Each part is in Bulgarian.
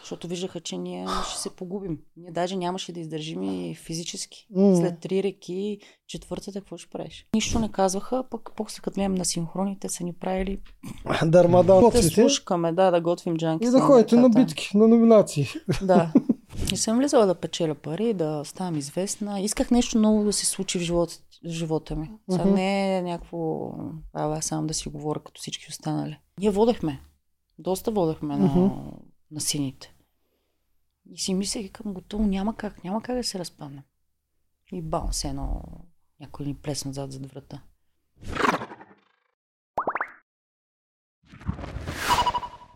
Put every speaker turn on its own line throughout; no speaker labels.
Защото виждаха, че ние ще се погубим. Ние даже нямаше да издържим и физически.
М.
След три реки, четвъртата, какво ще правиш? Нищо не казваха, пък после като мием на синхроните са ни правили.
Дърмадан.
Да
Готвите
слушкаме, да, да готвим джанки.
и да ходите на битки, на номинации.
Да. И съм влизала да печеля пари, да ставам известна. Исках нещо ново да се случи в живота, в живота ми. Сега
Мгм.
не е някакво... Ава, само да си говоря като всички останали. Ние водехме. Доста водехме на,
Мгм.
на сините. И си мислех, към готово, няма как, няма как да се разпадне. И бам, се едно някой ни плесна зад зад врата.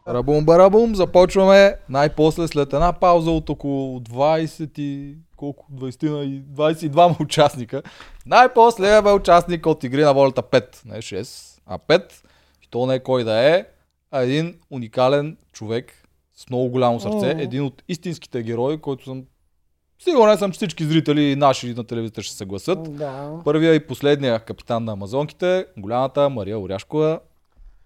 Рабум барабум, започваме най-после след една пауза от около 20 и колко, 20 на и 22 участника. Най-после бе участник от Игри на волята 5, не 6, а 5. И то не е кой да е, а един уникален човек с много голямо сърце,
О.
един от истинските герои, който съм сигурен съм, че всички зрители наши на телевизията ще се съгласят.
Да.
Първия и последния капитан на Амазонките, голямата Мария Оряшкова.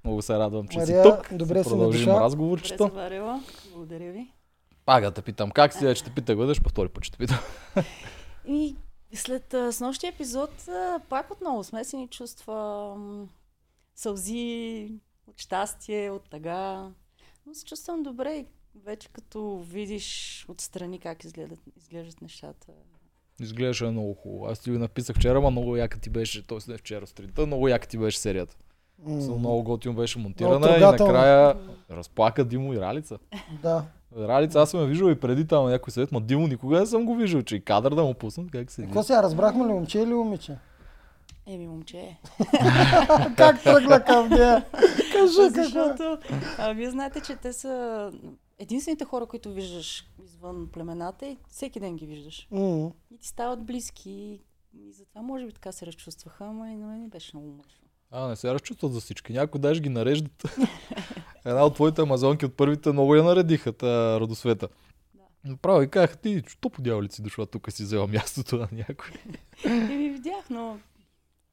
Много се радвам, че
Мария,
си тук.
добре
Да
си
Продължим
надуша.
разговорчето.
заварила. Благодаря ви.
Пак да те питам, как си, е, ще те питах веднъж, по втори път ще те питам.
И след а, снощия епизод а, пак отново смесени чувства, м, сълзи от щастие, от тъга. Но се чувствам добре и вече като видиш отстрани как изгледат, изглеждат нещата.
Изглеждаше много хубаво. Аз ти го написах вчера, ама много яка ти беше, т.е. не вчера сутринта, много яка ти беше серията. Mm. Много готино беше
Много
монтирана и
трогателно.
накрая разплака Димо и Ралица.
Да.
Ралица, аз съм я виждал и преди там на някой съвет, ма Димо никога не съм го виждал, че и кадър да му пуснат, как се
Какво сега, разбрахме ли момче или момиче?
Еми, момче.
Как тръгна към нея? Кажи какво е.
Защото а, вие знаете, че те са единствените хора, които виждаш извън племената и всеки ден ги виждаш.
М.
И ти стават близки. И затова може би така се разчувстваха, ама и на мен ми беше много мъчно.
А, не се разчувстват за всички. Някои даже ги нареждат. Една от твоите амазонки от първите много я наредиха, та Радосвета. Направо и казах, ти, що по дяволите си дошла тук си взела мястото на някой.
И ви видях, но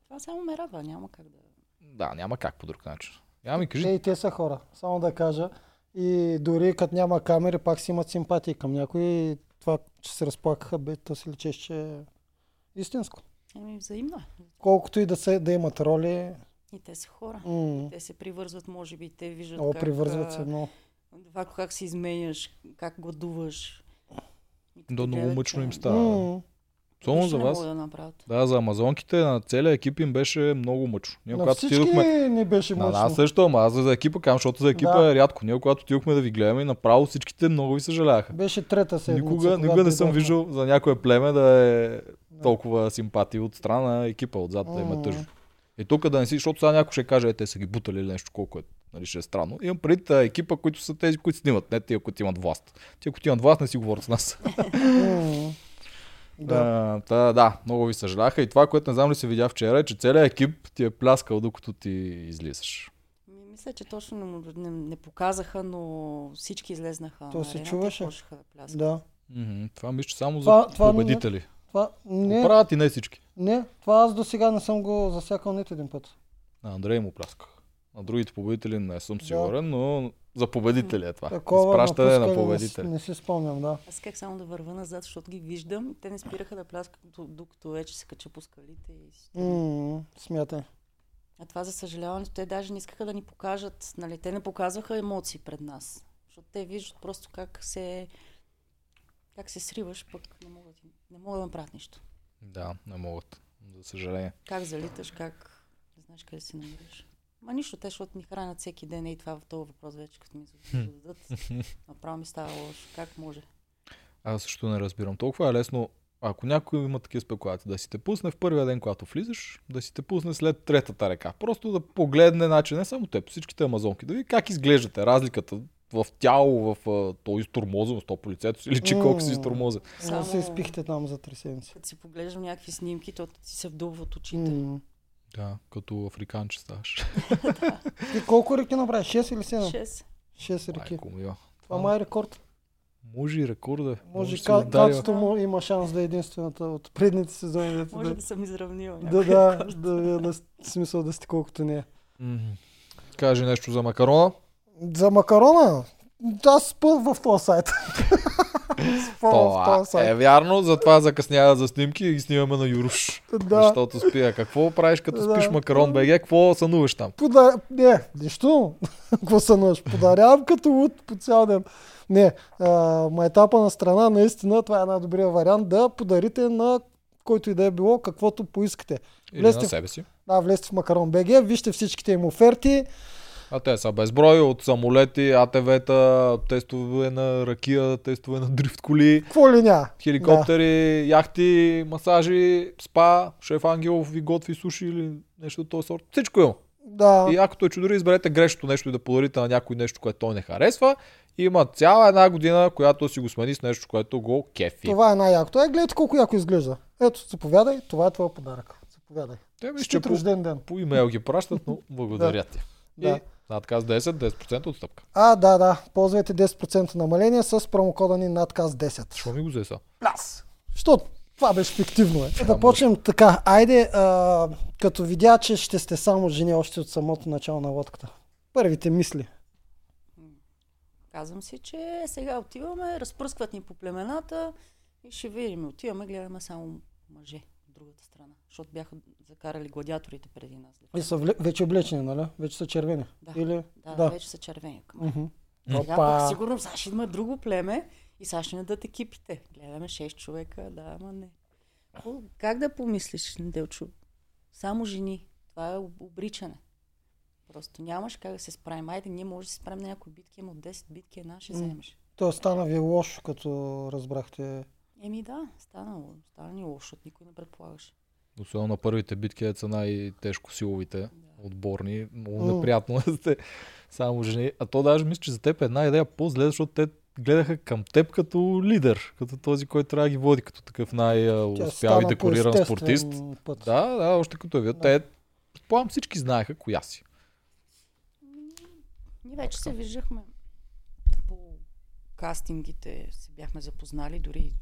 това само ме радва, няма как да...
Да, няма как по друг начин. Я ми
Те
кажи,
и те са хора, само да кажа. И дори като няма камери, пак си имат симпатии към някой. Това, че се разплакаха, бе, то си личеш, че е истинско.
Еми, взаимно е.
Колкото и да, се, да имат роли,
И те са хора.
м-
Те се привързват, може би, те виждат
о,
как,
привързват
а,
се много.
това как се изменяш, как гладуваш. И като
да много
гледат,
мъчно
а,
им става.
М,
Само
нищо
за
не
вас.
могат да направят.
Да, за амазонките на целия екип им беше много мъчно. Ние
На
когато
всички
отидохме,
ни беше
На нас
мъчно.
също, ама аз за екипа кам, защото за екипа
Да.
е рядко. Ние когато отидохме да ви гледаме, направо всичките много ви съжаляха.
Беше трета седмица.
Никога,
когато
никога не съм
дойдохме.
виждал за някое племе да е толкова симпатия от страна на екипа отзад да има
М.
тъжно. И тук да не си, защото сега някой ще каже, е, те са ги бутали или нещо, колко е. Нали, ще е странно. Имам предвид а, екипа, които са тези, които снимат, не тия, които имат власт. Тия, които имат власт, не си говорят с нас.
М, Да.
Да. Та, да, много ви съжаляха. И това, което не знам ли се видя вчера, е, че целият екип ти е пляскал, докато ти излизаш.
Ми, мисля, че точно не, му- не, не показаха, но всички излезнаха.
То
на
се
арената и
чуваше.
почнаха Да пляскат.
Да.
Мгм, това мисля, че само
Това-
за
това не-
победители.
Това,
Не...
не,
Правят и не всички.
не, това аз до сега не съм го засякал нито един път.
На Андрей му плясках. На другите победители не съм сигурен, но за победители е това.
Такова
Изпращане на
напускане не с-
победители.
Не си спомням, да.
Аз исках само да върва назад, защото ги виждам. Те не спираха да пляскат, до- докато вече се кача по скалите. И... си-
М, Смятай.
А това, за съжаляването, те даже не искаха да ни покажат. Нали, те не показваха емоции пред нас. Защото те виждат просто как се, как се сриваш, пък не могат, не могат да направят нищо.
Да, не могат. За съжаление.
Как залиташ, как не знаеш къде се намираш. Ма нищо, те защото ни хранят всеки ден и това в този въпрос вече, като ми зададат. Направо ми става лошо. Как може?
Аз също не разбирам. Толкова е лесно, ако някой има такива спекулации, да си те пусне в първия ден, когато влизаш, да си те пусне след третата река. Просто да погледне начин, не само теб, всичките амазонки, да види как изглеждате, разликата в тяло, в а, той изтормозен, то по лицето си, или че колко си
М.
изтормозен.
Само... се изпихте там за три седмици.
Като си поглеждам някакви снимки, то ти се вдълват очите.
М.
Да, като африканче ставаш.
Ти колко реки направи? 6 или 7?
Шест.
6 реки.
Майко мила.
Това май е рекорд.
Може и рекорда.
Може
си го
ка-
ударила.
качеството му има шанс да е единствената от предните сезони. дето
Може
Да,
да съм изравнила.
да, да, да, ви е на с- смисъл да сте колкото не е.
Мгм. Кажи нещо за макарона.
За макарона, Аз спъл в този сайт. спъл в
Това
този
е
сайт.
вярно, затова закъснява за снимки и ги снимаме на Юруш.
Да.
Защото спия. Какво правиш като
Да.
спиш макарон БГ? Какво сънуваш там?
Подар... Не, нищо. Какво се нож? Подарявам като луд по цял ден. Не, а, ма етапа на страна, наистина, това е най-добрият вариант да подарите на който и да е било, каквото поискате.
Или
Влезте
на
в-
себе си.
Да, влезте в Макарон БГ, вижте всичките им оферти.
А те са безброй от самолети, АТВ-та, тестове на ракия, тестове на дрифт коли,
Какво ли няма?
хеликоптери, яхти, масажи, спа, шеф Ангелов ви готви суши или нещо от този сорт. Всичко има.
Да,
И ако той дори изберете грешното нещо и да подарите на някой нещо, което той не харесва, има цяла една година, която да си го смени с нещо, което го кефи.
това е най-якото. Е, гледайте колко яко изглежда. Ето, заповядай, това е твоя подарък. Заповядай.
Те мисля, че
Честит
по,
рожден ден.
по имейл ги пращат, но благодаря ти.
Да.
И надказ 10, 10% отстъпка.
А, да, да. Ползвайте 10% намаление с промокода ни надказ 10.
Що ми го взе са?
Аз. Що? Това беше фиктивно е. Да почнем така. Айде, а, като видя, че ще сте само жени още от самото начало на лодката. Първите мисли.
Казвам си, че сега отиваме, разпръскват ни по племената и ще видим. Отиваме, гледаме само мъже от другата страна, защото бяха закарали гладиаторите преди нас.
И са вле- вече облечени, нали? Вече са червени.
Да.
Или...
Да,
Да.
да. вече са червени. към.
Мгм.
Сега
Опа.
пък сигурно сега ще има друго племе и сега ще ни дадат екипите. Гледаме 6 човека, да, ама не. О, Как да помислиш, Делчо? Само жени. Това е об- обричане. Просто нямаш как да се справим. Айде, ние може да се справим на някои битки, ама от 10 битки една ще
М.
вземеш.
То стана ви лошо, като разбрахте.
Еми да, станало. Стана ни лошо, от никой не предполагаше.
Особено на първите битки е са най-тежко силовите отборни. Много
М.
неприятно е да сте само жени. А то даже мисля, че за теб е една идея по-зле, защото те гледаха към теб като лидер, като този, който трябва да ги води, като такъв
Тя
най-успял
стана
и
по
декориран
естествен
спортист.
Път. Да.
Да, да, още като я видят. Те, предполагам, всички знаеха коя си.
Ние вече се виждахме по кастингите, се бяхме запознали, дори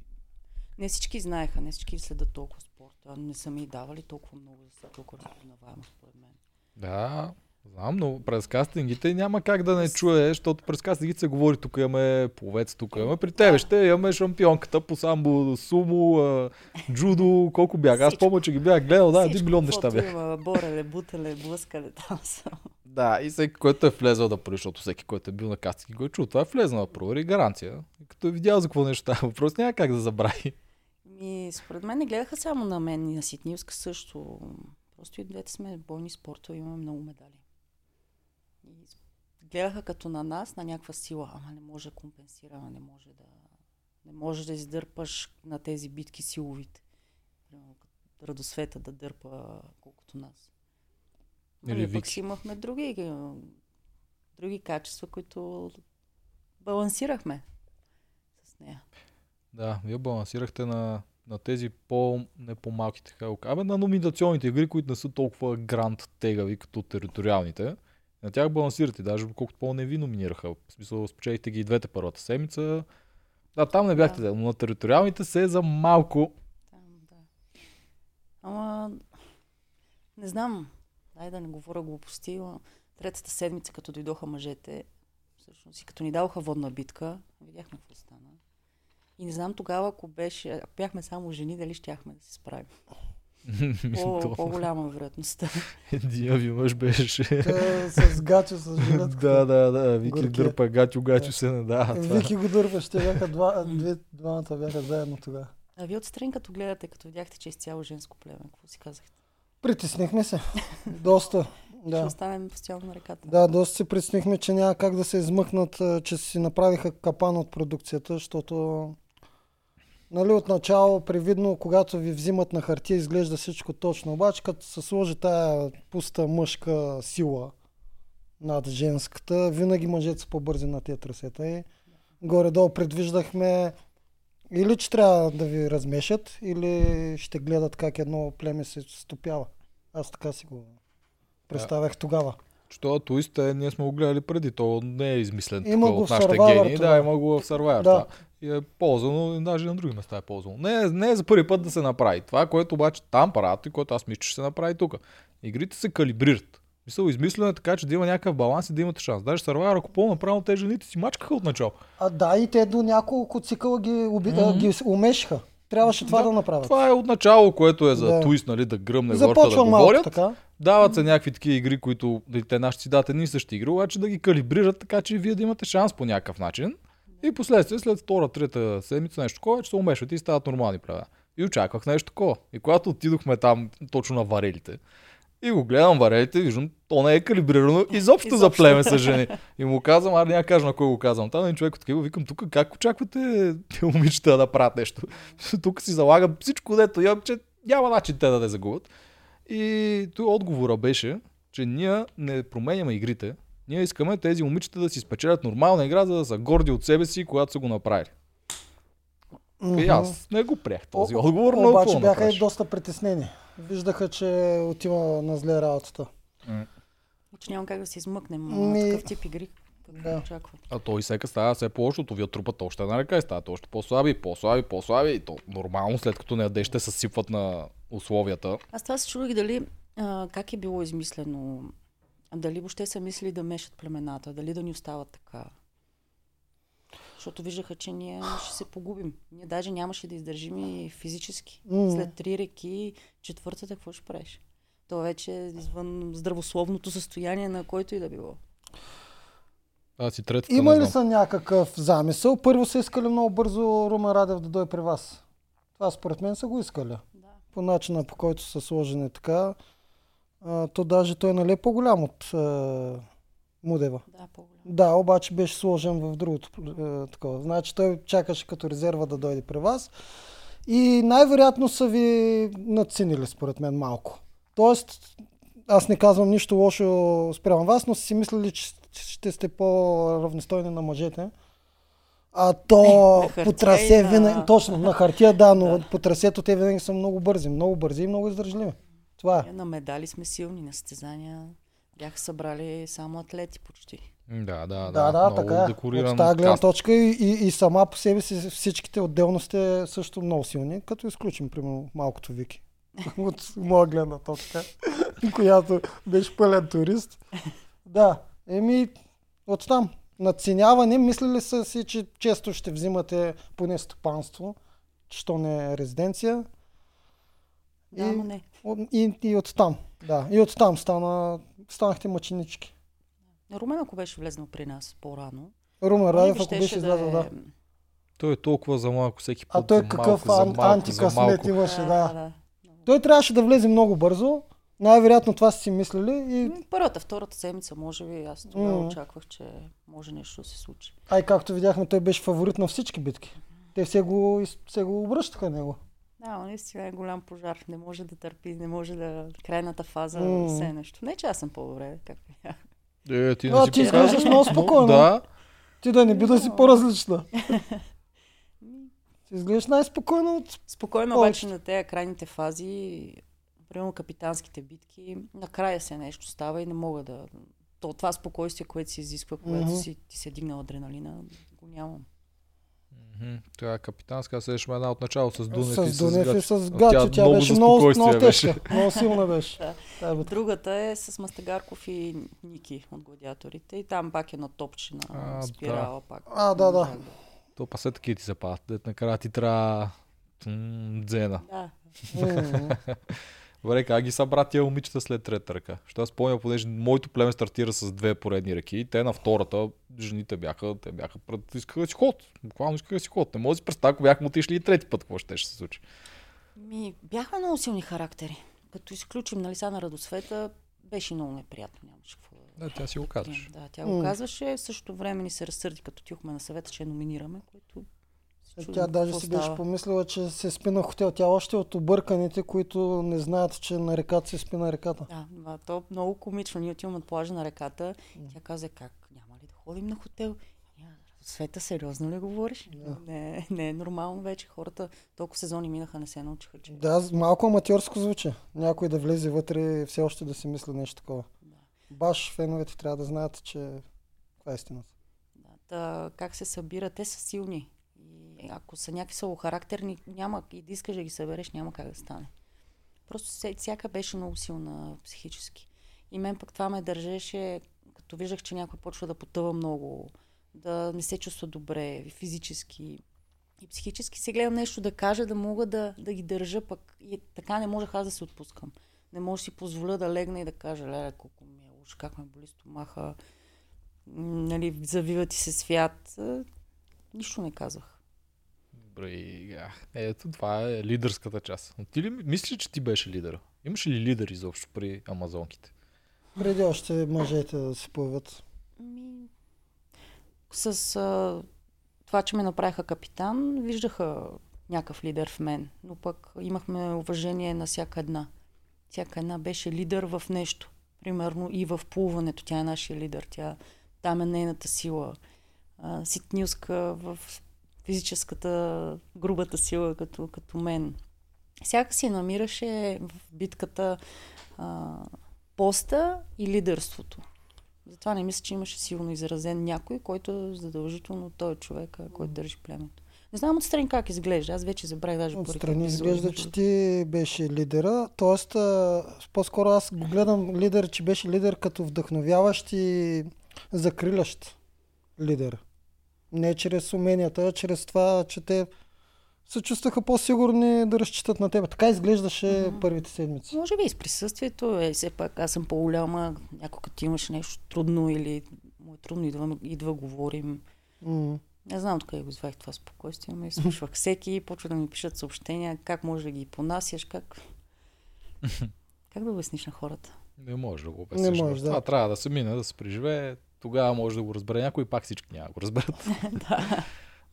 не всички знаеха, не всички следят толкова спорта, не са ми давали толкова много за са толкова разпознаваемо според мен.
Да, знам, но през кастингите няма как да не чуе, защото през кастингите се говори, тук имаме пловец, тук имаме при тебе, ще имаме шампионката по самбо, сумо, а, джудо, колко бях. Аз
Всичко.
помня, че ги бях гледал, да, един
Всичко,
милион неща
каквото е.
бях.
Има, бореле, бутале, блъскале, там са.
Да, и всеки, който е влезъл да прави, защото всеки, който е бил на кастинг, го е чул. Това е влезнал да провери гаранция. И Като е видял за какво нещо става въпрос, няма как да забрави.
И според мен не гледаха само на мен и на Ситнивска също. Просто и двете сме бойни спортове, имаме много медали. И с- гледаха като на нас, на някаква сила. Ама не може да компенсираме, не може да, не може да издърпаш на тези битки силовите. Примерно, като Радосвета да дърпа колкото нас.
Или
Или пък
Вики.
си имахме други, е, други качества, които балансирахме с нея.
Да, вие балансирахте на, на тези по, не по-малките. така го кажа. Абе, на номинационните игри, които не са толкова гранд тегави, като териториалните. На тях балансирате, даже колкото по-не ви номинираха. В смисъл, спечелихте ги и двете първата седмица. Да, там не бяхте, да. но на териториалните се е за малко.
Там, да. Ама, не знам, дай да не говоря глупости, но третата седмица, като дойдоха мъжете, всъщност и като ни даваха водна битка, видяхме какво стана. И не знам тогава, ако беше, ако бяхме само жени, дали щяхме да се справим. По,
То-
по-голяма е вероятността.
Един ви мъж беше.
Те с гачо, с жилетка.
да, да, да. Вики
Горкия.
дърпа, гачо, гачо се не да. Това. е.
Вики го дърпаше, бяха два, две, двамата бяха заедно тогава.
А вие отстрани като гледате, като видяхте, че е изцяло женско племе, какво си казахте?
Притеснихме се. Доста.
Ще
Да.
останем постоянно на ръката.
Да, доста се притеснихме, че няма как да се измъкнат, а, че си направиха капан от продукцията, защото нали, отначало, привидно, когато ви взимат на хартия, изглежда всичко точно. Обаче, като се сложи тая пуста мъжка сила над женската, винаги мъжете са по-бързи на тия трасета. И горе-долу предвиждахме или че трябва да ви размешат, или ще гледат как едно племе се стопява. Аз така си го представях тогава.
Че това туист е, ние сме го гледали преди, то не е измислен
Има
тук
го
от
в
нашите
Survivor
гении.
това.
Да, има го в
Да.
Survivor. Да. И е ползвано, и даже и на други места е ползвано. Не, е- не е за първи път да се направи. Това, което обаче там правят и което аз мисля, че ще се направи тук. Игрите се калибрират. Мисъл, измислено е така, че да има някакъв баланс и да имате шанс. Даже Survivor, ако по-направо те жените си мачкаха от начало.
А, да, и те до няколко цикъла ги, уби... mm-hmm. ги с- умешиха. Трябваше това да, да направят.
Това е от начало, което е за
Да.
да. twist, нали, да гръмне горта да
Започва малко
говорят.
така.
Дават се някакви такива игри, които нали, те нашите си дадат едни и същи игри, обаче да ги калибрират така, че и вие да имате шанс по някакъв начин. И последствие, след втора, трета седмица, нещо такова, че се умешват и стават нормални правила. И очаквах нещо такова. И когато отидохме там, точно на варелите, и го гледам варелите, виждам, то не е калибрирано изобщо, за
Изобщо.
племе са жени. И му казвам, а няма кажа на кой го казвам. Там един човек от такива, викам, тук как очаквате те момичета да правят нещо? тук си залагам всичко, дето я, че няма начин те да не загубят. И той отговора беше, че ние не променяме игрите. Ние искаме тези момичета да си спечелят нормална игра, за да са горди от себе си, когато са го направили.
Мгм.
И аз не го приех този
О-
отговор, но
Обаче
какво
бяха и
направиш?
доста притеснени. Виждаха, че отива на зле работата.
Че Значи няма как да се измъкнем а,
Ми-
такъв тип игри. Да.
Да.
Очаква.
А той всека става все по-лошо, то вие трупат още една ръка и стават още по-слаби, по-слаби, по-слаби. И то нормално, след като не ядеш, те се сипват на условията.
Аз това се чудих дали а, как е било измислено. Дали въобще са мислили да мешат племената, дали да ни остават така. Защото виждаха, че ние ще се погубим. Ние даже нямаше да издържим и физически.
М.
След три реки, четвъртата, какво ще правиш? То вече е извън здравословното състояние на който и да било.
Аз си третата
Има
не
ли
знам.
са някакъв замисъл? Първо са искали много бързо Румен Радев да дойде при вас. Това според мен са го искали.
Да.
По начина по който са сложени така. А, то даже той нали е по-голям от а, Мудева.
Да, по-голямо.
Да, обаче беше сложен в другото е, такова. Значи той чакаше като резерва да дойде при вас. И най-вероятно са ви надценили, според мен, малко. Тоест, аз не казвам нищо лошо спрямо вас, но са си мислили, че ще сте по-равностойни на мъжете. А то
на хартия
по трасе
и на-
винаги... Точно, на хартия да, но по трасето те винаги са много бързи. Много бързи и много издържливи. Това е.
Ние На медали сме силни, на състезания бяха събрали само атлети почти.
М, Да, да,
Да,
да.
да,
много
така е.
декориран
От тази гледна
каст.
точка и, и, и сама по себе си всичките отделности е също много силни, като изключим, примерно, малкото Вики. От моя гледна точка, която беше пълен турист. Да, еми, от там. Надценяване, мислили са си, че често ще взимате поне стопанство, що не е резиденция.
Да, но не.
от, и, и от там, да. И от там стана, станахте мъченички.
Румен, ако беше влезнал при нас по-рано,
Румен
може
Радев,
би
ако
щеше
беше излязъл, да.
е-
Той е толкова за малко, всеки път.
А той е
за малко,
какъв
за
ан-
малко, за
антикъсмет
малко.
имаше,
да,
да.
да.
Той трябваше да влезе много бързо. Най-вероятно това са си мислили. И...
М, Първата, втората седмица, може би, аз тогава
Мгм.
очаквах, че може нещо да се случи.
Ай, както видяхме, той беше фаворит на всички битки. Те все го, из- все го обръщаха него.
Да, но наистина е голям пожар. Не може да търпи, не може да... Крайната фаза,
М.
все е нещо. Не, че аз съм по-добре, както я.
Е, ти не
А,
си
ти
прав.
изглеждаш много спокойно.
Да,
Ти да не би да си
Да.
по-различна. Ти изглеждаш най-спокойно от...
Ами, Спокойно
Повече.
обаче на тези крайните фази, примерно капитанските битки, накрая се нещо става и не мога да... То, това спокойствие, което се изисква, когато
Мгм.
си, ти се дигнал адреналина, го нямам.
Мгм. Тя е капитанска, седеше една от начало с Дунев и
с
с
Дунев и
Гачев.
с
Тя
Гачо. Тя,
много
беше
за
много,
спокойствие
много
беше.
тежка. Много силна беше.
Да.
Тая битка.
Другата е с Мастагарков и Ники от гладиаторите. И там пак е на топче на
А,
спирала. Пак.
А, да, да.
То па след такива ти се падат. Дет накрая ти трябва м, дзена.
Да,
М.
Добре, как ги събра тия момичета след трета ръка? Ще аз спомня, понеже моето племе стартира с две поредни ръки и те на втората, жените бяха, те бяха пред... искаха да си ход. Буквално искаха да си ход. Не може да си представя, ако бяхме отишли и трети път, какво ще, ще се случи.
Ми, бяха много силни характери. Като изключим нали, сега на Радосвета, беше много неприятно. Нямаше какво да
Да, тя си го казваш.
приемем. Да, тя го
М.
казваше. В същото време ни се разсърди, като тихме на съвета, че я номинираме, което се
Е,
чудим
Тя даже
какво
си беше
става.
помислила, че се спи на хотел. Тя още е от обърканите, които не знаят, че на реката се спи на реката.
Да, да, то е много комично. Ние отиваме от плажа на реката. и Тя каза, как няма ли да ходим на хотел? И аз, Света, сериозно ли говориш?
Да.
Не, не е нормално вече. Хората толкова сезони минаха, не се научиха, че...
Да, з- малко аматьорско звучи. Някой да влезе вътре и все още да си мисли нещо такова. Баш феновете трябва да знаят, че това е истината.
Да, та, как се събират, те са силни. И ако са някакви слабохарактерни, няма и да искаш да ги събереш, няма как да стане. Просто се- всяка беше много силна психически. И мен пък това ме държеше, като виждах, че някой почва да потъва много, да не се чувства добре и физически и психически. Се гледам нещо да кажа, да мога да, да ги държа пък. И така не можех аз да се отпускам. Не може да си позволя да легна и да кажа, леле, колко ми е уж, как ме боли стомаха, м, нали, завива ти се свят. А, Нищо не казах.
Добре, и, а, ето това е лидерската част. Но ти ли ми- мислиш, че ти беше лидер? Имаш ли лидер изобщо при амазонките?
Преди още мъжете да се появят.
Ми... С а, това, че ме направиха капитан, виждаха някакъв лидер в мен. Но пък имахме уважение на всяка една. Всяка една беше лидер в нещо. Примерно и в плуването. Тя е нашия лидер. Тя, там е нейната сила. А, ситнилска в физическата, грубата сила, като, като мен. Всяка си намираше в битката а, поста и лидерството. Затова не мисля, че имаше силно изразен някой, който задължително той е човека, който държи племето. Не знам отстрани как изглежда. Аз вече забравих даже първия
Отстрани
епизод.
изглежда, че ти беше лидера. Тоест, а, по-скоро аз го гледам лидер, че беше лидер като вдъхновяващ и закрилящ лидер. Не чрез уменията, а чрез това, че те се чувстваха по-сигурни да разчитат на теб. Така изглеждаше
Мгм.
първите седмици.
Може би и с присъствието. Е, все пак аз съм по-голяма. Някой като имаш нещо трудно или му е трудно, идва, идва говорим.
М.
Не знам откъде го извадих това спокойствие, но изслушвах всеки и почва да ми пишат съобщения, как може да ги понасяш, как... как да обясниш на хората?
Не може да го обясниш.
Не може,
бе. Това
да.
трябва да се мине, да се преживее. Тогава може да го разбере някой, пак всички няма да го разберат.
да.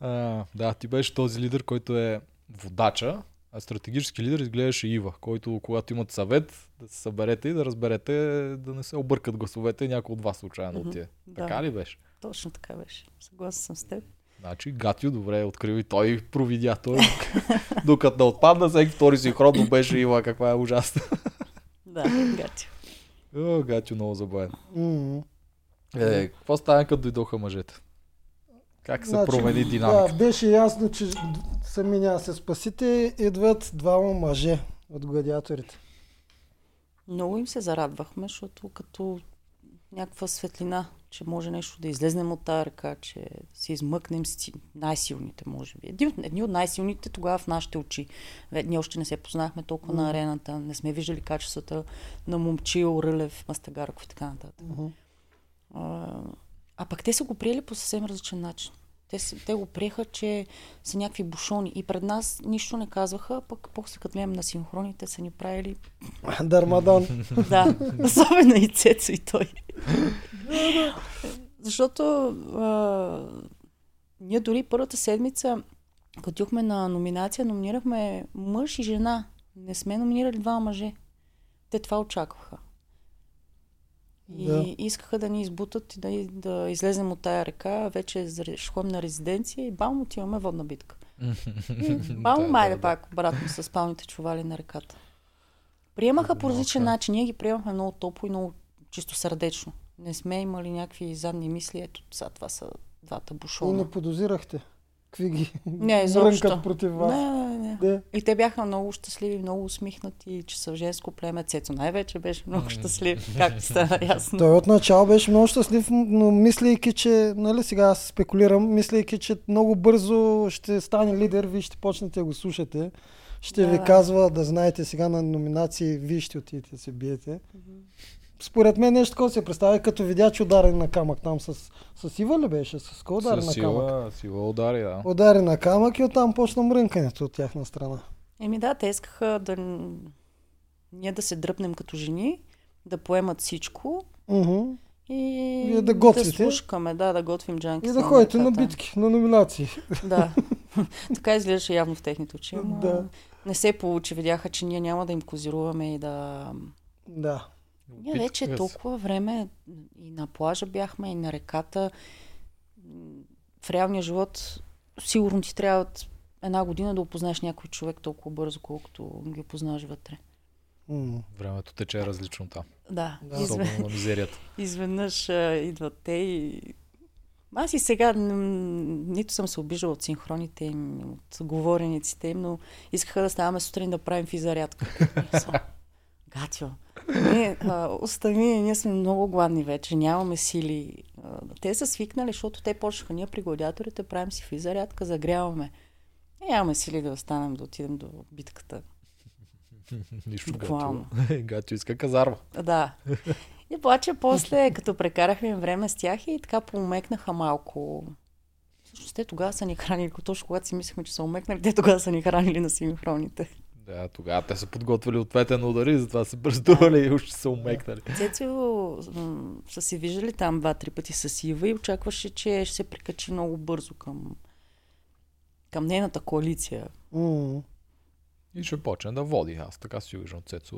А, да, ти беше този лидер, който е водача, а стратегически лидер изглеждаше Ива, който когато имат съвет, да се съберете и да разберете да не се объркат гласовете някой от вас случайно
Мгм.
от тия.
да.
Така ли беше?
Точно така беше. Съгласен съм с теб.
Значи Гатио добре е открил и той провидя. Той, докато не отпадна, всеки втори синхронно беше Ива, каква е ужасна.
Да, гати.
О, Гатио много забавен.
М.
Е, какво стана, като дойдоха мъжете? Как се
Значи,
промени динамиката?
Да, беше ясно, че сами няма да се спасите. Идват двама мъже от гладиаторите.
Много им се зарадвахме, защото като някаква светлина, че може нещо да излезнем от тази ръка, че се измъкнем с си- най-силните, може би. Едни от, едни от най-силните тогава в нашите очи. Ве- Ние още не се познахме толкова
Мгм.
на арената, не сме виждали качествата на Момчил, Рълев, Мастагарков и така нататък.
Мгм.
А, а пък те са го приели по съвсем различен начин. Те, са, те го приеха, че са някакви бушони. И пред нас нищо не казваха, пък после като гледам на синхроните са ни правили.
Дармадан.
Да, особено и Цецо и той. Защото а, ние дори първата седмица, като отидохме на номинация, номинирахме мъж и жена. Не сме номинирали два мъже. Те това очакваха. И
Да.
искаха да ни избутат и да, и- да излезем от тая река. Вече е зре- ще ходим на резиденция и бам, отиваме водна битка. И бам,
Да,
майде
да, да.
пак обратно с палните чували на реката. Приемаха по различен
Малка.
начин. Ние ги приемахме много топло и много чисто сърдечно. Не сме имали някакви задни мисли. Ето, сега това са двата
И
бушона.
не подозирахте. Какви ги
Не, изобщо.
брънкат против вас.
Не, не, не.
Не.
И те бяха много щастливи, много усмихнати, че са в женско племе. Цецо най-вече беше
Ами.
много щастлив, както стана ясно.
Той отначало беше много щастлив, но мислейки, че, нали сега аз спекулирам, мислейки, че много бързо ще стане лидер, вие ще почнете да го слушате. Ще
Да,
ви
да.
казва да знаете сега на номинации, вие ще отидете да се биете. Според мен нещо такова се представя, като видя, че ударен на камък там с, с Ива ли беше? С кой ударен
Със
на камък?
сила, сила удари, да.
Удари на камък и оттам почна мрънкането от тяхна страна.
Еми да, те искаха да н- ние да се дръпнем като жени, да поемат всичко
Мгм.
и
Вие да готвите.
да слушкаме, да, да готвим джанки.
И да ходите на битки, на номинации.
Да. така изглеждаше явно в техните очи. Ама
Да.
Не се получи. Видяха, че ние няма да им козируваме и да...
Да.
Ние Е, вече
Опитаха се.
толкова време и на плажа бяхме, и на реката. В реалния живот сигурно ти трябва една година да опознаеш някой човек толкова бързо, колкото ги опознаваш вътре.
М.
Времето тече различно там.
Да,
Да.
Изве...
Особено на мизерията.
изведнъж а, идват те и... Аз и сега м, нито съм се обиждала от синхроните им, от говорениците им, но искаха да ставаме сутрин да правим физарядка. И съм, Е, Гатио, Не, а, остави, ние сме много гладни вече, нямаме сили. А, те са свикнали, защото те почнаха. Ние при гладиаторите правим си физарядка, загряваме. Е, нямаме сили да останем, да отидем до битката.
Нищо
Буквално.
гато. Гато иска казарма.
Да. И обаче после, като прекарахме им време с тях и така поумекнаха малко. Всъщност те тогава са ни хранили, точно когато си мислехме, че са умекнали, те тогава са ни хранили на синхроните.
Да, тогава те са подготвили ответен удар и затова са бръздували и уж са умекнали.
Цецо м, са се виждали там два-три пъти с Ива и очакваше, че ще се прикачи много бързо към, към нейната коалиция.
М.
И ще почне да води. Аз така си виждам Цецо.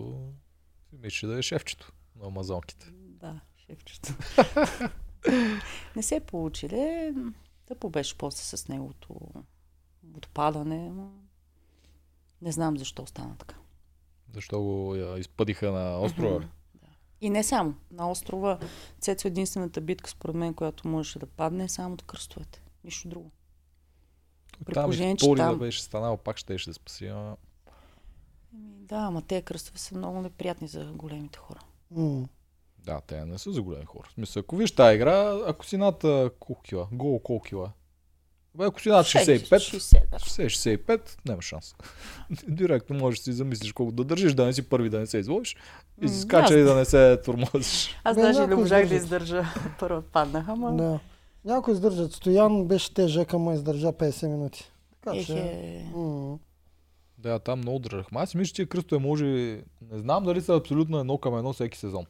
си Мисля, да е шефчето на амазонките.
Да, шефчето. Не се получи. Де. Тъпо беше после с неговото отпадане. но Не знам защо стана така.
Защо го а, изпъдиха на острова?
Мгм. И не само. На острова Цецо е единствената битка, според мен, която можеше да падне, е само от кръстовете. Нищо друго.
Той
При
там
положение,
и
че
втори да
там-
беше станал, пак ще ще да спаси. Ама...
Ами Да, ама тези кръстове са много неприятни за големите хора.
М.
Да, те не са за големи хора. В смисъл, ако виж тази игра, ако си над а, колко кила, гол колко кила. Бе, ако си над 65,
60, да.
60-65, няма шанс. Директно можеш да си замислиш колко да държиш, да не си първи, да не се изложиш. И си
М,
скача
аз-
и да не се турмозиш.
Аз
Бе,
даже
някои
не можах да
издържат.
издържа. Първа паднах, ама...
Да. Някой издържат. Стоян беше тежък, ама издържа 50 минути. Така
Ех,
че...
е...
м.
Да, там много държахме. Аз си мисля, че тия кръстове може... Не знам дали са абсолютно едно към едно всеки сезон.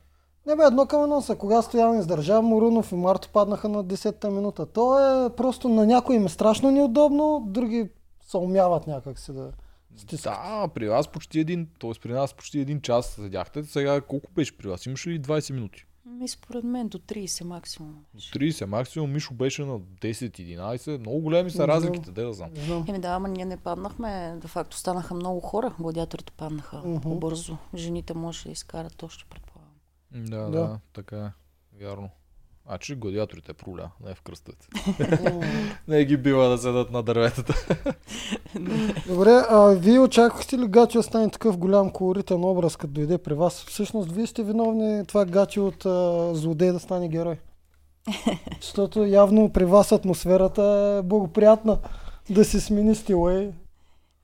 Не бе, едно към едно са. Кога Стоян издържа, Морунов и Марто паднаха на 10-та минута. То е просто на някои им е страшно неудобно, други се умяват някакси да стискат.
Да, при вас почти един, т.е. при нас почти един час седяхте. Сега колко беше при вас? Имаше ли 20 минути?
Ми Ами, според мен до 30 максимум.
От 30 максимум, Мишо беше на 10-11. Много големи са
Да.
разликите, де да знам.
Знам.
Еми да, ама ние не паднахме. Де факто станаха много хора. Гладиаторите паднаха
Мгм.
по-бързо. Жените може да изкарат още, предполагам.
Да,
Да.
да, да така е. Вярно. А, че гладиаторите е проля, не е в кръстовете.
М.
Не ги бива да седат на дърветата.
Добре, а вие очаквахте ли Гачи да стане такъв голям колоритен образ, като дойде при вас? Всъщност, вие сте виновни това Гачи от а, злодей да стане герой. Защото явно при вас атмосферата е благоприятна да се смени стила и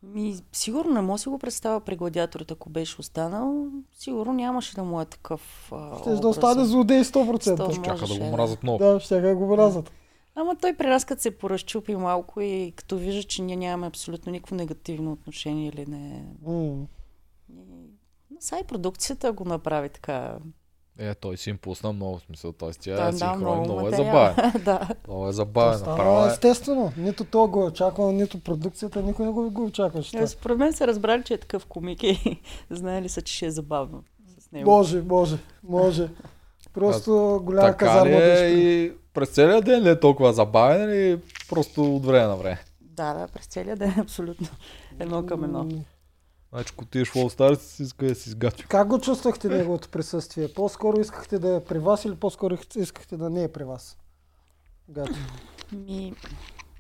Ми, сигурно не мога да си го представя при гладиаторите, ако беше останал. Сигурно нямаше да му е такъв а,
ще да
образът.
остане злодей 100%.
Сто.
Чака да
Можеше,
го
да.
мразят много.
Да, ще го мразят.
Ама той при нас като се поразчупи малко и като вижда, че ние нямаме абсолютно никакво негативно отношение или не...
М.
Но сега и продукцията го направи така.
Е, той си им пусна много в смисъл. Той с
Той
тя
им
синхрон
дава
много,
много
много е
материал.
забавен.
да.
Много е
То
забавен.
става
Направо е.
естествено. Нито то го е очаквал, нито продукцията, никой не го, го очакваше.
Е, Според мен са разбрали, че е такъв комик и знаели са, че ще е забавно с него.
Може, може, може. Просто голяма
Така ли
казарма
е
беше.
и през целия ден ли е толкова забавен или просто от време на време?
Да, да, през целия ден абсолютно едно към едно.
М.
Значи, като отидеш в All Stars, си иска да си изгатви.
Как го чувствахте неговото присъствие? По-скоро искахте да е при вас или по-скоро искахте да не е при вас? Гати.
Ми,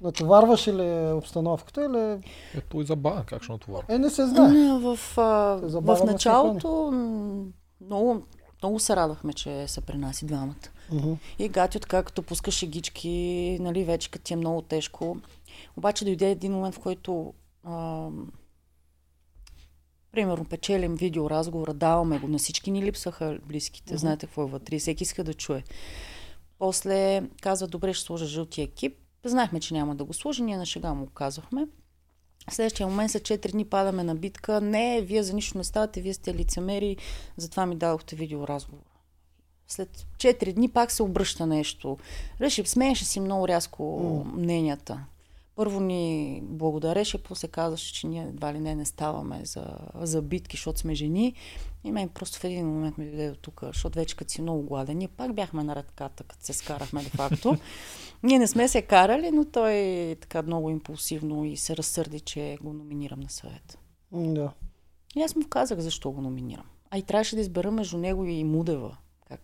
Натоварваше ли е обстановката или...
Е, той забавен, как ще натоварва?
Е, не се знае.
в, а,
Се забавяме
в
с
началото м, много, много се радвахме, че са при нас и двамата.
Мгм.
И гати, откакто пускаш шегички, нали, вече като ти е много тежко. Обаче дойде един момент, в който а, примерно печелим видеоразговора, даваме го. На всички ни липсаха близките.
Мгм.
Знаете какво е вътре. Всеки иска да чуе. После казва, добре, ще сложа жълтия екип. Знаехме, че няма да го сложи, ние на шега му го казвахме. В следващия момент след 4 дни падаме на битка. Не, вие за нищо не ставате, вие сте лицемери, затова ми дадохте видеоразговор. След 4 дни пак се обръща нещо. Реши, смееше си много рязко
М.
мненията. Първо ни благодареше, после казваше, че ние едва ли не не ставаме за, за битки, защото сме жени. И мен просто в един момент ми дойде до тук, защото вече като си много гладен, ние пак бяхме на ръката, като се скарахме де факто. Ние не сме се карали, но той така много импулсивно и се разсърди, че го номинирам на съвет.
М, Да.
И аз му казах защо го номинирам. А и трябваше да избера между него и Мудева. Как?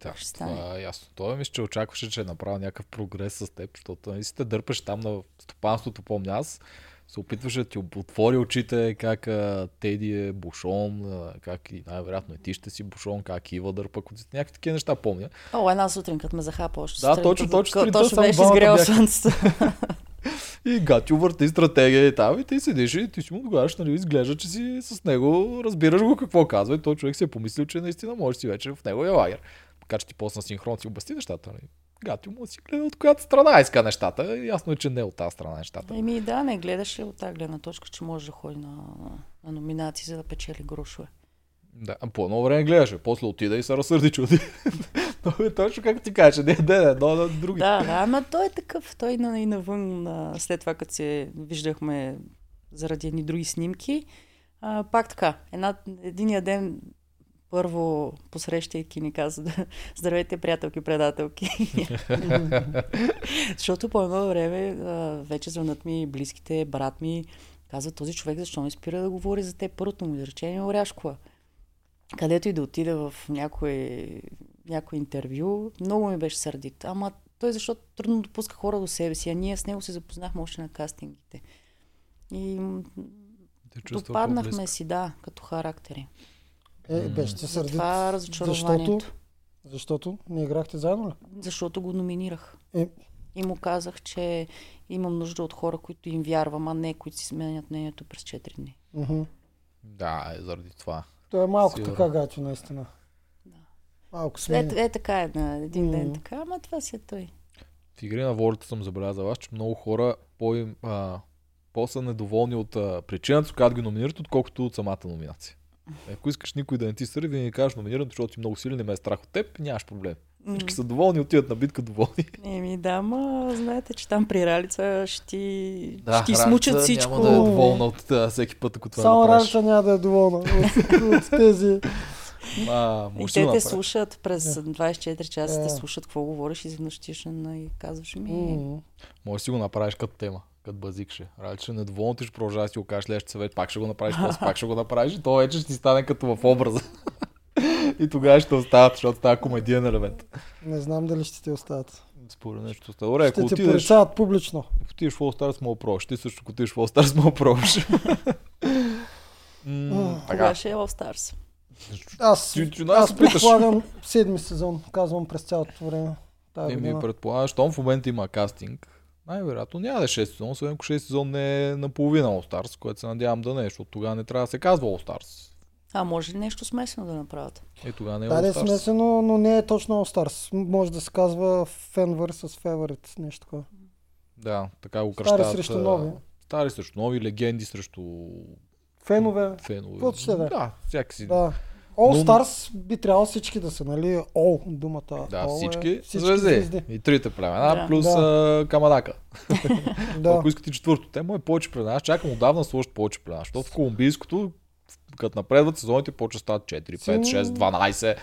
Да,
Как ще
това е ясно. Той мисля, че нали, очакваше, че е направил някакъв прогрес с теб, защото не си те дърпаш там на стопанството, помня аз. се опитваше да ти отвори очите, как а, Теди е бушон, а, как и най-вероятно и ти ще си бушон, как Ива дърпа котите, някакви такива неща помня.
О, една сутрин, като ме захапа още.
Да,
сутрин,
точно,
като-
точно
като-
сутринта
Точно
само
беше
двамата
изгряло
бяхме.
слънцето.
И гатю върти стратегия и там, и ти седиш и ти си му отговаряш, нали, изглежда, че си с него, разбираш го какво казва и той човек си е помислил, че наистина можеш си вече в неговия лагер. Така че ти после на синхрон си обясни нещата, нали? Гатю му си гледа от която страна иска нещата. Ясно е, че не от тази страна нещата.
Еми да, не гледаше от тази гледна точка, че може да ходи на, на номинации, за да печели грошове.
Да, а по едно време гледаше, после отида и се разсърди чуди. Той е точно както ти кажеш, не, не, не, но на други.
Да, да, ама той е такъв. Той на, и навън, а, след това като се виждахме заради едни други снимки, а, пак така, една, единия ден първо посрещайки ни каза да здравейте приятелки, предателки. Защото по едно време а, вече звънат ми близките, брат ми, каза този човек защо не спира да говори за те. Първото му изречение е Оряшкова. Където и да отида в някое, някое интервю, много ми беше сърдит. Ама той е защото трудно допуска хора до себе си, а ние с него се запознахме още на кастингите. И м,
Те чувства
допаднахме
по-близко.
си, да, като характери.
Е, беше ти
За
сърдит.
това разочарованието.
Защото, защото не играхте заедно ли?
защото го номинирах.
Е.
И му казах, че имам нужда от хора, които им вярвам, а не които си сменят мнението през 4 дни.
Мгм.
Да, е заради това.
Той е малко
Сигурно.
така гачо, наистина. Малко
Е,
сме.
е, така е на един ден,
Мгм.
така, ама това си е той.
в игри на волята съм забелязал аз, че много хора по, им, а, по-са недоволни от а, причината, с която ги номинират, отколкото от самата номинация. Е, Ако искаш никой да не ти сърди, винаги кажеш номиниран, защото си много силен, не ме е страх от теб, нямаш проблем. Всички са доволни, отиват на битка доволни.
Еми да, ма знаете, че там при Ралица ще ти, ще ти
Ралица
смучат всичко.
Няма да е доволна от а, всеки път, ако това
Само
направиш.
Ралица няма да е доволна от, от тези.
А,
И
може да
те те
направиш.
слушат през 24 часа, те
Да.
слушат какво говориш, изведнъж ти ще на- и казваш ми.
Мгм.
Може да си го направиш като тема, като базикше. Радше ще е недоволно, ти ще продължаваш да си го кажеш следващия съвет, пак ще го направиш, после пак ще го направиш и то вече ще ти стане като в образа. и тогава ще остават, защото става комедиен елемент.
Не знам дали ще ти остават.
Според нещо става. Добре, ако
ще те
отидеш,
порицават публично.
ако отидеш в All Stars, мога пробваш. Ти също, ако отидеш в All Stars, мога пробваш. М,
Кога
Така.
ще е All Stars?
Аз,
Ти- ти нас
аз
питаш.
предполагам седми сезон, казвам през цялото време. Тая
Ти ми
година.
предполагаш, щом в момента има кастинг, най-вероятно няма да е 6 сезон, освен ако 6 сезон не е наполовина All Stars, което се надявам да не е, защото тогава не трябва да се казва All Stars.
А може ли нещо смесено да направят?
Е, тогава не е
Да, да е
All Stars.
смесено, но не е точно All Stars. М- Може да се казва Fan vs. Favorite, нещо такова.
Да, така го
Стари
кръщат.
срещу
а,
нови.
Стари срещу нови, легенди срещу
Фенове,
фенове.
Каквото ще да е.
да, всяки си.
да. All
Но-
Stars би трябвало всички да са, нали? All, думата.
Да,
all е-
всички, звезди. И трите племена,
Да.
плюс
Да.
а, Камадака.
Да.
Ако искате четвърто тема е повече племена. Аз чакам отдавна да сложат повече племена, защото в колумбийското, като напредват сезоните, почва стават 4, 5,
Силно-
6, 12.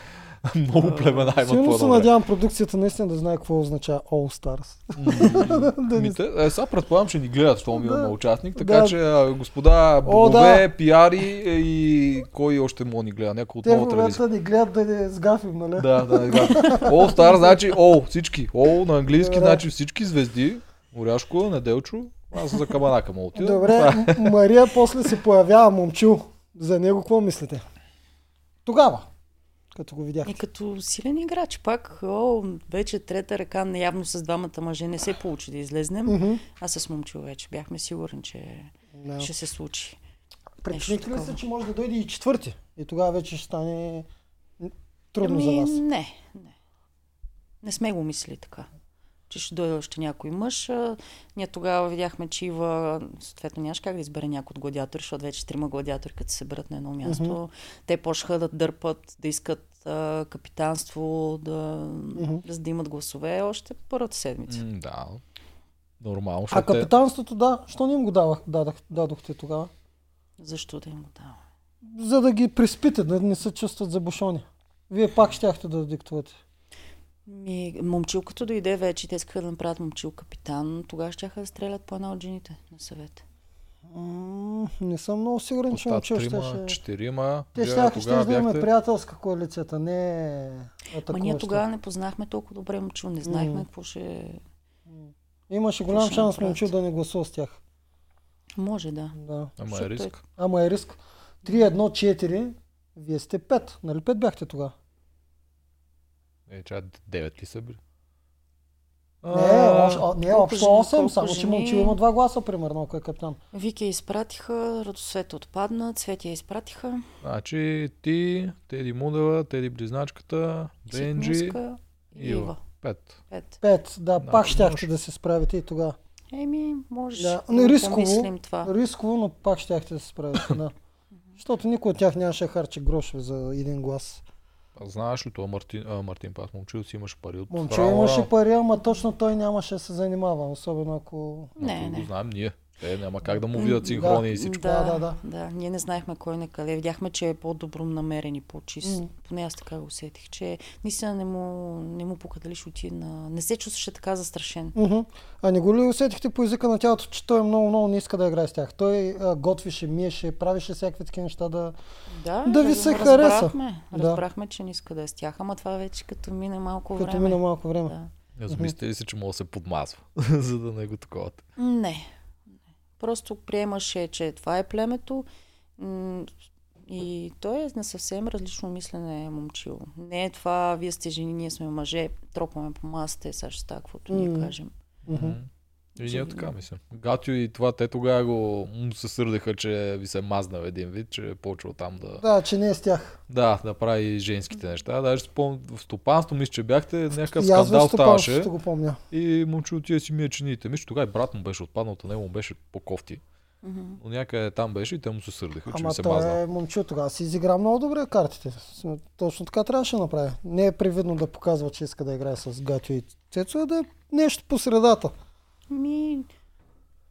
Много племена имат
Силно се
по едно
надявам продукцията наистина да знае какво означава All Stars. да
време.
ни...
Ми те- Е, сега предполагам, че ни гледат, щом
Да.
имаме участник. Така
Да.
че, а, господа,
О,
богове, пиари е, и кой още мога да ни гледа? Някой от
Те в
новата телевизия.
момента ни гледат да ни сгафим, нали?
Да, да, да. All Star значи All, всички. All на английски
Добре.
значи всички звезди. Оряшко, Неделчо. Аз съм за Каманака мога да отида.
Добре, М- Мария после се появява момчил. За него какво мислите? Тогава, като го видях.
Е като силен играч пак. О, вече трета ръка, явно с двамата мъже не се получи да излезнем.
Мгм.
А с момчил вече бяхме сигурни, че
Да.
ще се случи.
Причините ли
такова.
се, че може да дойде и четвърти? И тогава вече ще стане трудно
Ами,
за вас.
Не, не. Не сме го мислили така. Че ще дойде още някой мъж. А, Ние тогава видяхме, че Ива, съответно, нямаш как да избере някой от гладиатори, защото вече трима гладиатори, като се съберат на едно място, те почнаха да дърпат, да искат а, капитанство, да,
Мгм.
за да имат гласове още първата седмица.
М, Да. Нормално,
А
защото е- те-
капитанството, да, що не им го давах, дадах, дадохте тогава?
Защо да им го давам?
За да ги приспите, да не се чувстват забушони. Вие пак щяхте да диктувате.
Ми, момчилката дойде вече, те искаха да направят момчил капитан, тогава ще да стрелят по една от жените на съвет.
М, не съм много сигурен, че
Остат
момчил
трима,
ще...
четирима.
Те
Вие
ще
тогава
ще да имаме
бяхте-
приятелска коалицията, не
Ма ние
атакуваща.
тогава не познахме толкова добре момчил, не знаехме
Мгм.
какво ще
Имаше голям
Точно
шанс
направят.
момчил да не гласува с тях.
Може да.
Да.
Ама е
Защото
риск.
Ама е риск. 3-1-4, вие сте 5. Нали 5 бяхте тогава?
Е, чай, 9 ли са били?
Не, е, още, о, не,
колко
общо
жени,
8,
колко
само че
жени?
момче има 2 гласа, примерно, ако е капитан.
Вики я изпратиха, Радосвета отпадна, Цветя я изпратиха.
Значи ти, Теди Мудева, Теди Близначката, Бенджи
Ситниска и
Ива.
Ива.
Пет.
Пет.
5, да,
Да,
пак
не
щяхте
може.
да се справите и тогава.
Еми, може
Да,
да,
но рисково.
помислим това.
Рисково, но пак щяхте да се справите, да. Защото никой от тях нямаше да харчи грошове за един глас.
А Знаеш ли това, Мартин, а, Мартин Пас, момчил си имаш пари от
Момче
фраура.
имаше пари, ама точно той нямаше да се занимава, особено ако...
Но
Не,
това
не.
Го знаем ние. Те няма как да му видят синхрони и всичко.
Да, да, да.
да. Ние не знаехме кой на къде. Видяхме, че е по-добро намерен и по-чист.
М.
Поне аз така го усетих, че наистина не му, не му пука дали ще отиде на... Не се чувстваше така застрашен.
Мгм. А не го ли усетихте по езика на тялото, че той е много, много не иска да играе с тях? Той а, готвише, миеше, правеше всякакви такива неща да...
Да,
Да ви
раз-
се
разбрахме.
хареса. Да.
Разбрахме, че не иска да е с тях, ама това вече като мина малко
Като
време.
мина малко време.
Да.
Не замисля ли си, че мога да се подмазва, за да не е го такова.
Не. Не. Просто приемаше, че това е племето. м, И той е на съвсем различно мислене момчило. Не е това, вие сте жени, ние сме мъже, тропаме по масата, сега ще става, каквото ние
М.
кажем.
Мгм.
И ние така мисля. Гатю и това, те тогава го му се сърдеха, че ви се е мазнал един вид, че е почвал там да...
Да, че не е с тях.
Да, да прави женските неща. Даже спомням, в стопанство мисля, че бяхте, някакъв
И аз в
скандал ставаше.
стопанството го помня.
И момче отиде си мие чините. Мисля, че тогава и брат му беше отпаднал, от него му беше по-кофти.
Мгм.
Но някъде там беше и те му се сърдеха, че
Ама
ми се мазна.
той е момче, тогава си изигра много добре картите. С- Точно така трябваше да направи. Не е привидно да показва, че иска да играе с Гатю и Цецо, а да е нещо по средата.
Ми,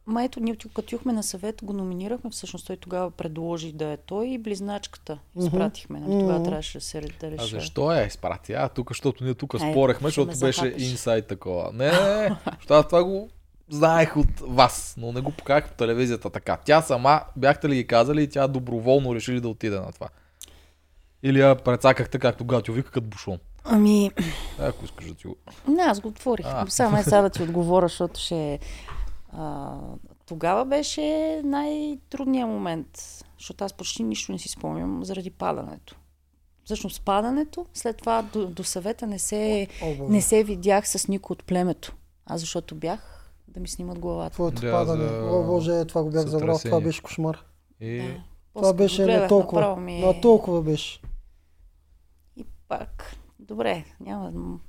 майто, ние тю- като юхме на съвет, го номинирахме, всъщност той тогава предложи да е той и близначката.
Мгм.
Изпратихме. Нали? Тогава
Мгм.
трябваше да се ре- да
А
реши.
защо я изпрати? А, тук, защото ние тук
Е,
спорехме,
ще ме
защото беше
захапеш.
инсайт такова. Не, не, не, защото аз това го знаех от вас, но не го покажах по телевизията така. Тя сама, бяхте ли ги казали, и тя доброволно решили да отиде на това. Или я прецакахте, както Гатио вика, като бушон.
Ами,
Е, Ако искаш да ти го...
Не, аз го отворих.
А.
А. Само е сега да ти отговоря, защото ще... е, А, тогава беше най-трудният момент, защото аз почти нищо не си спомням заради падането. Всъщност падането, след това до, до съвета не се,
О,
не се видях с никой от племето. Аз защото бях да ми снимат главата.
Твоето
Да,
падане.
за-
О, Боже, е, това го бях забрал. Това
сътресение.
беше кошмар.
И...
Да.
Това
После го
беше на
гледах,
толкова.
направо Ми... е-
На толкова беше.
И пак, добре, няма... м.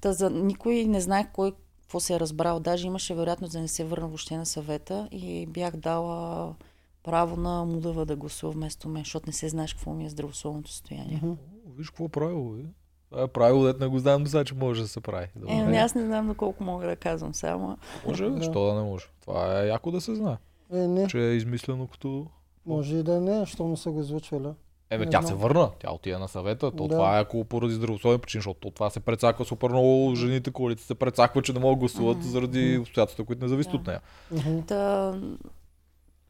Та за никой не знае кой какво се е разбрал. Даже имаше вероятност да не се върна въобще на съвета и бях дала право на Мудава да гласува вместо мен, защото не се знаеш какво ми е здравословното състояние.
Мгм.
О, Виж какво е правило, бе. Това е правило, дет не го знам до сега, че може да се прави. Добре.
Е, не, аз не знам на колко мога да казвам само.
Може, бе,
Да.
що да не може. Това е яко да се знае,
Е, не,
че е измислено като
може и да е не, що не са го излъчвали.
Еми,
Не
тя
знам.
се върна. Тя отиде на съвета. То
Да.
това е ако поради здравословни причини, защото то това се прецаква супер много. Жените, колите се прецаква, че не могат да гласуват
Мгм.
заради обстоятелства, които не зависят
Да.
от нея.
Мгм.
Та,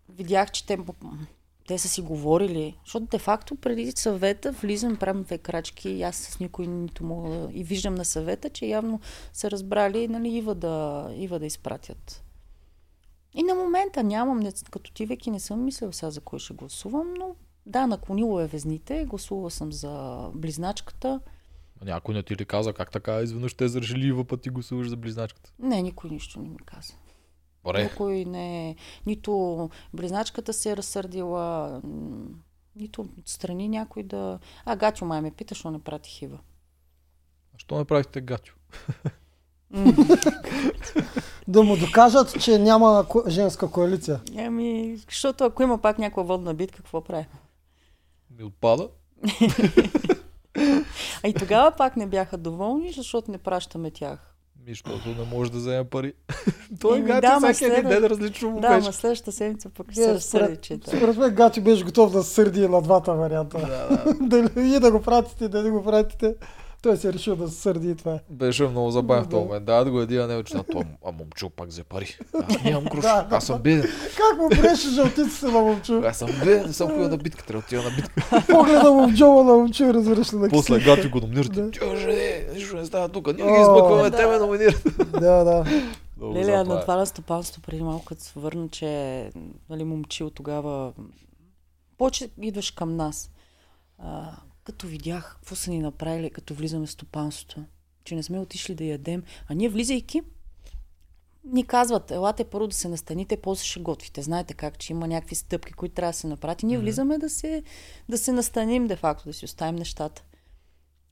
видях, че те, те са си говорили, защото де-факто преди съвета влизам, правим две крачки и аз с никой нито мога да... И виждам на съвета, че явно са разбрали нали, Ива, да, Ива да изпратят. И на момента нямам, не, като ти веки не съм мислила сега за кой ще гласувам, но да, наклонило е везните, гласувала съм за близначката.
Някой не ти ли каза как така изведнъж те зарешили и пъти гласуваш за близначката?
Не, никой нищо не ми каза.
Добре.
Никой не е. Нито близначката се е разсърдила, м, нито отстрани някой да... А, Гатю май ме пита, що не прати хива.
А Що не правихте гатю?
Да му докажат, че няма ко- женска коалиция.
Ами, защото ако има пак някаква водна битка, какво прави?
Ми отпада.
А и тогава пак не бяха доволни, защото не пращаме тях.
Ми, защото не може да вземе пари. Той
Еми,
гатю
Ами да, ма
всеки един
следва-
ден различно му
Да,
беше.
ма следващата седмица пък ще
Е,
се разсърди, че
според,
да.
според мен Гати беше готов да се сърди и на двата варианта.
Да, да.
Дали вие да го пратите, да не го пратите. Той се е решил да се сърди и това е.
Беше много забавен в този
Да.
момент. Да, да го един, а не вече. А, той, а момчо пак взе пари. Аз нямам грош.
Да, да,
Аз съм беден.
Как му бреше жълтицата на момчу?
Аз съм беден. Не съм ходил на битка. Трябва да отида на битка.
Погледа му в джоба на момчу и разбираш ли на
После
кисика.
гати го номинирате.
Да.
Тя жени, нищо не става тук. Ние
О,
ги измъкваме,
да.
те ме номинират.
Да, да.
Много
Леле,
това
на
е.
това на стопанство преди малко, като се върна, че нали, момчил тогава... Повече идваш към нас. А, като видях какво са ни направили, като влизаме в стопанството, че не сме отишли да ядем, а ние влизайки, ни казват, елате първо да се настаните, после ще готвите. Знаете как, че има някакви стъпки, които трябва да се направят. И ние
Мгм.
влизаме да се, да се настаним, де факто, да си оставим нещата.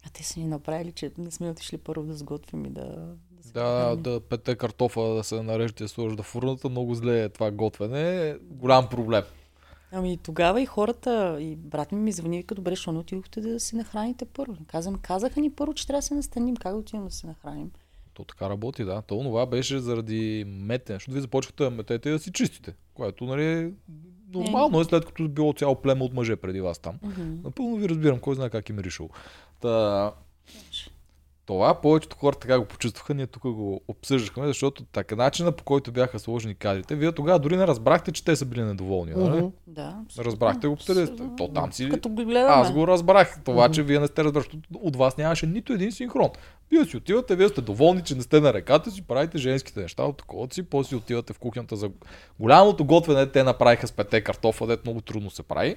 А те са ни направили, че не сме отишли първо да сготвим и да... да се
Да,
прехраним.
да пете картофа, да се нарежете и сложиш да фурната, много зле е това готвене. Голям проблем.
Ами тогава и хората, и брат ми ми звъни, вика, добре, защо не отидохте да се нахраните първо? Казвам, казаха ни първо, че трябва да се настаним. Как да отидем да се нахраним?
То така работи, да. То това беше заради метене, защото вие започвате да метете и да си чистите, което нали, е нормално е, след като било цяло племе от мъже преди вас там. Напълно ви разбирам, кой знае как им е решил. Та, това повечето хора така го почувстваха, ние тук го обсъждахме, защото така начина по който бяха сложени кадрите, вие тогава дори не разбрахте, че те са били недоволни. Нали?
Мгм.
Да. абсолютно.
Разбрахте го преди.
Абсолютно.
То там си.
Като го гледаме.
Аз го разбрах. Това, че вие не сте разбрали, защото от вас нямаше нито един синхрон. Вие си отивате, вие сте доволни, че не сте на реката си, правите женските неща от такова си, после си отивате в кухнята за голямото готвене, те направиха с пете картофа, дето много трудно се прави.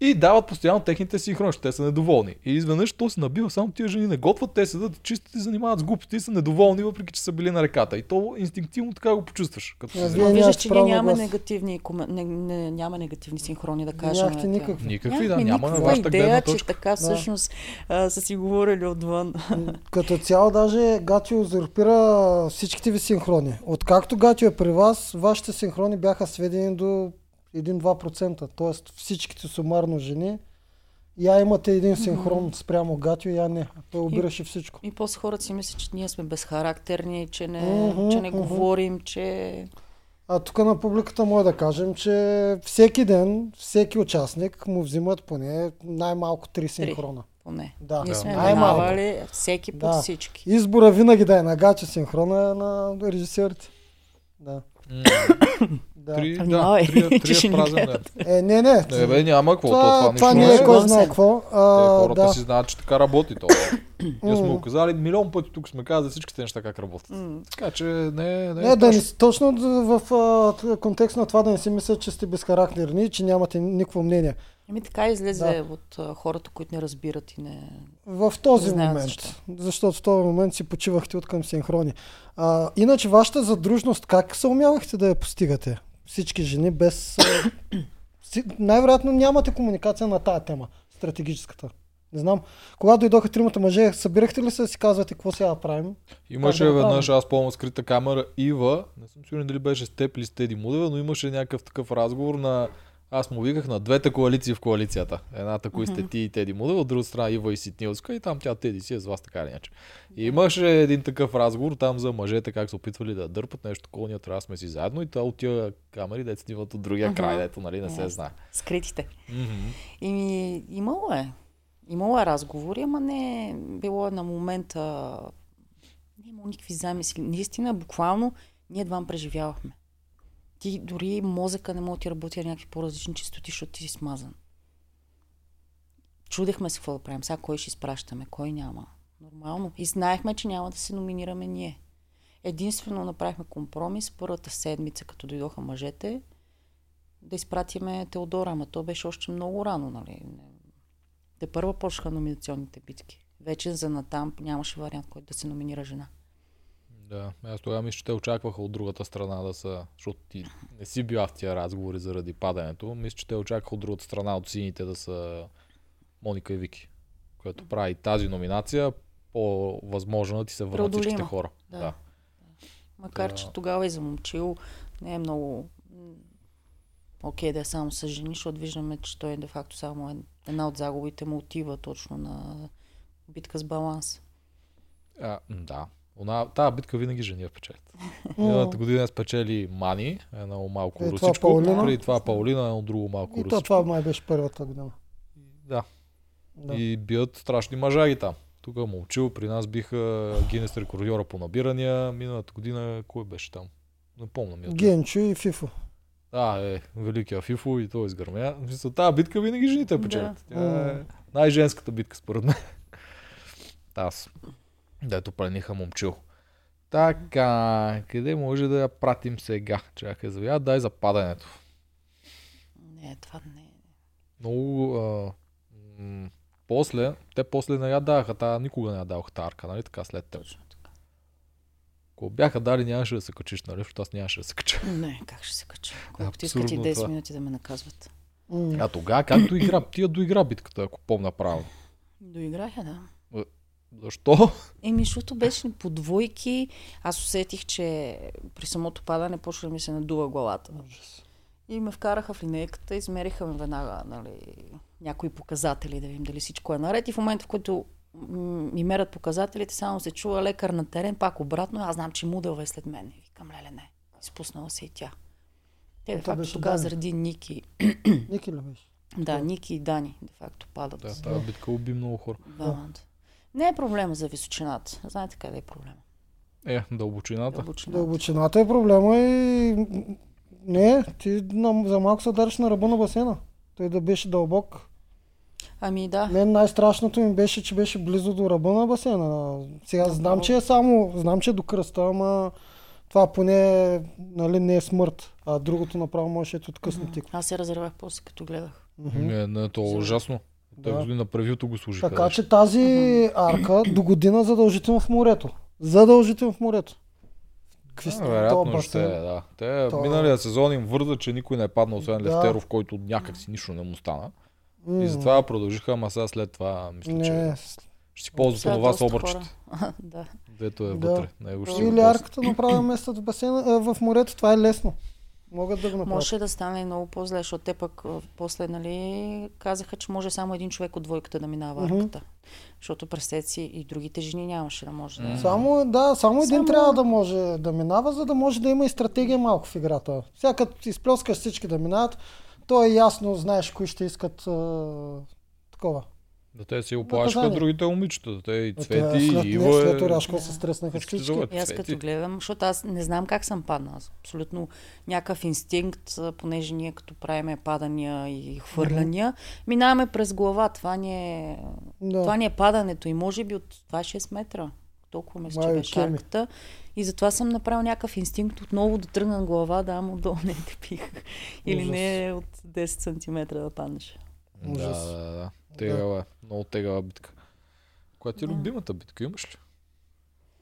И дават постоянно техните синхрони, ще те са недоволни. И изведнъж то се набива, само тия жени не готват, те седат и чистят и занимават с глупости и са недоволни, въпреки че са били на реката. И то инстинктивно така го почувстваш. Като се
Ами, Аз
занимаваш.
Ама
Вие
виждаш,
нямате
че ние
право на
нямаме
глас.
негативни, коме- не, не, няма негативни синхрони, да кажем.
Нямахте
така.
никакъв.
Никакви, да,
Нямахме
няма на
никаква
вашата гледна
идея,
точка.
че така всъщност а, са си говорили отвън.
Като цяло даже Гатио узурпира всичките ви синхрони. Откакто Гатио е при вас, вашите синхрони бяха сведени до 1-2%. Тоест всичките сумарно жени. Я имате един синхрон спрямо Гатио, я не. Той обираше всичко.
И после хората си мислят, че ние сме безхарактерни, че не,
Мгм,
че не
мгм.
говорим, че...
А тук на публиката може да кажем, че всеки ден, всеки участник му взимат поне най-малко 3 синхрона.
Поне.
Да.
Ние сме
Най-малко.
минавали всеки под
Да.
всички.
Избора винаги да е на Гатио синхрона е на режисьорите. Да.
М.
да.
Три, да,
Внимавай,
три,
Ами, че ще
три
ни
празен ден.
гледат.
Е, не, не.
Не, бе, няма какво. Това, това,
това
нищо
не е
не е.
кой знае
Нонсенс.
какво.
Те,
А,
хората
да.
си знаят, че така работи то. Ние сме
М.
го казали милион пъти тук сме казали всичките неща как работят.
М.
Така че не, е не,
Не, да не, си- точно д- в а, т- контекст на това да не си мисля, че сте безхарактерни, че нямате никакво мнение.
Ами така излезе от а, хората, които не разбират и не...
В този
Не знаят
момент,
защо.
защото в този момент си почивахте от към синхрони. А, иначе вашата задружност, как се умявахте да я постигате? Всички жени без... а, си- най-вероятно нямате комуникация на тая тема, стратегическата. Не знам. Когато дойдоха тримата мъже, събирахте ли се да си казвате какво сега правим?
Имаше
Как да го
веднъж, аз помня скрита камера, Ива, не съм сигурен дали беше с теб или с Теди Мудева, но имаше някакъв такъв разговор на... Аз му виках на двете коалиции в коалицията. Едната, кои сте ти и Теди Мудева, от друга страна Ива и Ситнилска и там тя Теди си е с вас така или иначе. И имаше един такъв разговор там за мъжете, как се опитвали да я дърпат нещо такова, ние трябва да сме си заедно и това от тия камери, дете снимат от другия край, дето нали не се
Ясно.
знае.
Скритите.
Мгм.
И имало е. Имало е разговори, ама не е било е на момента... Не е имало никакви замисли. Наистина, буквално, ние двам преживявахме. Ти дори мозъка не мога да ти работи на някакви по-различни чистоти, защото ти си смазан. Чудехме се какво да правим. Сега кой ще изпращаме, кой няма. Нормално. И знаехме, че няма да се номинираме ние. Единствено направихме компромис първата седмица, като дойдоха мъжете, да изпратиме Теодора, ама то беше още много рано, нали? Не- Те първа почнаха номинационните битки. Вече за натам нямаше вариант, който да се номинира жена.
Да, аз тогава мисля, че те очакваха от другата страна да са, защото ти не си била в тия разговори заради падането, мисля, че те очакваха от другата страна от сините да са Моника и Вики, което прави тази номинация по-възможно да ти се върнат
Преодолима.
всичките хора.
Да. Макар,
Да.
че тогава и за момчил не е много м, окей да е само с жени, защото виждаме, че той де факто само е една от загубите му отива точно на битка с баланс.
А, м, да. Она, тая битка винаги жени я печелят. Миналата година спечели Мани, едно малко
И това
русичко.
Паулина.
Преди това Паулина, едно друго малко
И то
русичко.
това май беше първата година.
Да.
Да.
И бият страшни мъжаги там. Тук момчил, при нас биха Гинес рекордьора по набирания. Миналата година кой беше там? Не помня. Ми е
Генчо и Фифо.
А, е, великия Фифо и той е изгърмя. В смисъл, Тая битка винаги жените я печелят.
Да.
Тя е най-женската битка според мен. Та Аз. Дето прениха момчил. Та, Така, къде може да я пратим сега? Чакай, завия, дай за падането.
Не, това не е.
Много... А, м- после, те после не я даваха, та никога не я даваха та арка, нали така след теб.
Точно така.
Ако бяха дали, нямаше да се качиш, нали? Защото аз нямаше да се кача.
Не, как ще се кача? Колкото
Абсурдно
искат и 10
това.
минути да ме наказват.
М,
А тогава как доигра? Тия доигра битката, ако помна правилно.
Доиграха, да.
Защо?
Еми, защото беше по двойки. Аз усетих, че при самото падане почва да ми се надува главата.
ужас.
И ме вкараха в линейката, измериха ми веднага нали, някои показатели, да видим дали всичко е наред. И в момента, в който м, ми мерят показателите, само се чува лекар на терен, пак обратно. Аз знам, че мудел е след мен. И викам, леле, не. Изпуснала се и тя. Те,
Но
де
това
факто,
Е, беше
тогава
Дани.
заради Ники,
Ники ли беше?
да, Ники и Дани, де факто падат.
Да, тази битка уби много хора.
Двамата. Не е проблема за височината. Знаете къде е проблема?
Е, дълбочината.
Дълбочината.
Дълбочината е проблема и... м, Не, ти на, за малко се удариш на ръба на басейна. Той да беше дълбок.
Ами да.
Мен най-страшното ми беше, че беше близо до ръба на басейна. Сега знам, че е само, знам, че е до кръста, ама това поне нали, не е смърт. А другото направо можеше да откъсне тиква.
Аз се разревах после, като гледах.
Не, не, то е ужасно. Те
Да.
го на превюто го служиха.
Така
вече.
че тази арка до година задължително в морето. Задължително в морето. Какви
Да,
сте? То
вероятно
басейн.
ще е, да. Те
То-
миналия сезон им върза, че никой не е паднал, освен
Да.
Лефтеров, който някак си нищо не му стана.
М,
И затова продължиха, ама сега след това, мисля, че
Не,
ще си ползват
Сега
това с
доста
обърчета,
хора. да.
дето
Да.
е вътре. Него ще си го
Или
ползват.
арката направя место в басейна, а, в морето, това е лесно. Могат да го направят.
Може да стане и много по-зле, защото те пък а, после, нали, казаха, че може само един човек от двойката да минава
Мгм.
арката. Защото през си и другите жени нямаше да може да...
Само, да, само един
Само-
трябва да може да минава, за да може да има и стратегия малко в играта. Сега като изплескаш всички да минават, то е ясно, знаеш кои ще искат а, такова.
Да те си оплашиха
Наказание.
другите момичета. Те и
Ето,
Цвети,
е. след,
и Ива
не, след
е...
Оряшко се стреснаха
Всички
всички.
зоват.
И аз
Цвети.
като гледам, защото аз не знам как съм паднала. Аз Абсолютно някакъв инстинкт, а, понеже ние като правиме падания и хвърляния, минаваме през глава. Това ни е Това
Да.
ни е падането и може би от 2-6 метра. Толкова ме
Май,
че беше
кеми.
арката. И затова съм направил някакъв инстинкт отново да тръгна на глава, да, му долу не те пих. Или
Ужас.
не е от 10 см да паднеш.
Да,
Ужас.
да, да. Тегава, е. много тегава битка. Коя ти е любимата битка? Имаш ли?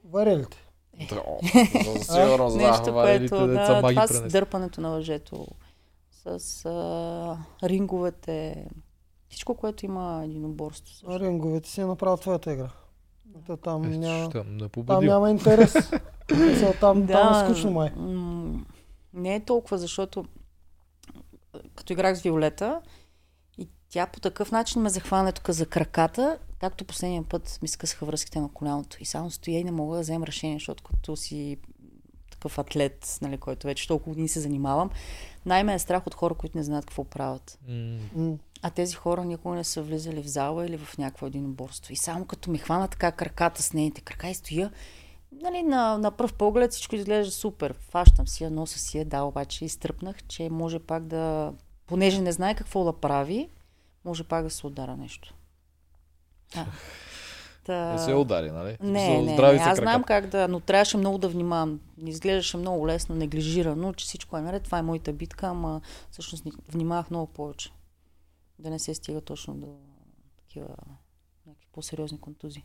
Варелите.
Да, о, за- за сигурно за
Е. Нещо,
варелите
което
деца
да,
маги
това с
пренесе.
дърпането на въжето, с а, ринговете, всичко, което има единоборство. също.
Ринговете си направят твоята игра. Та там,
Е,
няма,
ще там не
там
победил.
няма интерес. Мисъл, там, там е скучно май.
м, Не е толкова, защото а, като играх с Виолета и тя по такъв начин ме захвана тук за краката, както последния път ми скъсаха връзките на коляното. И само стоя и не мога да взема решение, защото като си такъв атлет, нали, който вече толкова години се занимавам, най-ме е страх от хора, които не знаят какво правят.
М,
М,
А тези хора никога не са влизали в зала или в някакво единоборство. И само като ми хвана така краката с нейните крака и стоя, нали, на, на пръв поглед всичко изглежда супер. Фащам си я, носа си я, да, обаче изтръпнах, че може пак да, понеже не знае какво да прави, може пак да се удара нещо. Да. Та...
Не се удари, нали?
Не,
Смисъл,
не,
здрави
не,
са
аз знам
краката.
как да, но трябваше много да внимавам. Изглеждаше много лесно, неглижирано, че всичко е наред. Това е моята битка, ама всъщност ни- внимавах много повече. Да не се стига точно до такива някакви по-сериозни контузии.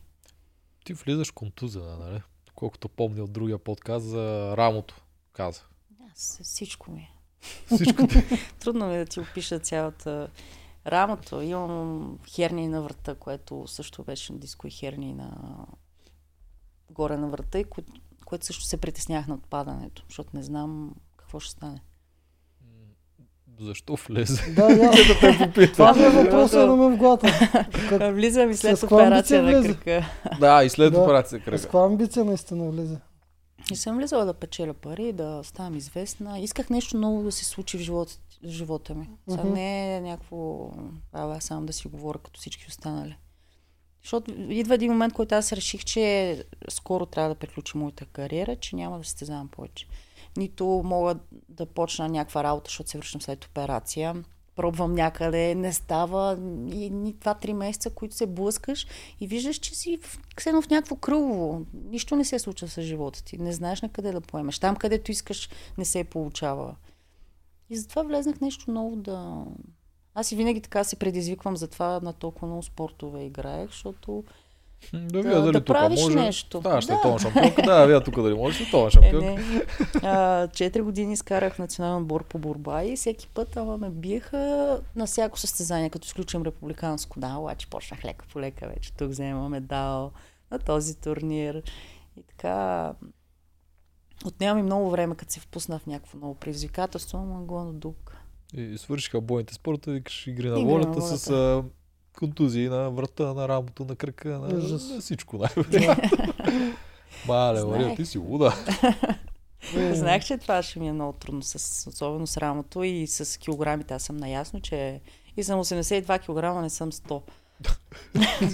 Ти влизаш контузена, нали? Колкото помня от другия подкаст за рамото. Каза.
Аз, всичко ми е.
Всичко ти.
Трудно ми е да ти опиша цялата рамото. Имам херни на врата, което също беше диско и херни на горе на врата, и кое... което също се притеснях на отпадането, защото не знам какво ще стане.
Защо влезе?
Да, я, това ми е въпросът на мен в главата. Как,
А, Е, Влизам и след
С коя
операция
амбиция
на
влезе?
кръка.
да, и след
Да.
операция
с
кръга.
каква амбиция наистина влезе?
Не съм влизала да печеля пари, да ставам известна. Исках нещо ново да се случи в живота, в живота ми. Сега
Мгм.
не е някакво... Ава, само да си говоря като всички останали. Защото идва един момент, който аз реших, че скоро трябва да приключи моята кариера, че няма да състезавам повече. Нито мога да почна някаква работа, защото се връщам след операция. пробвам някъде, не става. И едни два-три месеца, които се блъскаш и виждаш, че си в, едно в някакво кръгово. Нищо не се случва с живота ти. Не знаеш на къде да поемеш. Там, където искаш, не се получава. И затова влезнах нещо ново да... Аз и винаги така се предизвиквам за това на толкова много спортове играех, защото
Да
Да-
видя дали
да
тук
правиш
може.
нещо.
Да, ще
Да.
тон шампионка. Да, видя тук дали можеш ли тон шампионка.
Е, не. А, четири години изкарах в национален бор по борба и всеки път ама ме биеха на всяко състезание, като изключим републиканско. Да, обаче почнах лека по лека вече. Тук взема медал на този турнир. И така... Отнема ми много време, като се впусна в някакво ново предизвикателство, ама го надук.
И свършиха бойните спорта, викаш игри на
Игри на
волята
волята.
с а, контузии на врата, на рамото, на кръка, на, на
Ужас.
всичко най-вероятно. Мале, Мария,
Знаех.
ти си луда.
Е,
Знаех, че това ще ми е много трудно, с, особено с рамото и с килограмите. Аз съм наясно, че и съм 82 кг, не съм 100.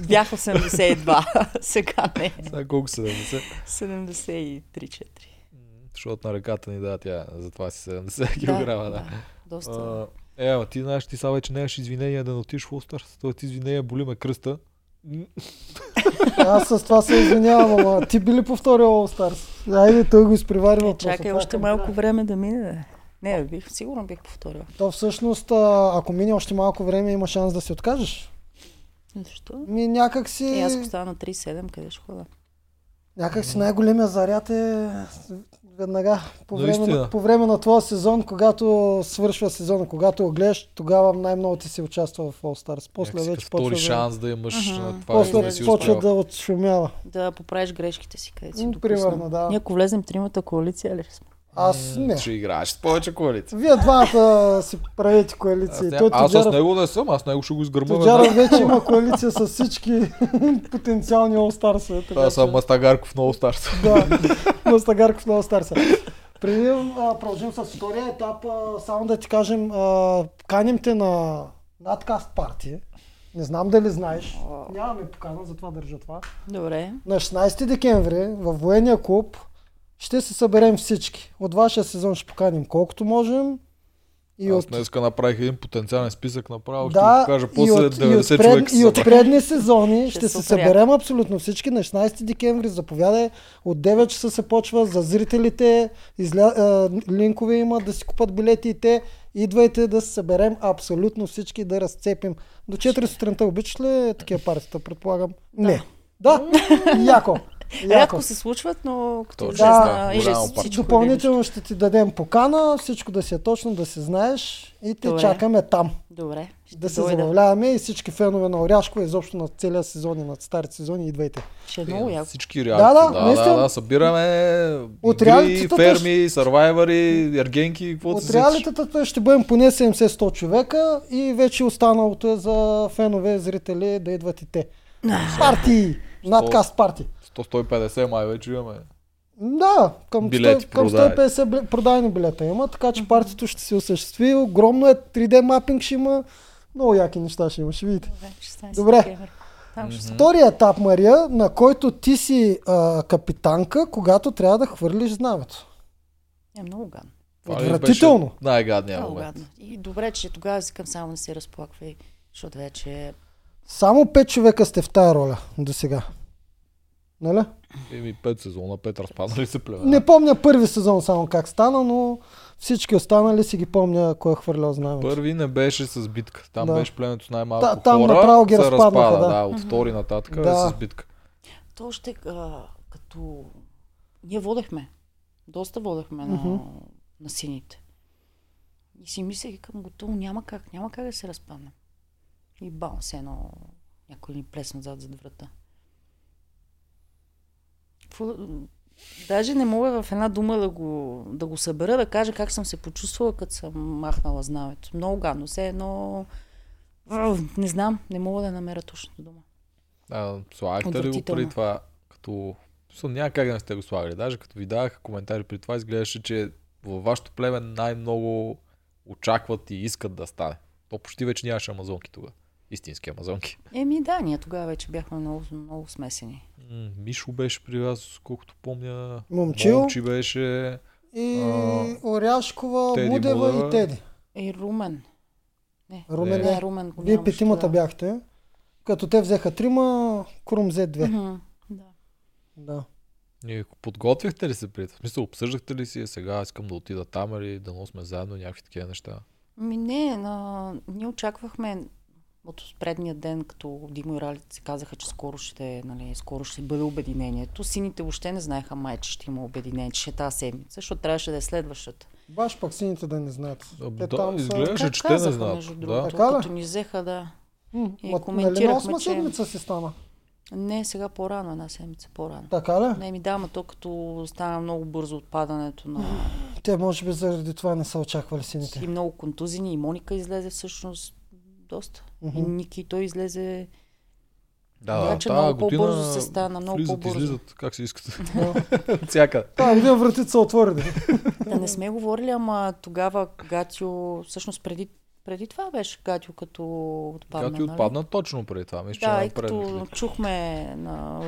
Бях 82, сега не.
Сега колко 70?
73-4.
Защото на ръката ни да, тя затова си 70 кг. Да.
Доста.
А, Е, ама ти знаеш, ти сега вече нямаш извинения да не отиш в Остарс. Той ти извинения боли ме кръста. М,
Аз с това се извинявам, ама ти би ли повторил All Stars? Айде, той го изпревари
е,
въпроса.
чакай
Това
още
е.
малко време да мине. бе. Не, бих, сигурно бих повторила.
То всъщност, а, ако мине още малко време, има шанс да се откажеш.
Защо?
Ми някак си,
Е, аз ако стана на 37, къде ще хода?
някак си най-големия заряд е веднага по време,
Наистина.
на, по време на твоя сезон, когато свършва сезона, когато го гледаш, тогава най-много ти се участва в All Stars. После
някакси
вече
като втори
почва, да,
шанс да имаш
Мгм.
на това,
после
което
излезе
не си
с
почва
успял.
да отшумява.
Да поправиш грешките си, къде си
М,
допуснал.
примерно, да.
Ние ако влезем тримата коалиция, ли ще сме?
Аз не.
Ще играеш с повече коалиция.
Вие двамата си правите
Аз,
коалиции.
ням-
Той
аз с
Тоджаров,
него не съм, аз с него ще го изгърма.
Тоджаров
веднага.
вече има коалиция с всички потенциални All Stars.
Аз съм Мастагарков на Остарс.
Да, Мастагарков на Старса. Преди да продължим с втория етап, а, само да ти кажем, а, каним те на надкаст парти. Не знам дали знаеш. Нямаме покана, затова държа това.
Добре.
На 16 декември във военния клуб ще се съберем всички. От вашия сезон ще поканим колкото можем. И
Аз
от
днеска направих един потенциален списък направо, ще
да,
го кажа
и
после
от, и, от
90
пред, и
човека са
от
събрали.
предни сезони ще,
Ще
се
супер яко.
съберем абсолютно всички на 16 декември. Заповядай, от 9 часа се почва за зрителите, изля, а, линкове има да си купат билети и те. Идвайте да се съберем абсолютно всички да разцепим. До 4 сутринта обичаш ли такива партията, предполагам? Не. Да, яко. Яко.
Рядко се случват, но като
Точно,
да,
влезна, и ще
голямо
си-
парти.
всичко видиш.
Допълнително ще ти дадем покана, всичко да си е точно, да се знаеш и те
Добре.
чакаме там.
Добре, ще
да се
дойда.
забавляваме и всички фенове на Оряшко, изобщо на целия сезон и на старите сезони, идвайте.
Ще е много яко.
Всички реалити.
да,
да, да,
наистина.
да, събираме
От
игри,
реалитетата
ферми, сървайвари, ергенки, каквото
От
си сетиш.
реалитетата ще бъдем поне 70-100 човека и вече останалото е за фенове, зрители да идват и те. Партии! Надкаст парти!
100-150 май вече имаме.
Да, към,
Билети
100, към
продадени.
150 бли- продадени билета има, така че партито ще се осъществи. Огромно е, 3D мапинг ще има, много яки неща ще има, ще видите.
Добре, 16
Добре.
декември. Там ще съм.
Втория етап, Мария, на който ти си а, капитанка, когато трябва да хвърлиш знамето.
Е много гадно.
Това ли беше
Отвратително.
Най-гадният
Много
момент.
гадно. И добре, че тогава си към само не се разплаквай, защото вече
Само 5 човека сте в тая роля до сега. Нали?
Еми, пет сезона, пет разпаднали се племена.
Не помня първи сезон само как стана, но всички останали си ги помня кой е хвърлял знамето.
Първи не беше с битка. Там
Да.
беше племето с най-малко
Та-
хора.
там направо ги
се
разпаднаха,
разпада,
да.
да. От втори нататък е
Да.
с битка.
то още а, като... Ние водехме. Доста водехме на,
Мгм.
на сините. И си мислех, към готово, няма как, няма как да се разпаднем. И бам, се едно някой ни плесна зад зад врата. Какво- Даже не мога в една дума да го, да го събера, да кажа как съм се почувствала, като съм махнала знамето. Много гадно, все едно... Не знам, не мога да намеря точната дума.
А, слагахте ли го преди
Отвратително.
това? Като... Съм няма как да не сте го слагали. Даже като ви давах коментари при това, изглеждаше, че във вашето племе най-много очакват и искат да стане. То почти вече нямаше амазонки тогава. Истински амазонки.
Еми да, ние тогава вече бяхме много, много смесени.
М, Мишо беше при вас, колкото помня.
Момчил.
Момчи беше.
И
А,
Оряшкова,
Теди Е.
Будева
Будева.
и Теди.
И Е, Румен. Не,
Румен
не,
е.
Румен го
Вие
нямаше,
петимата
да.
бяхте. Като те взеха трима, Крум взе две.
Мгм, Да.
Да.
Ние подготвихте ли се, приятел? В смисъл, обсъждахте ли си, е, сега искам да отида там или да сме заедно някакви такива неща?
Ми не, на... ние очаквахме от предния ден, като Димо и Ралит си казаха, че скоро ще, нали, скоро ще бъде обединението. Сините въобще не знаеха май, че ще има обединение, че ще е тази седмица, защото трябваше да е следващата.
Баш пък сините да не знаят.
А,
Те
да,
там са...
изглеждаше,
Така
че те не
казаха,
знаят.
между
Да.
другото,
Така ли?
като ни взеха да... И
М, ма, нали на
Е, коментирахме,
осма
че-
седмица си стана?
Не, сега по-рано, една седмица по-рано.
Така ли?
Не ми да, ама то като стана много бързо отпадането на...
Те може би заради това не са очаквали сините.
И много контузини, и Моника излезе всъщност доста.
Мгм.
И Ники, той излезе...
Да,
Така че
тая
Значи много по-бързо
година
се стана, много
влизат,
по-бързо.
излизат, как се искат.
Да.
От всяка.
Та, един вратит са отворили.
Да, не сме говорили, ама тогава Гатио, всъщност преди, преди това беше Гатио като отпадна.
Тя ти
нали?
отпадна точно преди това. Мисля, че е
Да, и
напред.
като чухме на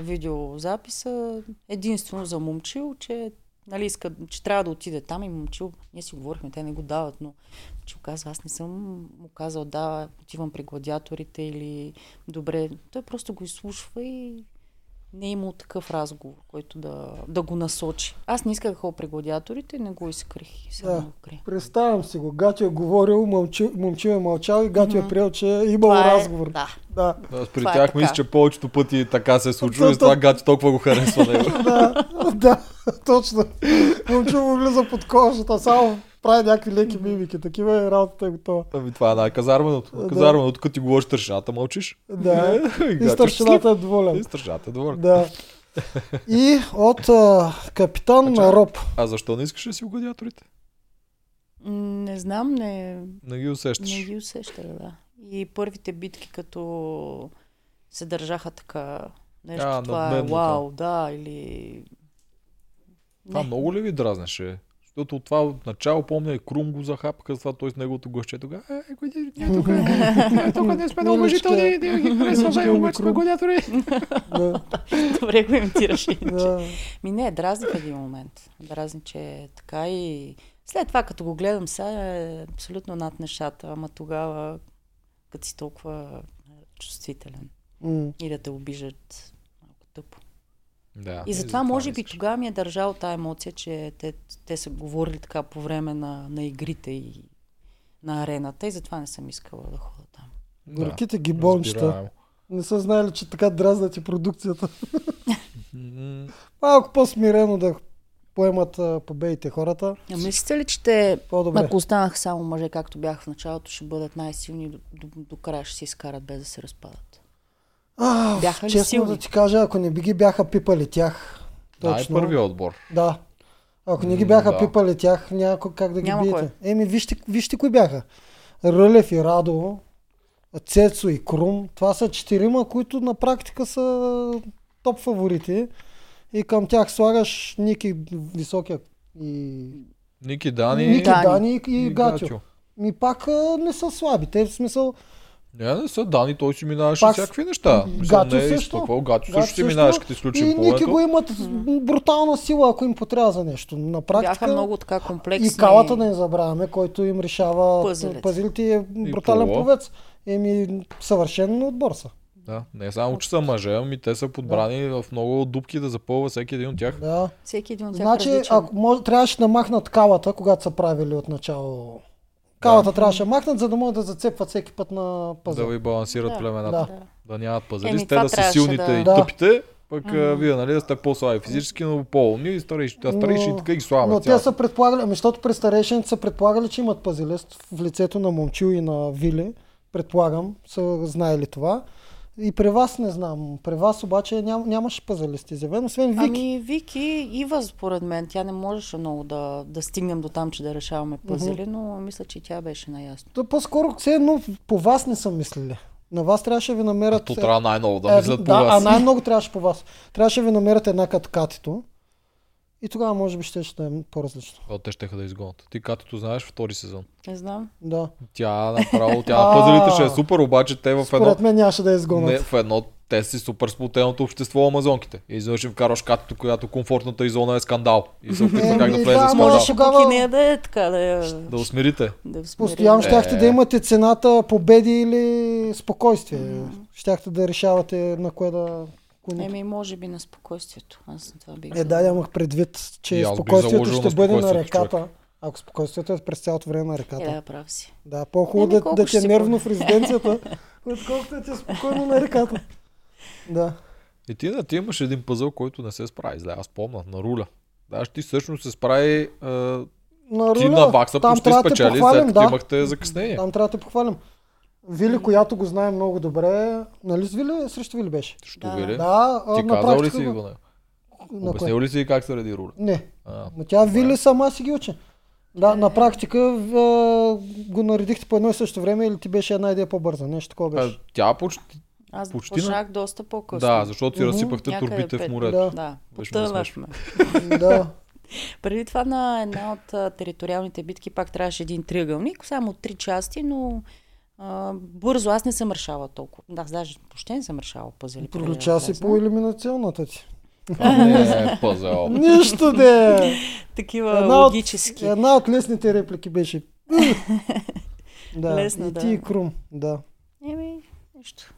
видеозаписа, единствено за момчил, че нали, иска, че трябва да отиде там и момчил, ние си говорихме, те не го дават, но момчил казва, аз не съм му казал, да, отивам при гладиаторите или добре. Той просто го изслушва и не е имал такъв разговор, който да, да го насочи. Аз не исках да ходя при гладиаторите, не го изкрих. и Сега
Да.
не го крия.
Представям си го. Гатю е говорил, момче, момче е мълчал и Гатю е
Мгм.
приел, че е имал
Това е-
разговор.
Да.
Да.
Аз при
Това е
тях
така.
мисля, че повечето пъти така се е случило и
То-
с това
то-
гати толкова го харесва нали? него.
да, да, точно. Момче му влиза под кожата, само прави някакви леки мимики. Такива е работата е готова.
Ами това е най-казарменото.
Да.
Казарменото, като ти говориш тържата, мълчиш.
Да.
И
И
гачиш
старшината е
слив. И
доволен.
стържата, добър.
Да. И от а, капитан на
Чакай.
Роб.
А защо не искаш да си у гладиаторите?
М, Не знам, не,
Не ги
Не
усещаш.
ги усещах, да. И първите битки, като се държаха така, нещо,
А,
а, това е
надменно, да.
вау, да, или...
Това е
Не.
много ли ви дразнеше? Защото от това от начало помня и Крум го захапаха, с това той с неговото гъще тогава. Е, гладиатори, ние тук, ние тук не сме на уважителни, ние ги харесваме,
Миличка,
обаче сме
Крум.
гладиатори.
Да,
Добре го имитираш иначе.
да.
Ми не, дразни в един момент. Дразни, че е така и... След това, като го гледам сега, е абсолютно над нещата, ама тогава, като си толкова е, чувствителен
М.
и да те обижат, малко тъпо.
Да,
И затова, може би,
искаш.
тогава ми е държал тая емоция, че те, те са говорили така по време на, на игрите и на арената и затова не съм искала да ходя там.
Да,
Горките ги бомчета.
разбираемо.
Не са знаели, че така дразнат и продукцията.
М,
Малко по-смирено да поемат а, победите хората.
А мислите ли, че те,
По-добре.
ако останах само мъже, както бях в началото, ще бъдат най-силни до, до, до края, ще се изкарат без да се разпадат?
А,
Бяха ли
честно
силни?
да ти кажа, ако не би ги бяха пипали тях.
Да, е
Точно.
първият отбор.
Да. Ако не ги
М,
бяха
да.
пипали тях, някой как да ги
Няма
биете. Еми, вижте, вижте кои бяха. Рълев и Радо, Цецо и Крум. Това са четирима, които на практика са топ фаворити. И към тях слагаш Ники Високия и
Ники Дани
Ники
Дани.
Дани и,
и
и Гатю. Ми пак а, не са слаби. Те в смисъл
Не, не са Дани, той си минаваше
Пак с-
всякакви неща. Мисля,
Гатю
не е
също.
изстъпвал. Гатю
Гатю
също си
също.
минаваше, като изключим
и Ники го е-
полето.
имат с- брутална сила, ако им потрябва за нещо. На практика...
Бяха много така комплексни.
И калата да не забравяме, който им решава
Пъзелец.
пазилите е
И
брутален
Поло.
пловец. Еми, съвършен отбор са.
Да, не само, че са мъже, ами те са подбрани в много дупки да запълва всеки един от тях.
Да.
Всеки един от тях
Значи,
различен.
ако може, трябваше да махнат калата, когато са правили от начало. Калата трябваше да махнат, за да могат да зацепват всеки път на
Да
пазар.
ви балансират
Да.
племената.
Да.
Да.
да нямат
Еми,
пазари, те
това
да са
трябваше
силните
да-
и
Да.
тъпите, пък а, вие нали да сте по-слаби физически, но по-умни и старейши, а старейши и
Но-
така ги славаме.
Но те
цялото.
са предполагали, ами, защото при старейшините са предполагали, че имат пазилест в лицето на Момчил и на Вили. Предполагам, са знаели това. И при вас не знам. При вас обаче ням, нямаше пазалист изявен, освен Вики.
Ами Вики, Ива според мен, тя не можеше много да, да стигнем до там, че да решаваме пъзели, но мисля, че тя беше наясно.
То по-скоро все едно по вас не са мислили. На вас трябваше да ви намерят...
То трябва най-ново да
е,
мислят по
да, а
вас.
най-много трябваше по вас. Трябваше да ви намерят една като катито. И тогава може би ще, ще е по-различно.
О, Те щеха да изгонят. Ти като знаеш втори сезон.
Не знам.
Да.
Тя направо, тя
А.
на пазарите ще е супер, обаче те в едно,
Според мен нямаше да я изгонят.
не, в едно те си супер сплутеното общество амазонките. И изведнъж им вкараш катото, която комфортната и зона е скандал. И се опитва как да
Еми,
влезе
да,
в скандал.
можеш
Можеше
тогава-
пък и нея да е така, да я...
Да усмирите.
Да я усмири.
Постоянно
Е.
щяхте да имате цената победи или спокойствие. Щяхте да решавате на кое да
Е.
клоните.
Еми, може би на спокойствието. Аз на това бих...
Е, да, имах предвид,
И
че
аз бих
спокойствието
заложил
ще
на
бъде на
спокойствието,
реката. Ако спокойствието е през цялото време на
Е,
реката.
да, прав си.
Да, по-хубаво
Еми,
да,
колко
да
ще
ти е
си
нервно в резиденцията, отколкото да ти е спокойно на реката. Да.
И ти, да, ти имаш един пъзъл, който не се справи. Зле, аз помня, на руля. Даже ти всъщност се справи а,
На
ти
руля,
на вакса
там
почти
трябва да те
спечели, след
похвалим,
като
да.
имахте закъснение.
Там трябва да те похвалим. Вили, която го знае много добре, нали с Вили, срещу Вили беше?
Що
Да,
да, ли?
Да, а,
Е, ти
на
казал ли
практика
си
го-
го? не?
на кое?
Обяснил ли си как се реди руля?
Не,
А,
но тя Вили сама си ги учи. Да, на практика а, го наредихте по едно и също време или ти беше една идея по-бърза, нещо такова
а,
беше.
тя почти...
Аз
Почти
Почти
на-
пожах доста по-късно.
Да, защото си
Мгм.
разсипахте
Някъде
турбите в
пет.
морето.
Да.
Да,
Беше много
потънахме.
да.
Преди това на една от а, териториалните битки пак трябваше един триъгълник, само три части, но а, бързо аз не съм решавала толкова. Да, аз даже въобще не съм решавала пъзели. преди да
Пролича си
влезна.
по елиминационната ти.
А Ами, не, е пъзел.
Нищо де!
Такива
Една от,
логически.
една от лесните реплики беше. да,
Лесна,
и ти
да.
и Крум, да.
Еми, нищо.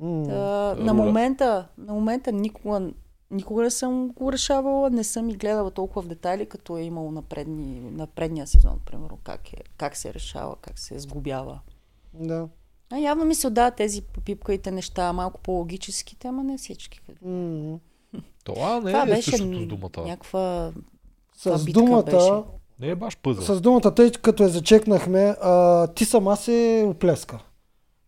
М.
Та,
Руля.
на момента, на момента никога, никога не съм го решавала, не съм и гледала толкова в детайли, като е имало на, предни, на предния сезон, примерно, как, е, как се решава, как се сгубява.
Да.
А явно ми се отдават тези попипкаите неща, малко по-логическите, ама не всички.
М.
Това не
Това
е
беше
същото с
н-
думата.
някаква... Това
С
битка беше.
думата,
Не е баш пъзел.
с думата, тъй като я зачекнахме, а, ти сама се оплеска.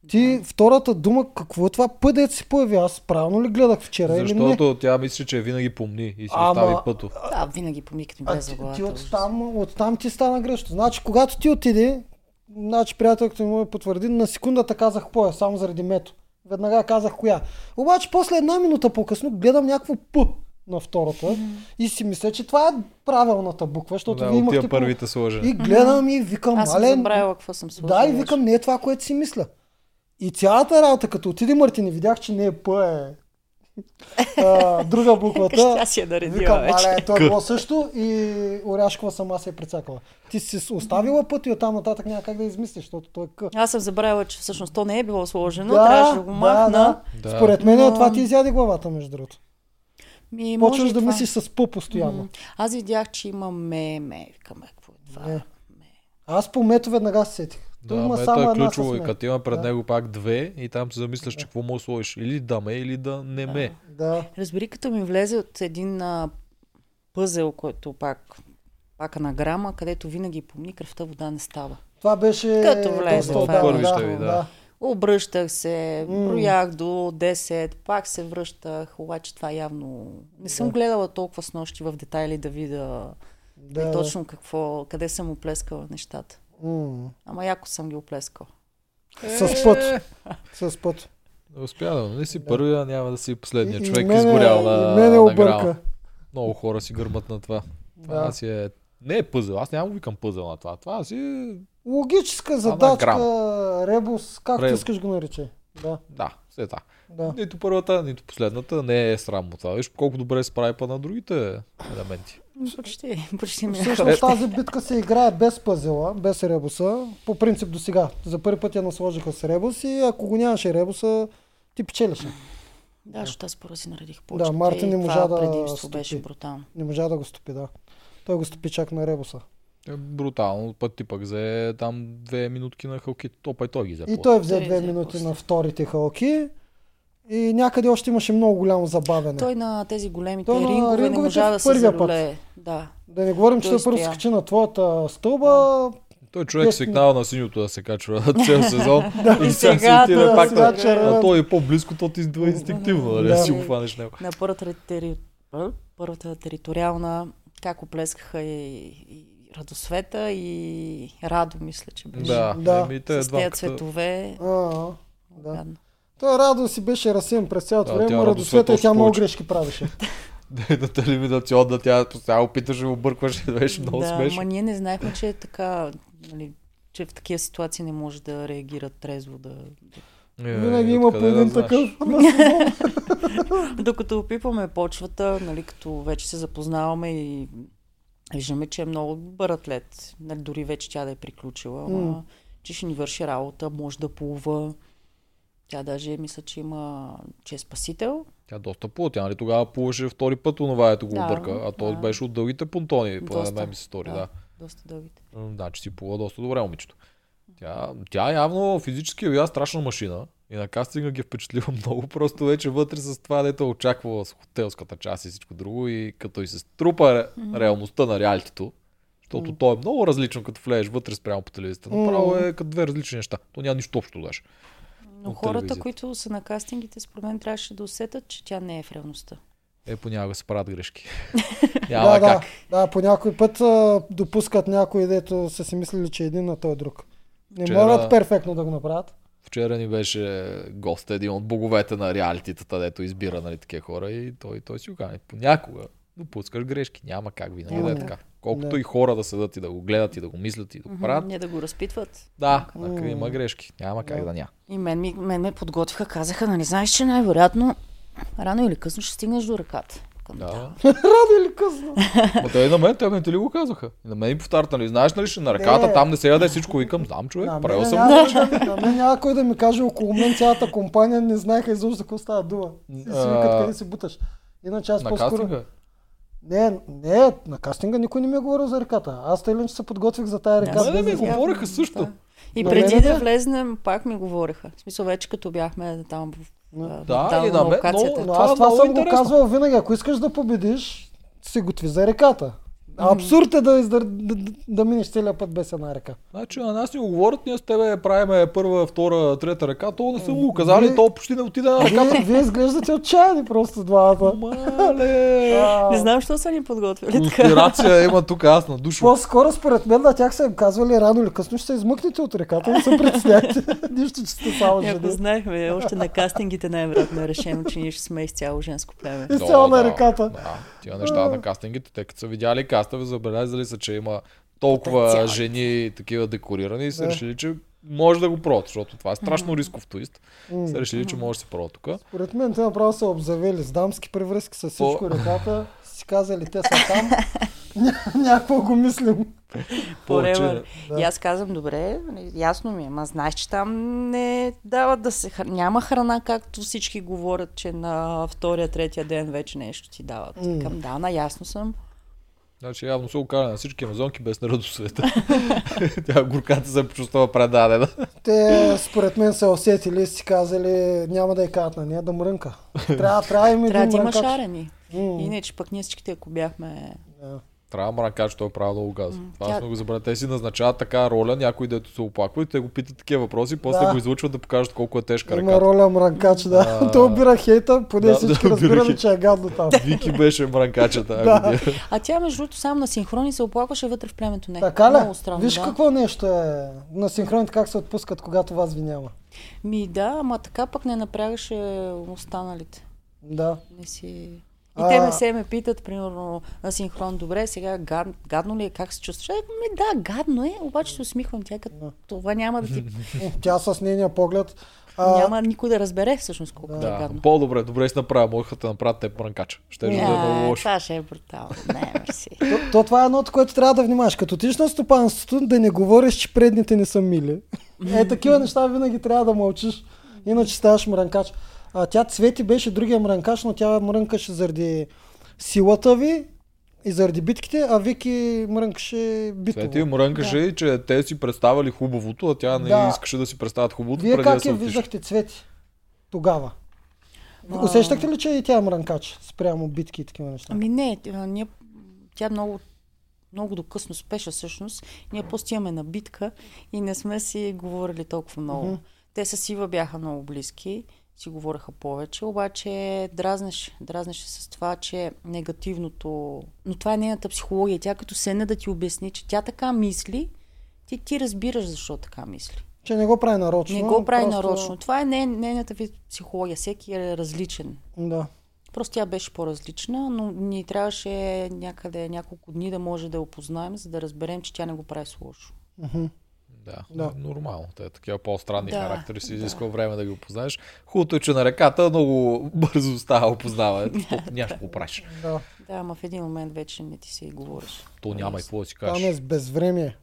Ти втората дума, какво е това пъдет си появи? Аз правилно ли гледах вчера или не?
Защото тя мисли, че винаги помни и си
Ама-
остави пътов.
Да, винаги помикат ми
А,
без
ти,
главата.
ти
ужас.
оттам, оттам ти стана грешно. Значи, когато ти отиде, значи приятелката ми ме потвърди, на секундата казах поя, само заради мето. Веднага казах коя. Обаче после една минута по-късно гледам някакво П на втората и си мисля, че това е правилната буква, защото
Да,
вие
от
имахте...
тия
по-
първите сложени.
И гледам и викам,
Аз съм
мале,
забравила какво съм сложила.
да, и викам, не е това, което си мисля. И цялата работа, като отиде Мартин и видях, че не е П, е а, друга буквата.
Тя си е наредила
Викам,
вече.
мале, то е било също и Оряшкова сама се е прецакала. Ти си с- оставила път и оттам нататък няма как да измислиш, защото той е къ.
Аз съм забравила, че всъщност то не е било сложено,
Да,
трябваше да го
да,
махна.
да.
Да.
Според мен е
Но-
това ти изяде главата, между другото.
Ми, може
Почваш
и
да
това.
мислиш с пъ постоянно.
М, Аз видях, че има ме, ме. Викам, е, какво е това?
Не.
Не.
Аз по мето веднага се сетих. Той
Да,
има
мето
само
е
една
ключово
с
и
ме.
като има пред
Да.
него пак две и там се замисляш, че какво му е сложиш. Или да ме, или да не ме.
Да.
Разбери, като ми влезе от един а, пъзел, който пак пак анаграма, където винаги помни кръвта вода не става.
Това беше
Като влезе,
доста
това е
отдавна,
първище
ви, да.
Обръщах се,
М.
броях до 10, пак се връщах, обаче това явно... Не съм
Да.
гледала толкова с нощи в детайли да видя
да.
да. точно какво, къде съм оплескала нещата.
М.
Ама яко съм ги оплескала.
С път. С път.
Не Е, успя да, не си първия, няма да си последния.
И- и
Човек
мене-
изгорял на,
и мене
на грала.
обърка.
Много хора си гърмат на това. Това
Да.
си е... Не е пъзел, аз няма го викам пъзел на това. Това си е...
Логическа задачка,
грам.
ребус, както
Ребус.
искаш го нарече. Да,
Да, все е така.
да.
Нито първата, нито последната не е срамно това. Виж колко добре се прави па на другите елементи.
Почти, почти ми е
Всъщност тази битка се играе без пъзела, без ребуса. По принцип до сега. За първи път я насложиха с ребус и ако го нямаше ребуса, ти печелеше.
Да, защото аз първо си наредих повече.
Мартин не можа да
предимство
стопи.
беше брутално.
Не можа да го стопи, да. Той го стопи чак на ребуса.
Е, брутално. Път ти пък взе там две минутки на хълки. То па и той ги взе.
И
после.
той взе
Той
две
взе
минути
после.
на вторите халки. И някъде още имаше много голямо забавяне.
Той на тези големите
Той на
рингове не
ринговете
можа
в
да се
първия път.
залюлее. Да.
Да не говорим, че
той
той първо се
стоя.
качи на твоята стълба.
Той човек
Десни.
свикнал на синьото да се качва цял сезон. и сега си
сега
отиде
да,
пак
сега
на...
червен.
А той е по-близко, то ти идва инстинктивно, нали? Да.
Да.
Си го хванеш него.
На първата, тери... а? първата териториална, как оплескаха и, и Радосвета и Радо, мисля, че беше.
Да,
Да.
Еми, те
С
едва
тези
като-
цветове.
А, да.
гадно.
Той Радо си беше разсеян през цялото
Да, тя
време,
Радосвета
радосвета и
още
тя много
повече.
грешки правеше.
на телевизационна, тя постоянно опиташе, объркваше, беше много
да,
смешно.
Ма ние не знаехме, че е така, нали, че в такива ситуации не може да реагира трезво, да, да
Е,
Винаги има
откъде
по един
знаеш?
такъв на сезон.
Докато опипваме почвата, нали, като вече се запознаваме и виждаме, че е много добър атлет. Нали, дори вече тя да е приключила, ама,
М.
че ще ни върши работа, може да плува. Тя даже мисля, че има, че е спасител.
Тя доста плува. Тя нали тогава плуваше втори път, онова ето го
Да,
обърка. А той
да.
беше от дългите понтони, по
Доста,
мен ми се стори, да.
да. Доста дългите.
М, Значи си плува доста добре момичето. Тя, тя явно физически е била страшна машина. И на кастинга ги е впечатлила много. Просто вече вътре с това, дето е очаквала с хотелската част и всичко друго. И като и се струпа ре, реалността на реалитито, защото
Мгм.
то е много различно, като влезеш вътре спрямо по телевизията. Направо е като две различни неща. То няма нищо общо даже.
Но
От
хората,
телевизията.
които са на кастингите, според мен трябваше да усетят, че тя не е в реалността.
Е, понякога се правят грешки. няма
Да, да,
как.
да, по някой път а, допускат някой, дето са си мислили, че е един, а той е друг. Не
Вчера-
могат перфектно да го направят.
Вчера ни беше гост, един от боговете на реалититата, дето избира нали, такива хора и той, той си го кани. Понякога допускаш грешки, няма как винаги да е
Няма
така. Колкото
Да.
и хора да седат и да го гледат и да го мислят и да го правят,
Не да го разпитват.
да,
Мгм.
така има грешки, няма как
Да.
да няма.
И мен, ми, мен ме подготвиха, казаха, нали знаеш, че най-вероятно рано или късно ще стигнеш до ръката. Към
Да.
Рано или късно.
Ма те и на мен, те не ти ли го казаха? И на мен ми повтарят, нали, знаеш ли, ще на ръката,
Не.
там не се яде всичко, викам, знам човек,
На мен
правил съм.
няма кой- На мен някой да ми каже, около мен цялата компания не знаеха изобщо за какво става дума. И си викат
А,
къде си буташ. Иначе аз
На
по-скоро...
кастинга.
Не, не, на кастинга никой не ми е говорил за реката. Аз тъй иначе се подготвих за тая река.
Аз
Мене
без
ми
да
го
знам.
Е, говореха също. е.
Да. И
На
преди
мене
да
да.
влезнем, пак ми говореха. В смисъл, вече като бяхме там в а,
Да,
там
и на
на
мен,
локацията.
но-
Но
Това е
аз това
много
съм го
интересно.
казвал винаги. Ако искаш да победиш, си готви за реката. Абсурд е да, издър... да, да, да минеш целият път без една река.
Значи на нас ни го говорят, ние с тебе правиме първа, втора, трета ръка, то не са му го казали,
Вие-
то почти не отиде на ръката.
Вие, вие изглеждате отчаяни просто двамата.
Мале!
А,
Не знам, защо са ни подготвили така.
Конспирация има тук, аз на душа.
По-скоро според мен на тях са им казвали рано или късно ще се измъкнете от реката и се притесняйте. Нищо, че сте
Е,
само
И Ако
нали?
жени.
знаехме, още на кастингите най-вероятно е решено, че ние ще сме изцяло женско племе.
Да. изцяло на ръката.
Да, тия неща на кастингите, те като са видяли каста, забелязали са, че има толкова
Потенциал.
жени такива декорирани и са
Да.
решили, че може да го пробват, защото това е страшно рисков твист.
М.
Са решили, че може да се пробва тук.
Според мен те направо са обзавели с дамски превръзки, с
По-
всичко реката. Си казали, те са там. Ня- Някакво го мислим.
Повече.
Forever. И аз казвам, добре, нали, ясно ми е, ма знаеш, че там не дават да се храна. Няма храна, както всички говорят, че на втория, третия ден вече нещо ти дават.
М.
Към да, наясно съм.
Значи явно се окара на всички амазонки без на радост света. Тя горката се почувства предадена.
Те според мен са усетили и си казали, няма да я карат на нея да мрънка. Трябва, трябва
Ами
им
Трябва
един
да има
мрънкач.
шарени.
М,
Иначе пък ние всичките, ако бяхме...
да.
Трябва мракач, той е правил много газ. Това
тя-
сме го забравили. Те си назначават така роля, някой дето се оплаква и те го питат такива въпроси, после
Да.
го излучват да покажат колко е тежка
Има
ръката.
роля мрънкач, да.
А.
Той обира хейта, поне
Да,
всички
да, обира
разбираме,
хейт.
че е гадно там.
Вики беше ами, мракача тази
Да.
година.
А тя, между другото, само на синхрони се оплакваше вътре в племето. Не,
Така ли?
Много странно,
Виж
да.
какво нещо е на синхроните как се отпускат, когато вас ви няма.
Ми да, ама така пък не напрягаше останалите.
Да.
Не си... И
А-
те ме се ме питат, примерно, на синхрон, добре, сега гад, гадно ли е, как се чувстваш? Е, ми да, гадно е, обаче се усмихвам тя, като това няма да ти...
Тя с нейния поглед. А,
няма никой да разбере всъщност колко да. е
Да,
гадно.
по-добре, добре си направя, могаха да направят те мрънкача. Ще ще да е много
Е,
лошо.
това ще е брутално. Не, мерси.
то, то, това е едното, което трябва да внимаваш. Като отиш на стопанството, да не говориш, че предните не са мили. Е, такива неща винаги трябва да мълчиш, иначе ставаш мрънкач. А, тя Цвети беше другия мрънкач, но тя мрънкаше заради силата ви и заради битките, а Вики мрънкаше битово.
Свети мрънкаше, и че те си представили хубавото, а тя не
Да.
искаше да си представят хубавото
Вие
преди да
как
се
я
отиш.
виждахте Цвети тогава?
А.
Усещахте ли, че и тя е мрънкач спрямо битки и такива неща?
Ами не, тя- ние, тя много, много докъсно спеше всъщност. Ние просто имаме на битка и не сме си говорили толкова много.
Мгм.
Те с Ива бяха много близки, си говореха повече, обаче дразнеше, дразнеше с това, че негативното... Но това е нейната психология. Тя като седне да ти обясни, че тя така мисли, ти, ти разбираш защо така мисли.
Че не го прави нарочно.
Не го прави
просто-
нарочно. Това е не, нейната вид психология. Всеки е различен.
Да.
Просто тя беше по-различна, но ни трябваше някъде няколко дни да може да я опознаем, за да разберем, че тя не го прави с лошо.
Мгм.
Да,
Да.
да. нормално. Те такива по-странни
Да,
характери си
да.
изисква време да ги опознаеш. Хубавото е, че на реката много бързо става опознаване. защото Нямаш какво правиш.
Да.
Да, ама в един момент вече не ти се и говориш.
То няма и какво да си
Там е
кажеш.
с безвремие.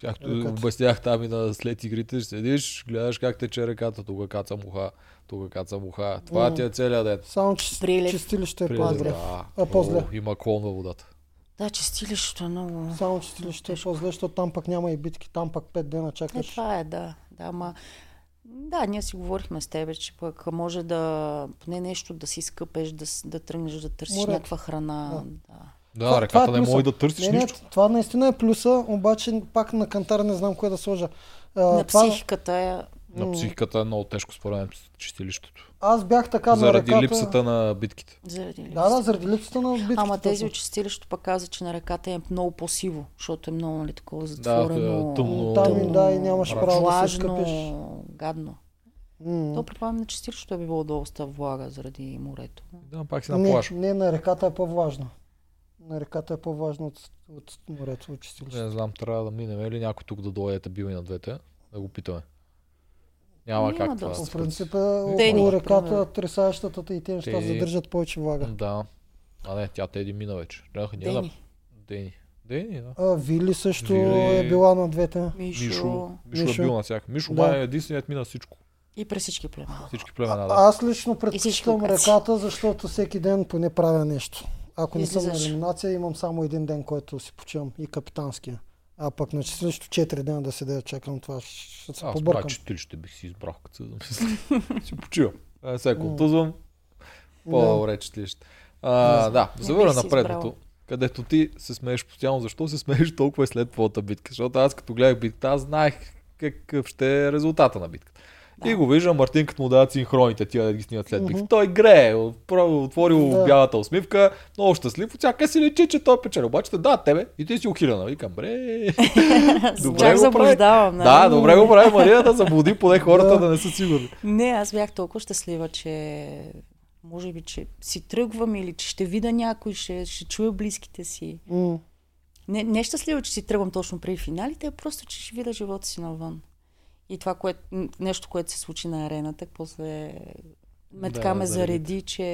Както
Реката.
обяснях там и на след игрите, седиш, гледаш как тече реката, тук каца муха, тук каца муха. Това
М.
ти е целият ден.
Само че
Прилив.
чистилище е
Прилива,
по-добре.
да.
А, по-зле.
О, Има клон във водата.
Да, чистилището е много...
Само чистилище е по-зле, защото там пък няма и битки. Там пък 5 дена
Е,
чакаш.
това е, да. Да, ама... Да, ние си говорихме с тебе, че пък може да поне нещо да си скъпеш, да, с- да тръгнеш да търсиш
Море.
някаква храна. Да.
Да,
Това-
реката
това е
не може
плюса.
да търсиш
не,
нищо.
това наистина е плюса, обаче пак на кантар не знам кое да сложа. А,
На психиката е...
На психиката е много тежко според мен чистилището.
Аз бях така
Заради
на реката.
липсата на битките.
Заради ли?
Да, да, заради липсата на битките.
Ама тези
точно.
от чистилището пък каза, че на реката е много по-сиво, защото е много нали, такова
Да,
затворено.
да, тъмно.
Там и да, и нямаш
Мрачно.
право да се скъпиш.
влажно, гадно.
М.
То предполагам на чистилището е било доста влага заради морето.
Да, пак си на
Не,
плаж.
не, на реката е по-важна. На реката е по-важна от, от морето, от чистилище.
Не знам, трябва да минем или някой тук да дойде да бива и на двете, да го питаме. Няма
Няма
как това. да
доста.
По
се
принцип е
Тени,
около
примерно.
реката, тресащата и те неща
Те-
задържат повече влага.
случи. Да. А не, тя Теди мина вече. Чакай, ние да...
Дени,
Дени. Дени, да.
А, Вили също
Вили-
е била на двете.
Мишо,
Мишо. Мишо е
Мишо.
бил на всяка. Мишо
Да.
май е единственият мина всичко.
и през всички племена.
Всички племена, да.
Аз лично предпочитам
локации.
реката, защото всеки ден поне правя нещо. Ако не съм на
Излизаш.
елиминация, имам само един ден, който си почивам и капитанския. А пък на числище 4 дена да седя да чакам това, ще се
Аз
побъркам.
правя четирища бих си избрал, като се замисля. си почивам. Е, се контузвам. По-добре четилище. А, да,
Не
завърна
бих си
напредното.
избрала.
Където ти се смееш постоянно. Защо се смееш толкова и след твоята битка? Защото аз като гледах битката, аз знаех какъв ще е резултата на битката. И го виждам, Мартин, като му дават синхроните, тия да ги снимат след битката. Той грее, отправо- отворил
Да.
бялата усмивка, много щастлив, очаква си личи, че той печели. Обаче те да, тебе и ти си ухилена. Викам, бре, Добре
Чак
го
заблуждавам. нали?
да, добре го прави Мария да заблуди поне хората да не са сигурни.
Не, аз бях толкова щастлива, че може би, че си тръгвам или че ще видя някой, ще, ще чуя близките си.
М.
Не, не щастлива, че си тръгвам точно преди финалите, а просто, че ще видя живота си навън. И това, което, н- нещо, което се случи на арената, после ме
Да,
така ме
заради-
зареди, че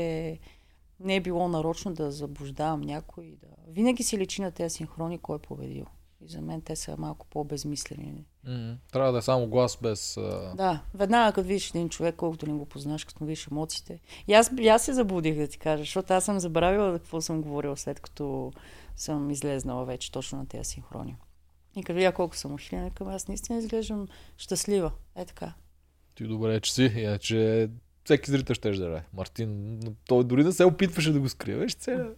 не е било нарочно да заблуждавам някой. и Да... Винаги си личи на тези синхрони, кой е победил. И за мен те са малко по-безмислени.
М, Трябва да е само глас без... а,
Да, веднага като видиш един човек, колкото не го познаш, като му видиш емоциите. И аз, и аз се заблудих да ти кажа, защото аз съм забравила за какво съм говорила след като съм излезнала вече точно на тези синхрони. И като видя колко съм ухилена, към аз наистина изглеждам щастлива. Е така.
Ти добре, че си, иначе всеки зрител ще да е. Мартин, той дори не се опитваше да го скрие, виж целя.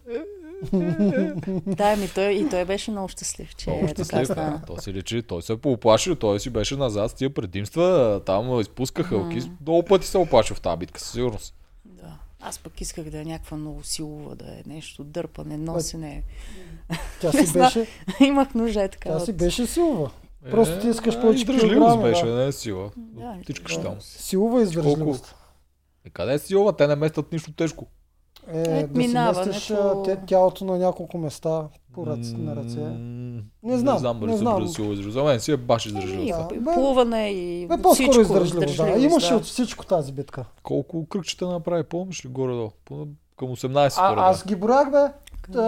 Да, ми той, и той беше много щастлив, че
Много
е така
щастлив. да.
стана.
Той си личи, той се поплаши, той си беше назад с тия предимства, там изпуска хълки. Много пъти се оплаши в тази битка, със сигурност.
Да. Аз пък исках да е някаква много силова, да е нещо дърпане, носене.
Тя си
знам.
беше,
Имах нужда е така.
тя
от-
си беше силова. Просто ти искаш
а,
повече
Издържливост
килограми,
Е, беше,
да.
не е сила.
Да,
Тичкаш
да.
там.
Силова и издържливост.
Е, къде е сила? Те не местят нищо тежко.
Е,
Е,
да си
минава,
местиш
някакво-
а, те- тялото на няколко места по ръце, на ръце.
М,
Не знам,
Не знам,
не
дали се
знам.
бързо сила издръжда. мен си е баш
И,
издържливост.
Да,
и
бе.
Ами, плуване и
Бе, Е, по-скоро
всичко,
издържливост, да.
издържливост,
Имаше
да.
от всичко тази битка.
Колко кръгчета направи, помниш ли горе-долу? Поне Към 18 според мен.
А, аз ги броях, бе. Та,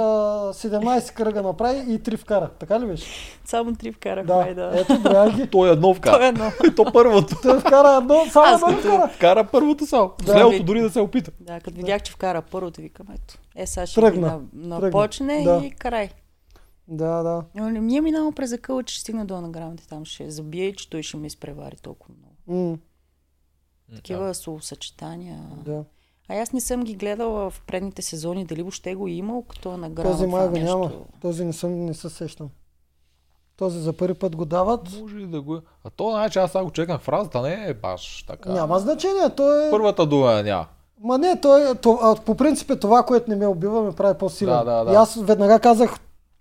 17 кръга направи и 3 вкара. Така ли беше?
Само три вкарахме,
Да.
да.
Ето, броях ги.
Той едно вкара.
Той е много.
И то първото.
Той вкара едно, само
Аз
едно вкара.
Вкара първото само.
Да.
Следното дори да се опита.
Да, като видях, че вкара първото, викам, ето. Е, сега ще
Тръгна,
Тръгна. на, почне
да.
и край.
Да, да.
Но не ми е минало през закъла, че ще стигна до анаграмите. Там ще забие и че той ще ми изпревари толкова много.
М,
Такива словосъчетания.
да.
А аз не съм ги гледала в предните сезони, дали въобще го е имал като анаграма.
Този
това
май го
нещо.
няма. Този не, съм, не се сещам. Този за първи път го дават.
Може ли да го... е? А то, значи, аз сега го чекнах фразата, не е баш така.
Няма значение. Той е...
Първата дума я няма.
Ма не, той, е- то, а, по принцип е това, което не ме убива, ме прави по-силен.
Да, да, да.
И аз веднага казах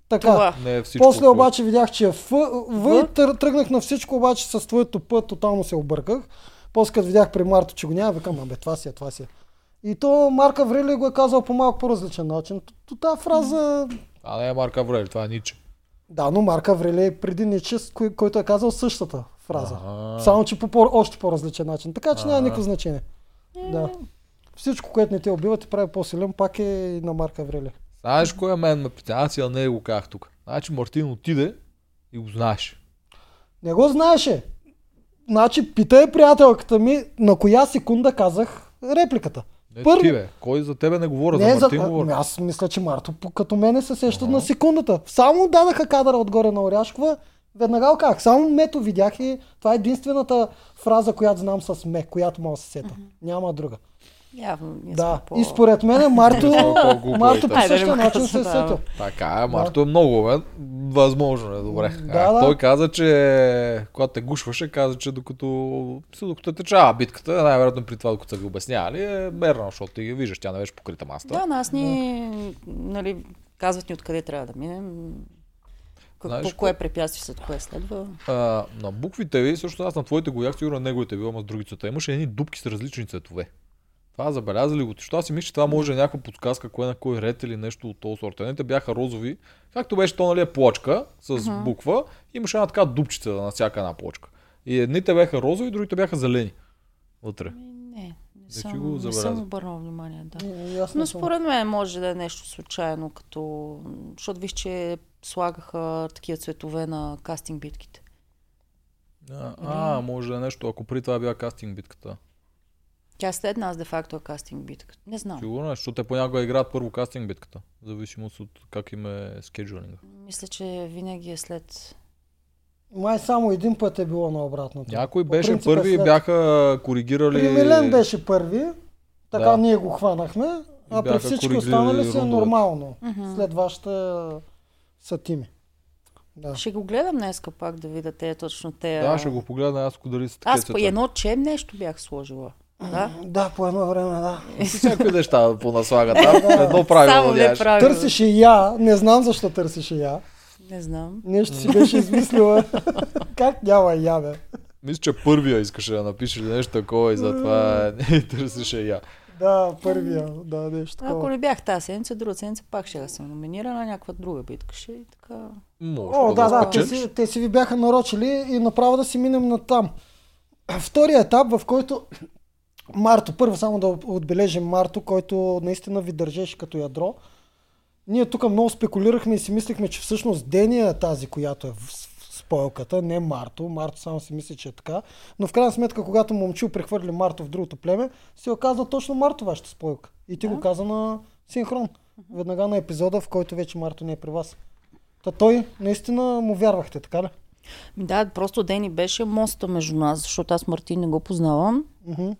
така.
Това.
Не е всичко.
После
кое-
обаче видях, че е в, в,
В?
и тър- тръгнах на всичко, обаче с твоето път тотално се обърках. После като видях при Марто, че го няма, викам, абе, това си е, това си е. И то Марка Врели го е казал по малко по-различен начин. Т- т- Та фраза...
А не е Марка Аврели, това е Ниче.
Да, но Марк Аврелий е преди Ниче, с кой, който е казал същата фраза.
А.
Само, че по по- още по-различен начин. Така че няма
А.
никакво значение. Да. Всичко, което не те убива, те прави по-силен, пак е и на Марк Аврелия.
Знаеш кой е мен ме пита? Аз и на него казах тук. Значи Мартин отиде и го знаеш.
Не го знаеше. Значи, питай приятелката ми, на коя секунда казах репликата.
Не,
Първо-
ти бе. Кой за тебе не говори, е. за
за...
Мартин говори.
Ами Аз мисля, че Марто по- като мене се сеща на секундата. Само дадаха кадъра отгоре на Оряшкова, веднага го казах. Само мето видях и това е единствената фраза, която знам с ме, която мога да се сета. Няма друга.
Явно ние
да.
сме по...
И според мен Марто,
По-глупо е
Марто по
там.
Хайде,
същия
бе,
начин
Марто,
се е
да.
сетил.
Така е, Марто е много умен. Възможно е, добре.
М,
а,
да, да.
Той каза, че когато те гушваше, каза, че докато, се- докато течава битката, най-вероятно при това, докато са ви обяснявали, е мерно, защото ти ги виждаш, тя не беше покрита маста.
Да, нас ни, нали, казват ни откъде трябва да минем. Как,
Знаеш
по кое препятствие след кое следва.
А, на буквите ви, също аз на твоите го ях, сигурно на неговите ви, ама с други цвета. Имаше едни дупки с различни цветове. Това забелязали го. Защото аз си мисля, че това може да е някаква подсказка, кое на кой ред или нещо от този сорт. Едните бяха розови, както беше то, нали, е плочка с буква. Имаше една така дупчица на всяка една плочка. И едните бяха розови, другите бяха зелени. Вътре.
Ми, Ами, Не, не
си
съм,
го
не съм
забелязал.
обърнал внимание. Да.
И аз не
Но
съм.
според мен може да е нещо случайно, като... Защото виж, че слагаха такива цветове на кастинг битките.
А, а, може да е нещо, ако при това била кастинг битката.
Тя след нас де факто е кастинг битка. Не знам.
Сигурно е, защото те понякога играят първо кастинг битката. в Зависимост от как им е скеджулинга.
Мисля, че винаги е след...
Май само един път е било на обратното.
Някой
По
беше
принцип е
първи и
след.
бяха коригирали.
Примилен беше първи, така
Да.
ние го хванахме, а при
бяха
всички
коригирали
останали си е
рундовете.
нормално. След вашата са тими. Да.
Ще го гледам днеска пак да видя те точно те.
Да, ще го погледна аз, ако дали са такива
Аз по
цвета.
едно чем нещо бях сложила. Да?
Да, по едно време, да.
Всякакви неща понаслагат там. Едно правило
Само не
нямаш.
правило.
Търсеше я, не знам защо търсеше я.
Не знам.
Нещо си беше измислила. как няма я, бе?
Мисля, че първия искаше да напише ли нещо такова и затова не търсеше я.
Да, първия, да, нещо
Ако
такова.
не бях тази седмица, друга седмица пак ще да съм номинирана, някаква друга битка ще и така.
Може
О, да, да, те
спечелиш.
си, те си ви бяха нарочили и направо да си минем на там. Втория етап, в който Марто, първо само да отбележим Марто, който наистина ви държеше като ядро. Ние тук много спекулирахме и си мислихме, че всъщност Дения е тази, която е в с- в спойката, не Марто. Марто само си мисли, че е така. Но в крайна сметка, когато момчил прехвърли Марто в другото племе, се оказа точно Марто вашата спойка. И ти го каза на синхрон. Веднага на епизода, в който вече Марто не е при вас. Та той наистина му вярвахте, така ли?
Ми Да, просто Дени беше моста между нас, защото аз Мартин не го познавам.
Мгм.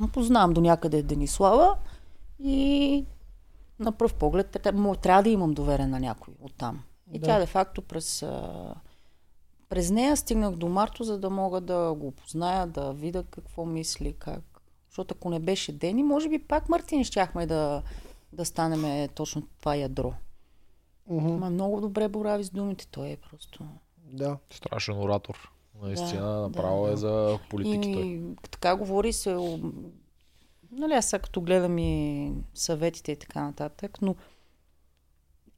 Но познавам до някъде Денислава и на пръв поглед тя- му- трябва да имам доверие на някой оттам. И
Да.
тя де факто през, а, през нея стигнах до Марто, за да мога да го опозная, да видя какво мисли, как. Защото ако не беше Дени, може би пак Мартин щяхме да, да станеме точно това ядро.
Мгм.
Ма много добре борави с думите, той е просто...
Да.
Страшен оратор. Наистина,
Да,
направо
да,
е
да.
за политики той.
И така говори се. о- Нали, аз сега като гледам и съветите и така нататък, но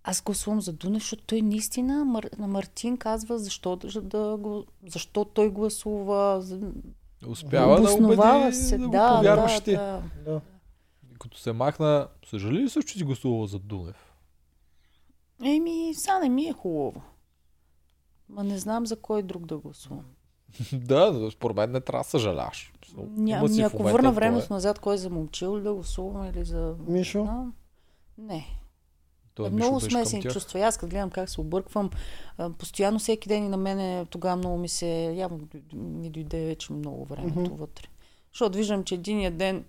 аз гласувам за Дунев, защото той наистина Мар... на Мартин казва защо, да- да го... защо той гласува. за-
Успява да
обосновава
убеди,
се.
да го
да,
повярваш
да,
ти.
да.
Да.
И Като се махна, съжали ли също, че си гласувал за Дунев?
Еми, сега не ми е хубаво. Ма не знам за кой друг да гласувам.
да, но според мен не трябва да съжаляваш.
Ня,
Има
ми,
си в
ако
момента
върна
твое.
времето назад, кой е за момчил да гласувам или за...
Мишо?
Да. Не.
Той
Е,
Мишо
много
беше към
смесени
тях.
чувства. И аз като гледам как се обърквам, а, постоянно всеки ден и на мене тогава много ми се... Явно дой- ми дойде вече много времето
Мгм.
вътре. Защото виждам, че единия ден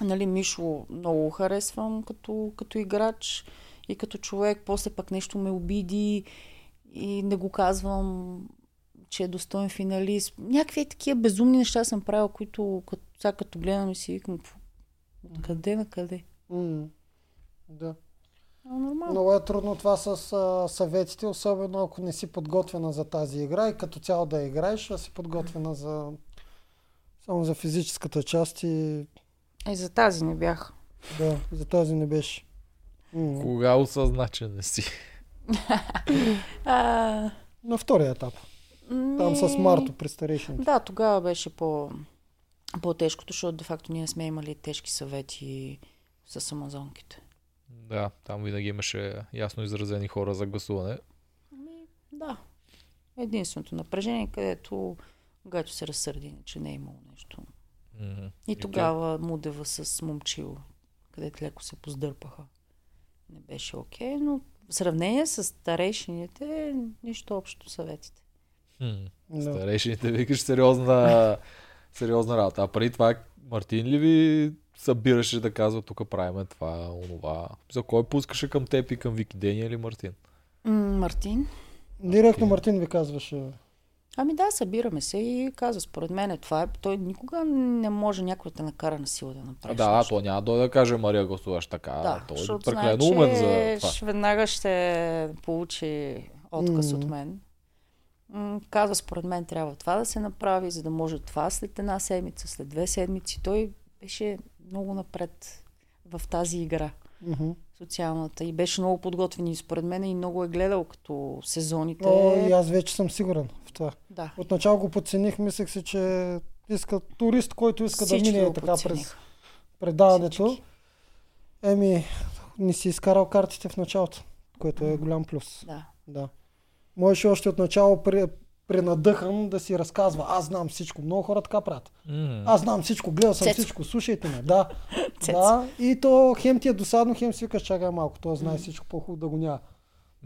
нали, Мишо много го харесвам като, като играч и като човек. После пък нещо ме обиди и не го казвам, че е достоен финалист. Някакви такива безумни неща съм правила, които като, сега като гледам и си викам, «Какво? къде на къде?
М. Да.
А, нормално.
Много е трудно това с а, съветите, особено ако не си подготвена за тази игра и като цяло да я играеш, а си подготвена за само за физическата част и
Е, за тази не бях.
да, за тази не беше. М.
Кога осъзна, че не си?
А,
На втория етап. Там
ми-
с Марто при старейшините.
Да, тогава беше по, по-тежкото, защото де-факто ние сме имали тежки съвети с амазонките.
Да, там винаги имаше ясно изразени хора за гласуване.
Ами, да. Единственото напрежение, където Гачо се разсърди, че не е имало нещо.
Мгм.
И
те-
тогава Мудева с момчил, където леко се поздърпаха. Не беше окей, но в сравнение с старейшините, нищо общо съветите.
Мгм.
Да.
Старейшините викаш сериозна, сериозна работа. А преди това Мартин ли ви събираше да казва тук правиме това, онова? За кой пускаше към теб и към Вики Дения или Мартин?
М, Мартин?
Директно Мартин ви казваше.
Ами да, събираме се и каза, според мен е това. е- Той никога не може някой да те накара на сила да
А,
направиш.
да,
нещо.
то няма да дойде да каже Мария гласуваш така.
да,
той е
защото
прекалено
знае,
умен
че
за това.
ще- веднага ще получи отказ
Мгм.
от мен. М, Казва, според мен трябва това да се направи, за да може това след една седмица, след две седмици. Той беше много напред в тази игра
Мгм.
социалната и беше много подготвен и според мен и много е гледал като сезоните.
О, и аз вече съм сигурен в това.
Да.
Отначало го подцених, мислех си, че иска турист, който иска
Всички
да мине
го
е така през
подцениха.
предаването.
Всички.
Еми, не си изкарал картите в началото, което е
Мгм.
голям плюс.
Да.
Да. Можеше още от начало при, принадъхан да си разказва. Аз знам всичко. Много хора така правят.
Мгм.
Аз знам всичко, гледал съм
Цецо.
всичко, слушайте ме. Да.
Цецо.
да. И то хем ти е досадно, хем си викаш, чакай малко. Той знае всичко, по-хубаво да го няма.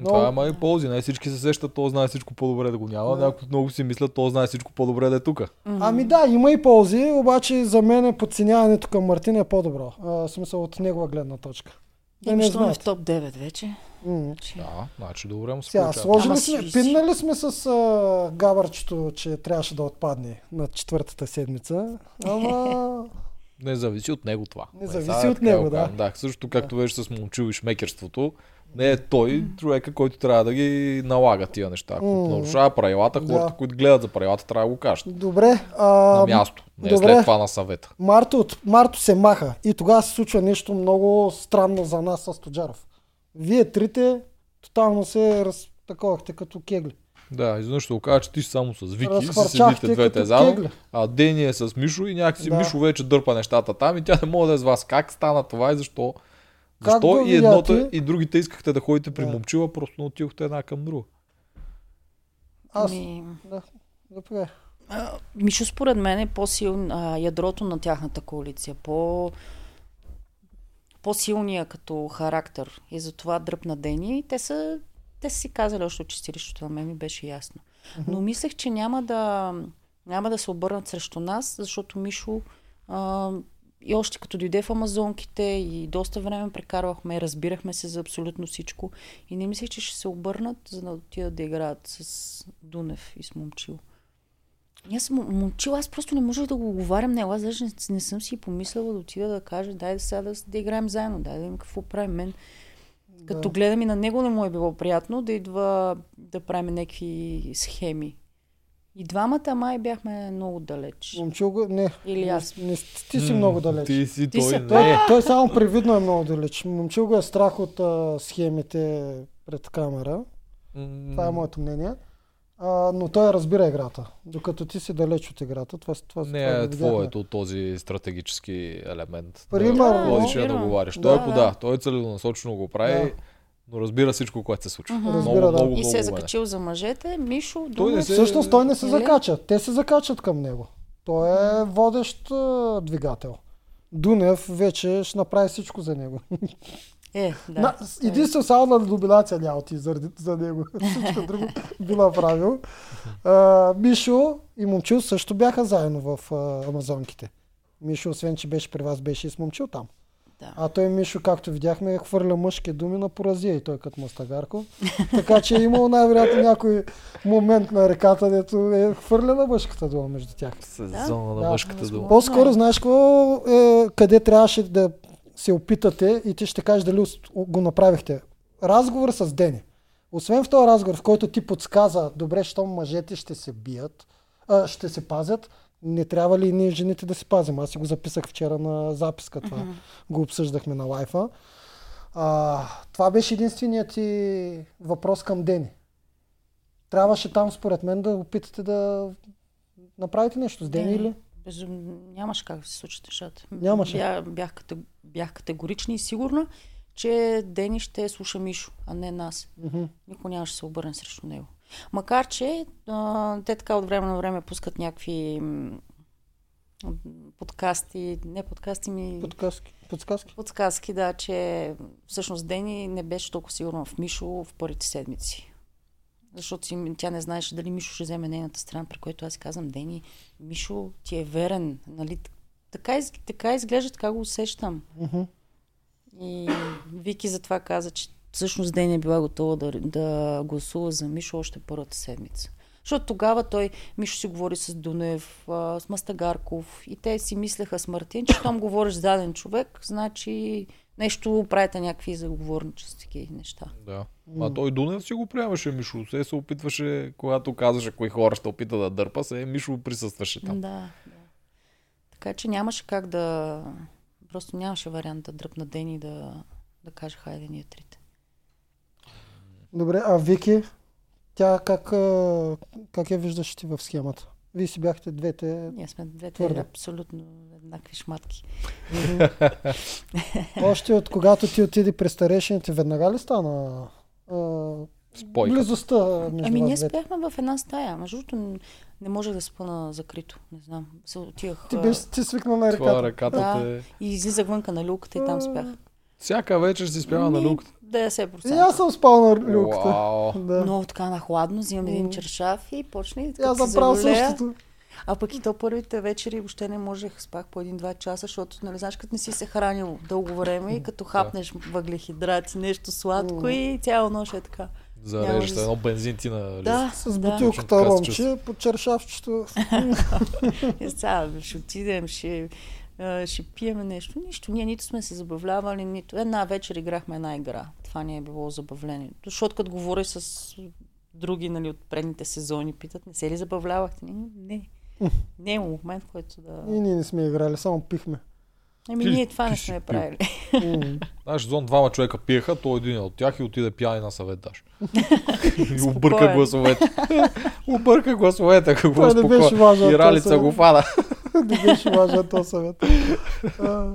Това
много-
има и ползи. Не всички се сещат, то знае всичко по-добре да го няма.
Да.
Някои много си мислят, то знае всичко по-добре да е тук.
Ами да, има и ползи, обаче за мен е подценяването към Мартин е по-добро. А, в смисъл от негова гледна точка. Да
И
не
защо не в
знаят.
топ 9 вече?
М.
Че-
Да, значи добре му се
Сега,
получава.
сложили
Ама
сме,
си-
пиннали сме с а, габърчето, че трябваше да отпадне на четвъртата седмица, ама
Не зависи от него това.
Не зависи
Е, сега
от
така го
него, да.
казвам. Да, също както беше с момчил и шмекерството, не е той човека, който трябва да ги налага тия неща. Ако
М.
нарушава правилата,
Да.
хората, които гледат за правилата, трябва да го кажат.
добре.
На
А,
място. Не е
добре.
след това на съвета.
Марто, от, Марто се маха и тогава се случва нещо много странно за нас с Тоджаров. Вие трите тотално се разтаковахте като кегли.
Да, изведнъж ще оказа, че ти си само с Вики, си
Разхвърчахте
седите двете
като
заедно,
кегли.
а Дени е с Мишо и някакси
Да.
Мишо вече дърпа нещата там и тя не може да е с вас. Как стана това и защо?
Как
Защо
го
и едното
видя ти?
и другите искахте да ходите при
Да.
момчила, просто не отидохте една към друга.
Аз,
Ами,
да, добре.
а, Мишо според мен е по-силно а, ядрото на тяхната коалиция. По, по-силния като характер. И затова дръпна Дени. И те са те са си казали още от чистилището на мен ми беше ясно. Но мислех, че няма да, няма да се обърнат срещу нас, защото Мишо а, и още като дойде в Амазонките и доста време прекарвахме, разбирахме се за абсолютно всичко и не мислех, че ще се обърнат, за да отидат да играят с Дунев и с Момчил. И Аз му- момчил, аз просто не можех да го оговарям него. Аз даже не, не съм си и помислила да отида да кажа, дай сега да, с- да играем заедно, дай да видим какво правим. Мен като гледам и на него не му е било приятно да идва да правим някакви схеми. И двамата май бяхме много далеч.
Момчил го, не.
Или аз.
Не, ти си
М,
много далеч.
Ти си
Ти
той.
си
Той,
не.
той само привидно е много далеч. Момчил го е страх от а, схемите пред камера.
М,
Това е моето мнение. А, но той разбира играта. Докато ти си далеч от играта, това, това,
Не
това го
е
видяхме.
твоето този стратегически елемент.
Примерно.
Да, логично е да
Да.
говориш.
Да,
Той ако
да.
да, той е целенасочено го прави,
Да.
но разбира всичко, което се случва.
Мгм.
Много,
Разбира, да.
много,
И
много
се е
умен е.
закачил за мъжете. Мишо,
Той не
Дунев,
се-
Всъщност той не се
Или?
закача. Те се закачат към него. Той е водещ а, двигател. Дунев вече ще направи всичко за него.
Е, да.
На, единствено само на номинация няма ти заради, за него. Всичко друго би направил. А, Мишо и Момчил също бяха заедно в а, Амазонките. Мишо, освен че беше при вас, беше и с Момчил там.
Да.
А той Мишо, както видяхме, хвърля мъжки думи на поразия и той като мастагарко. Така че е имал най-вероятно някой момент на реката, дето е хвърля на мъжката дума между тях.
Сезона на
Да.
мъжката дума.
По-скоро знаеш какво е, къде трябваше да се опитате и ти ще кажеш дали ус- го направихте. Разговор с Дени. Освен в този разговор, в който ти подсказа, добре, щом мъжете ще се бият, а, ще се пазят, не трябва ли и ние жените да се пазим? Аз си го записах вчера на записка това. Го обсъждахме на лайфа. А, това беше единственият ти въпрос към Дени. Трябваше там, според мен, да опитате да направите нещо с Дени
Не.
или?
Без, нямаше как да се случат нещата.
Нямаше.
Бя, бях, ката- бях категорична и сигурна, че Дени ще слуша Мишо, а не нас.
Мгм.
Никой нямаше да се обърне срещу него. Макар, че а, те така от време на време пускат някакви м, м, подкасти, не подкасти ми...
Подсказки. Подсказки.
Подсказки, да, че всъщност Дени не беше толкова сигурна в Мишо в първите седмици. Защото си, тя не знаеше дали Мишо ще вземе нейната страна, при което аз си казвам, Дени, Мишо ти е верен. Нали? Така, из, така изглежда, така го усещам.
Мгм.
И Вики затова каза, че всъщност Дени е била готова да, да гласува за Мишо още първата седмица. Защото тогава той, Мишо си говори с Дунев, а, с Мастагарков и те си мислеха с Мартин, че щом говориш с даден човек, значи нещо правите някакви заговорнически неща.
Да. А той Дунев си го приемаше Мишо. Се се опитваше, когато казваше кои хора ще опита да дърпа, се е Мишо присъстваше там.
Да, да. Така че нямаше как да... Просто нямаше вариант да дръпна Дени и да, да каже хайде ние трите.
Добре, а Вики, тя как, а, как я виждаш ти в схемата? Вие си бяхте двете.
Ние сме двете
Твърде.
абсолютно еднакви шматки.
Още от когато ти отиде при старешините, веднага ли стана а,
Спойка.
близостта между
Ами ние
вас двете?
спяхме в една стая. Между другото, н- не можех да спа на закрито. Не знам. Се отивах
Ти,
а,
беше, ти свикна на ръката.
Това ръката
Да.
те...
и излизах вънка на люката и там спях. Ами,
Всяка вечер си спява на
Ми,
люката.
90%.
И Ами аз съм спал на люката.
Вау.
Да.
Много така нахладно, взимам един
М.
чершаф и почне и
И аз
като
съм
се
правил
заболея.
същото.
А пък и то първите вечери въобще не можех, спах по един-два часа, защото, нали, знаеш, като не си се хранил дълго време и като хапнеш въглехидрати, нещо сладко
М.
и цяла нощ е така.
Зареждаш
да-
едно бензин ти на
Да,
С
да.
бутилката
Точно
ромче, по чершавчето.
И Е, сега ще отидем, ще, а, ще пиеме нещо. Нищо. Ние нито сме се забавлявали, нито. Е, Една вечер играхме една игра. Това ни е било забавление. Защото като говоря с други нали, от предните сезони, питат, не се ли забавлявахте? Не, не. Не е имало момент, в който да...
И ние не сме играли, само пихме.
Еми,
Ти-
ние това
ти
не
си
сме
пил.
правили.
М.
Знаеш, зон двама човека пиеха, той един е от тях и отиде пияни на съвет даш. и обърка
Спокоен.
гласовете. обърка гласовете, какво е
Той не беше
спокойно.
важен.
И
този
ралица
съвет.
го фана.
Не беше важен този съвет. А,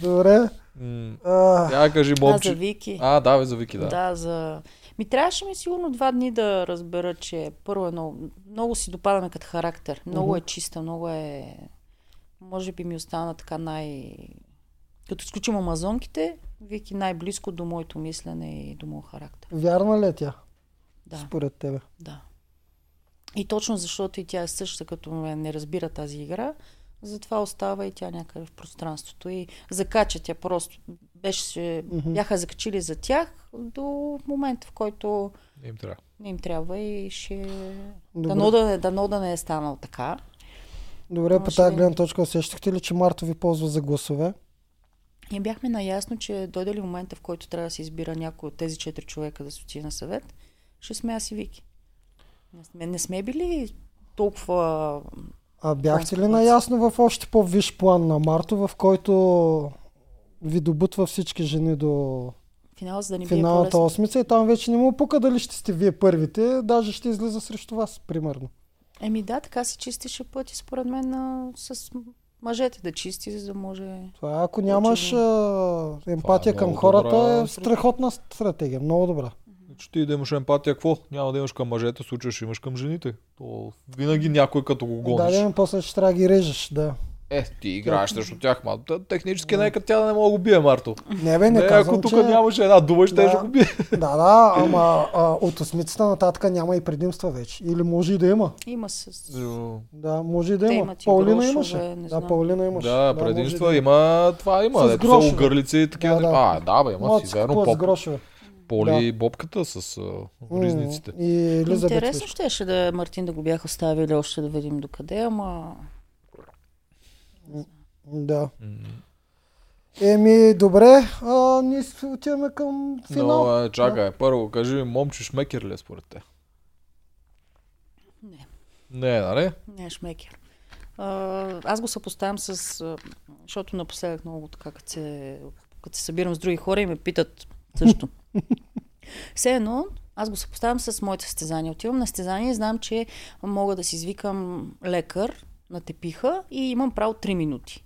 Добре.
М,
А,
Я кажи,
А за
момче.
Вики.
А, да, бе, за Вики,
Да.
да.
да, за... Ми трябваше ми сигурно два дни да разбера, че първо е много... Много си допадаме като характер. Много
Мгм.
е чиста, много е... Може би ми остана така най... Като изключим амазонките, Вики най-близко до моето мислене и до моят характер.
вярна ли е тя,
Да,
според тебе?
да. И точно защото и тя е същата като мен, не разбира тази игра, затова остава и тя някъде в пространството. И закача тя просто. Беше се...
Мгм.
Бяха закачили за тях до момента, в който
Им трябва.
не им трябва и ще...
Добре,
Дано да, не- дано да не е станал така.
Добре по
Може
тази
би.
гледна точка усещахте ли, че Марто ви ползва за гласове?
И бяхме наясно, че дойде ли момента, в който трябва да се избира някой от тези четири човека да се отиде на съвет, ще сме аз и Вики. Не сме, не сме били толкова...
А бяхте ли
Господи.
наясно в още по-виш план на Марто, в който ви добутва всички жени до
Финал, за да не е бие
финалната
по-лесно.
осмица и там вече не му пука дали ще сте вие първите, даже ще излиза срещу вас, примерно.
Еми да, така си чистише пъти, според мен, на... с мъжете да чисти, за да може...
Това, ако нямаш
Очевидно.
а, емпатия към
много
хората,
добра
е страхотна стратегия. Много добра.
Че Значи, ти да имаш емпатия, какво? Няма да имаш към мъжете, в случая ще имаш към жените. То винаги някой като го гониш.
Да, да, после ще трябва да ги режеш, да.
Е, ти играеш срещу тях, ма те- технически нека тя да не мога да го бие, Марто.
Не бе, Е, не,
Не,
казвам,
ако тук
че...
нямаше една дума, ще
Да.
ще го бие.
Да, да, ама а, от осмицата нататък няма и предимства вече. Или може и да има.
Има с...
Да, може и да
Те
има.
имат и
Паулина
грошове,
имаше.
не
Да,
знам.
Паулина имаше.
Да,
може и
предимства
да
има, това има,
С
дето са
грошове.
огърлици и такива.
Да, да.
А, да, бе, има
Могат
си,
си
верно,
купуват с
поп,
грошове.
поли и бобката с а,
М,
ризниците.
И Елизабет
Интересно
беше.
щеше да е Мартин да го бяха оставили още да видим докъде, ама...
Да.
М.
Еми, добре, а, ние с- отиваме към финал.
Но, е, чакай, първо, кажи ми, момче шмекер ли е според те?
Не.
Не, нали?
Не е шмекер. А, Аз го съпоставям с... а, Защото напоследък много така, като се като се събирам с други хора и ме питат също. Все едно, аз го съпоставям с моите състезания. Отивам на състезание и знам, че мога да си извикам лекар на тепиха и имам право 3 минути.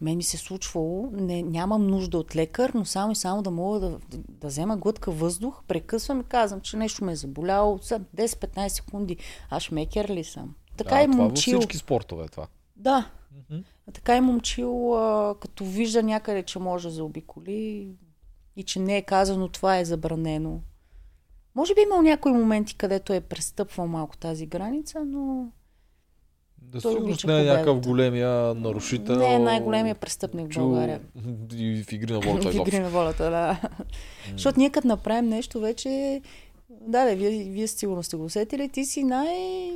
Мен ми се е случвало, не, нямам нужда от лекар, но само и само да мога да, да взема глътка въздух, прекъсвам и казвам, че нещо ме е заболяло, съм 10-15 секунди, аз шмекер ли съм? Така
да,
да, и
това е
момчил.
във всички спортове е това.
Да,
Мгм.
а Така е момчил, а, като вижда някъде, че може да заобиколи и че не е казано, това е забранено. Може би е имал някои моменти, където е престъпвал малко тази граница, но
Да
Той
сигурно
обича
не е някакъв
победата.
момчил... нарушител.
не е най-големия престъпник в
чу-
България.
И в игри на волята
в игри
изобщо.
на волята, да. Защото ние като направим нещо вече, да, да, вие, вие сигурно сте го усетили, ти си най...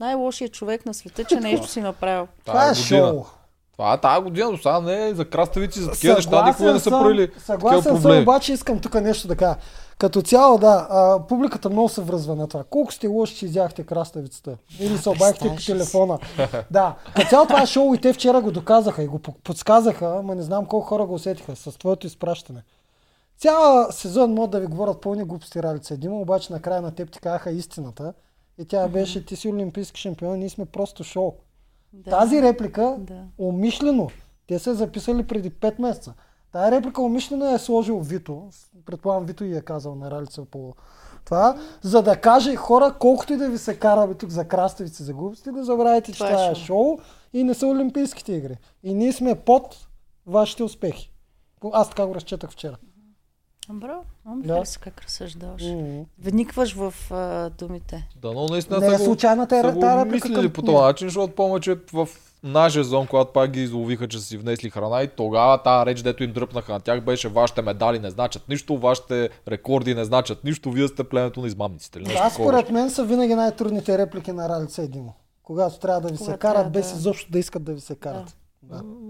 най-лошият човек на света, че нещо си направил.
Това е
Тая година.
шоу.
Това тази година до сега не е за краставици, за такива неща никога не са
съм-
проили такива
Съгласен съм,
проблеми.
обаче искам тук нещо да кажа. Като цяло, да, а, публиката много се връзва на това. Колко сте лоши, че изяхте краставицата? Или се обадихте по
Представяш ли
телефона. да, като цяло това е шоу и те вчера го доказаха и го по- подсказаха, ама не знам колко хора го усетиха с твоето изпращане. Цял сезон могат да ви говорят пълни глупости ралица. Дима, обаче накрая на теб ти казаха истината. И тя беше, ти си олимпийски шампион, ние сме просто шоу.
Да.
Тази реплика
Да.
умишлено, те са я записали преди 5 месеца. Тая реплика умишлено я е сложил Вито. Предполагам, Вито и е казал на Ралица по това, за да каже хора, колкото и да ви се караме тук за краставици, за глупости, да забравяйте, че
Това е
това е
шоу.
шоу и не са Олимпийските игри. И ние сме под вашите успехи. Аз така го разчетах вчера.
Браво, много ми
Да.
хареса как разсъждаваш.
М.
Вникваш в а, думите.
Дано наистина
Не
са
е
го-
случайна тая-
са го
тая реплика
мислили
към-
по този начин, защото повече в нашия зон, когато пак ги изловиха, че са си внесли храна и тогава тази реч, дето им дръпнаха на тях, беше вашите медали не значат нищо, вашите рекорди не значат нищо, вие сте племето на измамниците. Или нещо
Аз
такова
според мен са винаги най-трудните реплики на Ралица и Димо. Когато трябва да ви се
Когато трябва
карат, без
да-
изобщо да искат да ви се карат.
беше.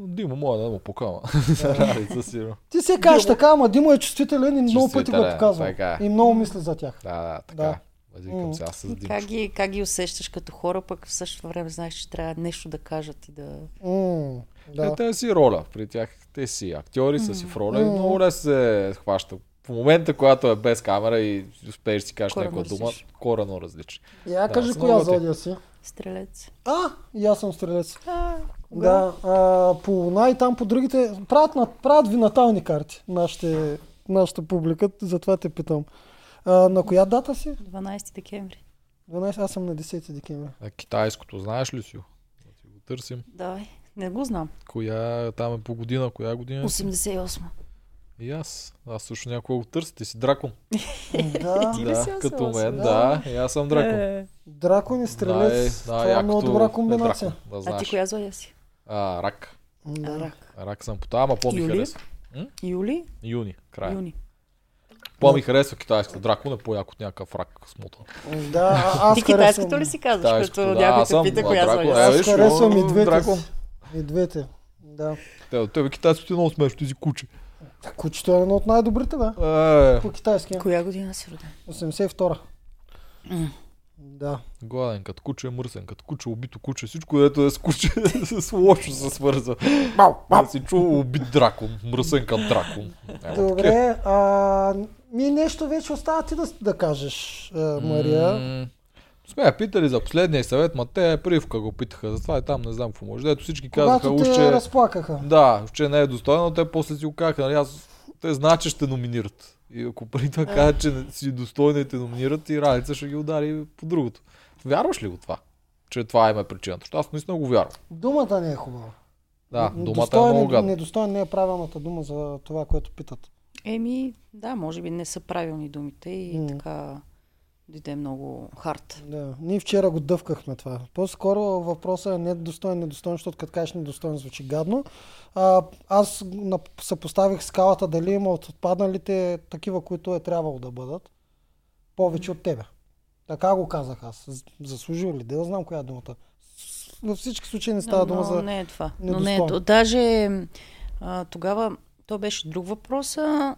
Дима, моя да му покама. Със сигурно.
Ти се кажеш така, ама Димо е чувствителен и много пъти го
Чувствителен,
е показвал.
така е.
И много мисли за тях.
Да, да,
Да.
така. Аз Викам
М.
сега с
И
Димо.
как ги, как ги усещаш като хора, пък в същото време знаеш, че трябва нещо да кажат и да...
М,
Е,
да.
те си роля. При тях те си актьори, са си в роля и
Мгм.
много лесно се хваща. В момента, когато е без камера и успееш да си кажеш
Коренно
някаква дума,
различно.
корено различно.
Я
да,
кажи
с
коя
много ти.
зодия си.
Стрелец.
А, и аз съм стрелец.
А,
Да, а, по Луна и там по другите. Правят, на, правят ви натални карти, нашите, нашата публика, затова те питам. А, на коя дата си?
12 декември.
12, аз съм на 10 декември.
А китайското знаеш ли си? го? Да ти го търсим.
Давай. Не го знам.
Коя там е по година, коя година?
88.
И аз. Аз също някога го търся. Ти си дракон.
Да,
Ти ли си
Да,
осем,
като
осем,
мен,
да?
да. И аз съм дракон.
дракон и Е, стрелец.
Най-
това е много
най-якото
добра
е
комбинация.
дракон, Да
А ти
знаеш.
коя зоя си?
А, рак.
Да.
Рак.
Рак съм по това, ама по-ми
Юли?
харесва.
Юли?
Юни, края.
Юни.
По-ми харесва китайското дракон, е по-як от някакъв рак смотан.
да, а- аз
Ти
харесвам.
китайското ли си казваш,
Китайското,
като
да,
някой
аз съм,
те пита
а,
коя
драко,
зоя
е.
си?
Аз
Виж,
харесвам и
о,
двете.
дракон.
си. И двете. Да.
Те, тебе китайското е много смешно, ти си куче.
Та, Кучето е едно от най-добрите, бе.
Е,
По китайски.
Коя година си роден?
82-а. Да.
гладен като куче, мърсен като куче, убито куче, всичко дето е с куче, с лошо се свързва. Да си чул убит дракон, мърсен като дракон. Няма такива.
Добре, а, ми нещо вече остава ти да, да кажеш, а, Мария.
М, Сме я питали за последния съвет, ма те привка го питаха, затова и там не знам какво може. Дето всички казаха,
Когато
уж,
те
че...
разплакаха.
Да, че не е достойно, те после си го казаха, нали, аз, те знаят, че ще номинират. И ако преди това кажат, че не си достойно и те номинират, и Ралица ще ги удари по другото. Вярваш ли го това? Че това има причината. Защото аз наистина го вярвам.
Думата не е хубава.
Да, думата е
Недостоен-
много гадна.
Недостоен не е правилната дума за това, което питат.
Еми, да, може би не са правилни думите и
М.
така дойде много хард.
Да. Ние вчера го дъвкахме това. По-скоро въпросът е недостоен, недостоен, защото като кажеш недостоен звучи гадно. А, аз на- съпоставих скалата дали има от отпадналите такива, които е трябвало да бъдат. Повече от тебе. Така го казах аз. З- Заслужил ли? Да я знам коя е думата. С- Във всички случаи не става
но,
дума
но
за...
не е това. Но не е,
недостоен.
то- даже а, тогава, то беше друг въпрос. а,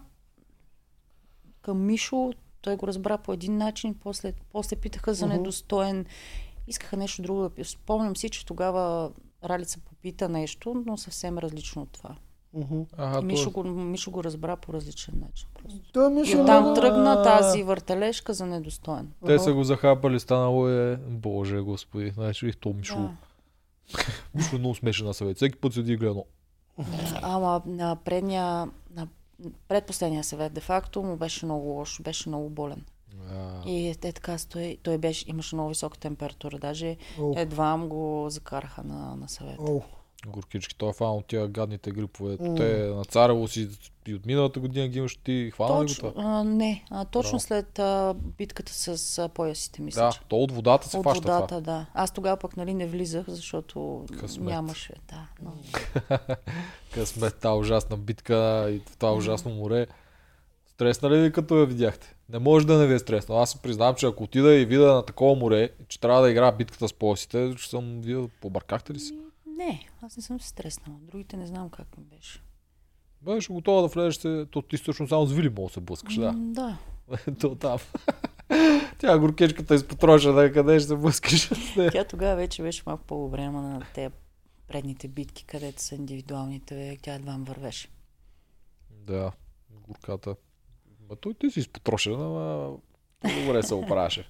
Към Мишо, той го разбра по един начин, после, после питаха за
Мгм.
недостоен. Искаха нещо друго да пи- Спомням си, че тогава Ралица попита нещо, но съвсем различно от това.
Мгм.
Аха,
Мишо,
Мишо...
го, Мишо го разбра по различен начин. Просто.
Той е
И
Мишо нали?
оттам
много-
тръгна тази въртележка за недостоен.
Те са го захапали, станало е... Боже, господи, значи то Мишо...
Да.
Мишо е много смешен на съвет. Всеки път седи и гледа. но-
Да, Ама на предния, на предпоследния съвет, де-факто, му беше много лошо, беше много болен.
А,
И те така стои, той беше, имаше много висока температура, даже
О,
едва му го закараха на, на съвет.
о.
Горкички, той е фанал от тия гадните грипове.
М.
Те на царело си и от миналата година ги имаш ти. Хвана ли го това?
Точно, а, не, а, точно
Браво.
след а, битката с а, поясите, мисля,
Да,
че.
то от водата се
От
хваща
водата,
това.
да. Аз тогава пък нали не влизах, защото
Късмет.
нямаше. Да, но...
Късмет, тази ужасна битка и в това ужасно море. Стресна ли ви като я видяхте? Не може да не ви е стресно. Аз си признавам, че ако отида и видя на такова море, че трябва да игра битката с полосите, ще съм... Вие побъркахте ли си?
Не, аз не съм се стреснала. Другите не знам как ми беше.
Беше готова да влезеш, се- то ти всъщност само с вили мога да се блъскаш, да.
М, да.
То там. Тя горкичката изпотрошена, да къде ще се блъскаш с нея.
Тя тогава вече беше малко по-обрема на те предните битки, където са индивидуалните, тя едва ме вървеше.
Да, горката. Ма той ти си изпотрошен, ама добре се оправяше.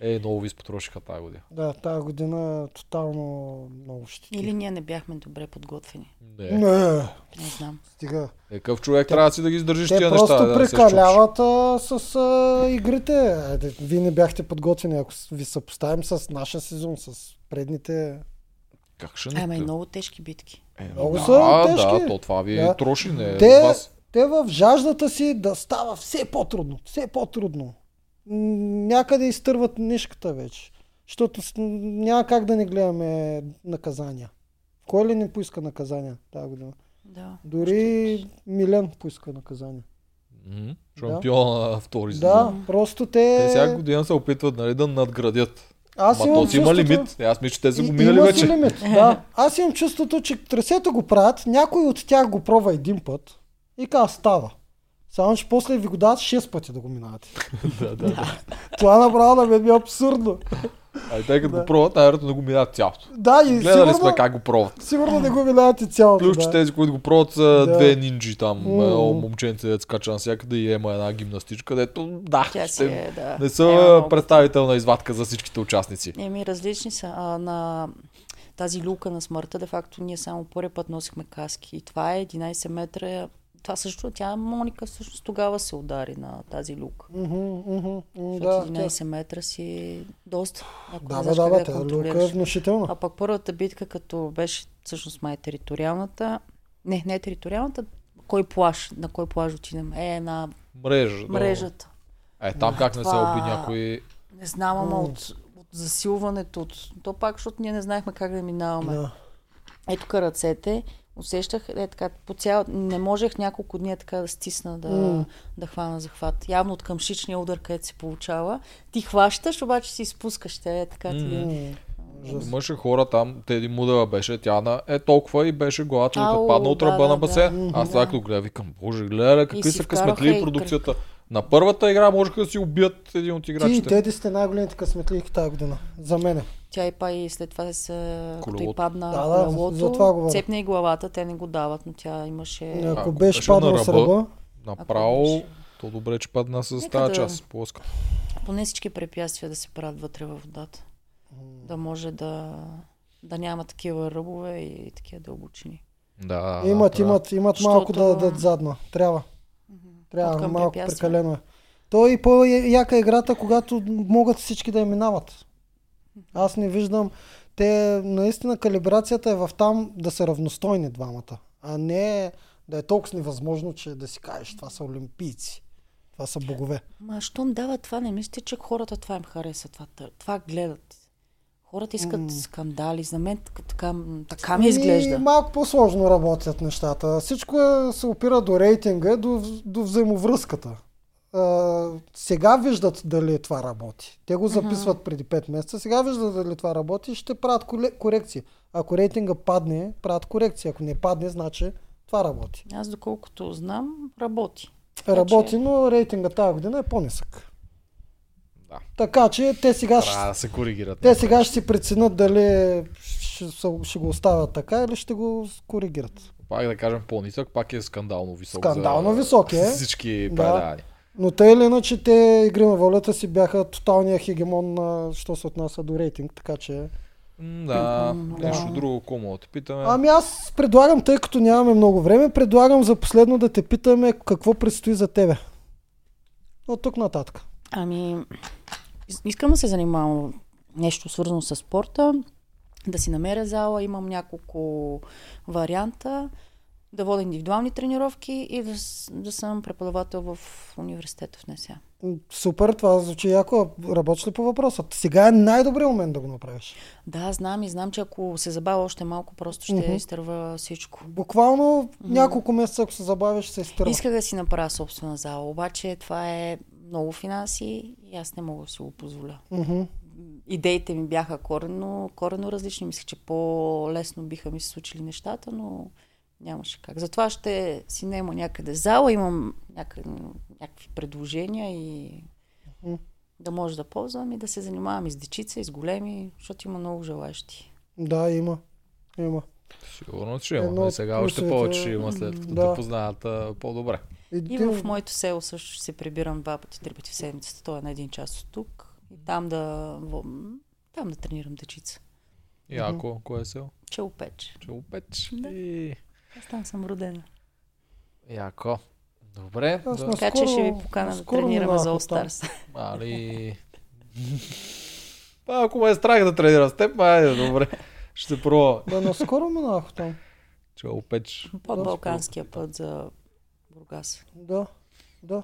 Е, много ви изпотрошиха тази година.
Да, тази година е тотално много щити.
Или ние не бяхме добре подготвени.
Не.
Не,
Не знам.
стига.
Какъв човек трябва да си да ги издържиш
Те
тия
просто
неща, да не се щупиш.
прекаляват а, с а, игрите. Айде, вие не бяхте подготвени, ако с- ви съпоставим с нашия сезон, с предните.
Как ще
Ама и
не?
много тежки битки.
Е,
много
да,
са
Да,
тежки.
то това ви е
Да.
троши, не
Те-
вас.
Те в жаждата си да става все по-трудно, все по-трудно. М, Някъде изтърват нишката вече. Защото с- няма как да не гледаме наказания. Кой ли не поиска наказания тази година?
Да.
Дори Милен поиска наказания.
Мгм. Шампион на втори сезон.
Да, просто те...
Те всяка година се опитват нали, да надградят.
Аз
Ма
имам
то си има
чувството-
лимит. Е, Аз мисля, че те са
И-
го минали
има си
вече.
лимит,
Е.
да. Аз имам чувството, че трасето го правят, някой от тях го пробва един път и казва става. Само, че после ви го дават 6 пъти да го минавате.
Да, да, да.
Това направо на мен ми е абсурдно.
А и те като го пробват, най-вероятно не го минават цялото.
Да, и
Гледали
сигурно,
сме как го пробват.
сигурно не го минавате цялото.
Плюс, че
да.
тези, които го пробват, са
Да.
две нинджи там.
М.
Едно момченце, дето скача навсякъде и ема една гимнастичка, дето да,
Тя си
ще...
е, да.
не са
Ема много.
представителна извадка за всичките участници.
Еми, различни са. А, на тази люка на смъртта, де факто, ние само първи път носихме каски. И това е 11 метра. Това също, тя Моника всъщност тогава се удари на тази люка.
Мгм, мгм, м,
Да,
Да, тя-
11 метра си доста. Ако
да,
не
бе,
знаеш
да,
как
бе,
да я
тя Люка е
контролираш.
внушителна.
А пък първата битка, като беше всъщност май териториалната, не, не териториалната, кой плаж, на кой плаж отидем? Е, на
Мрежа. да.
мрежата.
Е, там как не се
Това-
оби някой.
Не знам, ама
М.
от, от засилването, от... то пак, защото ние не знаехме как да минаваме.
Да.
Ето тук ръцете, усещах, е така, по цял... не можех няколко дни е така да стисна, да,
М.
да хвана захват. Явно от къмшичния удар, където се получава, ти хващаш, обаче си изпускаш, те е така. Ти...
М.
М, ужас.
Имаше хора там, те един модела беше, тя на е толкова и беше главата ми
Ау,
като падна от
да,
ръба
да,
на
да.
басейн.
Мгм.
Аз това като гледам, викам, боже, гледа ли, какви
си
са
вкараха
късметли
и
продукцията. На първата игра можеха да си убият един от
Ти и
играчите.
Теди сте най-големите късметлики тази година. За мене.
Тя и па и след това се като
Колелото.
и падна
Да, да,
колелото,
за това говоря.
цепне и главата, те не го дават, но тя имаше...
Ако,
Ако
беше
беше на
паднал с
ръба,
ръба,
Направо,
беше.
то добре, че падна с
Нека
тази
да-
част, плоската.
Поне всички препятствия да се правят вътре във водата. Да може да, да няма такива ръбове и такива дълбочини.
Да,
Имат,
да,
имат, имат малко да
Защото-
дадат задна. Трябва. Трябва,
Откъм
малко
препятствия.
прекалено е. То е и по-яка играта, когато могат всички да я минават. Аз не виждам. Те, наистина, калибрацията е в там да са равностойни двамата. А не да е толкова невъзможно, че да си кажеш, това са олимпийци. Това са богове.
Ма, щом дава това, не мислите, че хората това им харесва, това, тър- това гледат. Хората искат
М. Ами,
скандали. За мен така, така, така ми Ами, изглежда.
И малко по-сложно работят нещата. Всичко е- се опира до рейтинга, до, вз- до взаимовръзката. А, сега виждат дали това работи. Те го записват преди 5 месеца, сега виждат дали това работи и ще правят коле- корекции. Ако рейтинга падне, правят корекции. Ако не падне, значи това работи.
Аз доколкото знам, работи.
Работи, но рейтинга тази година е по-нисък.
Да.
Така че те сега ще
Трябва да се коригират.
те сега ще си преценят дали ще, са- ще го оставят така или ще го коригират.
пак да кажем по-нисък, пак е скандално висок.
Скандално
за...
висок е.
Всички
Да.
предавания.
Но те или иначе, те игри на волята си бяха тоталния хегемон, на, що се отнася до рейтинг, така че...
М, Да,
Да.
нещо друго, какво мога да те питаме.
Ами аз предлагам, тъй като нямаме много време, предлагам за последно да те питаме какво предстои за тебе. От тук нататък.
Ами, ис- искам да се занимавам нещо свързано с спорта, да си намеря зала, имам няколко варианта, да водя индивидуални тренировки и да, с- да съм преподавател в университета в НСА.
М, Супер, това звучи яко. Работиш ли по въпроса? Сега е най-добрият момент да го направиш.
Да, знам и знам, че ако се забавя още малко, просто ще
Мгм.
изтърва всичко.
Буквално няколко месеца, ако се забавиш, се изтърва.
Исках да си направя собствена зала, обаче това е много финанси и аз не мога да си го позволя.
Мгм.
идеите ми бяха корено, корено различни. Мисля, че по-лесно биха ми се случили нещата, но нямаше как. Затова ще си нема някъде зала, имам някъде, някакви предложения и
Мгм.
да може да ползвам и да се занимавам и с дечица, и с големи, защото има много желаящи.
Да, има. Има.
Сигурно ще има.
Едно
но
от
сега още
плюсовете-
повече ще има след като
Да.
те познават а, по-добре.
И
ти-
в моето село също ще се прибирам два пъти, три пъти в седмицата. То е на един час от тук. И там да, в- там да тренирам дечица.
И ако, кое е село?
Челопеч.
Челопеч.
Да.
И...
Аз там съм родена.
Яко. Добре.
Аз
да-
на-
Така че ще ви
Скоро-
покана да
скоро
тренираме за
минавах
All
оттам.
Stars.
Али... Па, ако ме е страх да тренирам с теб, айде, добре. Ще се пробва.
Бе, наскоро минах там.
Челопеч.
Под Балканския път за Бургас.
Да, да.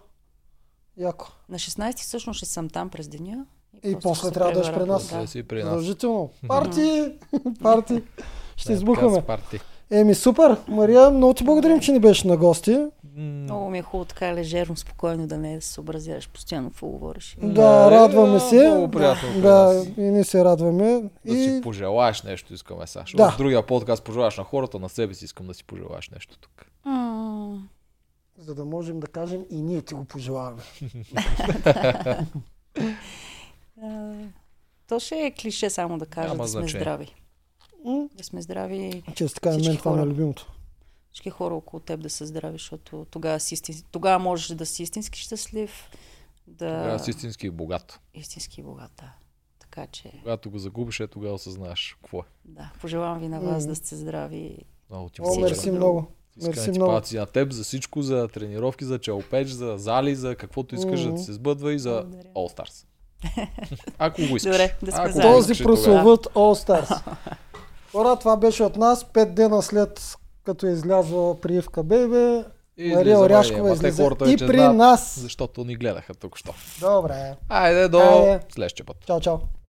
Яко.
На 16 всъщност ще съм там през деня.
И
просто
после
ще се
трябва да еш
превърна.
при нас.
Да. си при нас.
Задължително. Парти! Парти! Ще
Да,
избухаме.
Е, така с Парти.
Еми, супер! Мария, много ти благодарим, че ни беше на гости.
М,
Много ми е хубаво така лежерно, спокойно да не се съобразяваш постоянно какво говориш.
Да,
е,
радваме
а,
се.
Много приятно. при
Да,
нас.
и ние се радваме.
Да си
И
пожелаеш нещо, искаме сега. Ще
Да.
В другия подкаст пожелаеш на хората, на себе си искам да си пожелаеш нещо тук.
М,
за да можем да кажем и ние ти го пожелаваме.
а, То ще е клише само да кажа
Няма
да сме
значение.
здрави.
М?
Да сме здрави
Често така, мен
Всички
това ми е
хора.
любимото.
всички хора около теб да са здрави, защото тогава, си истин... тогава можеш да си истински щастлив, да
Тогава си истински богат.
истински богата. Така че,
Когато го загубиш, е тогава осъзнаеш какво е.
да, пожелавам ви на вас
М.
да сте здрави.
Много ти
Всичко
О,
благодаря.
мерси
друго.
много.
Искам да
мерси
ти
много.
паци на теб за всичко, за тренировки, за челпеч, за зали, за каквото искаш да ти се сбъдва и за
Благодаря.
All Stars. Ако го искаш.
Добре, да сме
Ако го
заедно.
Този
искаш, тогава.
прословут All Stars. Хора, това беше от нас. Пет дена след като е излязла приивка Бейбе,
И
Мария
излизаме,
Оряшкова
ама те
излезе
хората
и
вече
при
знаят,
нас.
Защото ни гледаха тук що.
Добре.
Айде до
Айде.
следващия път.
Чао, чао.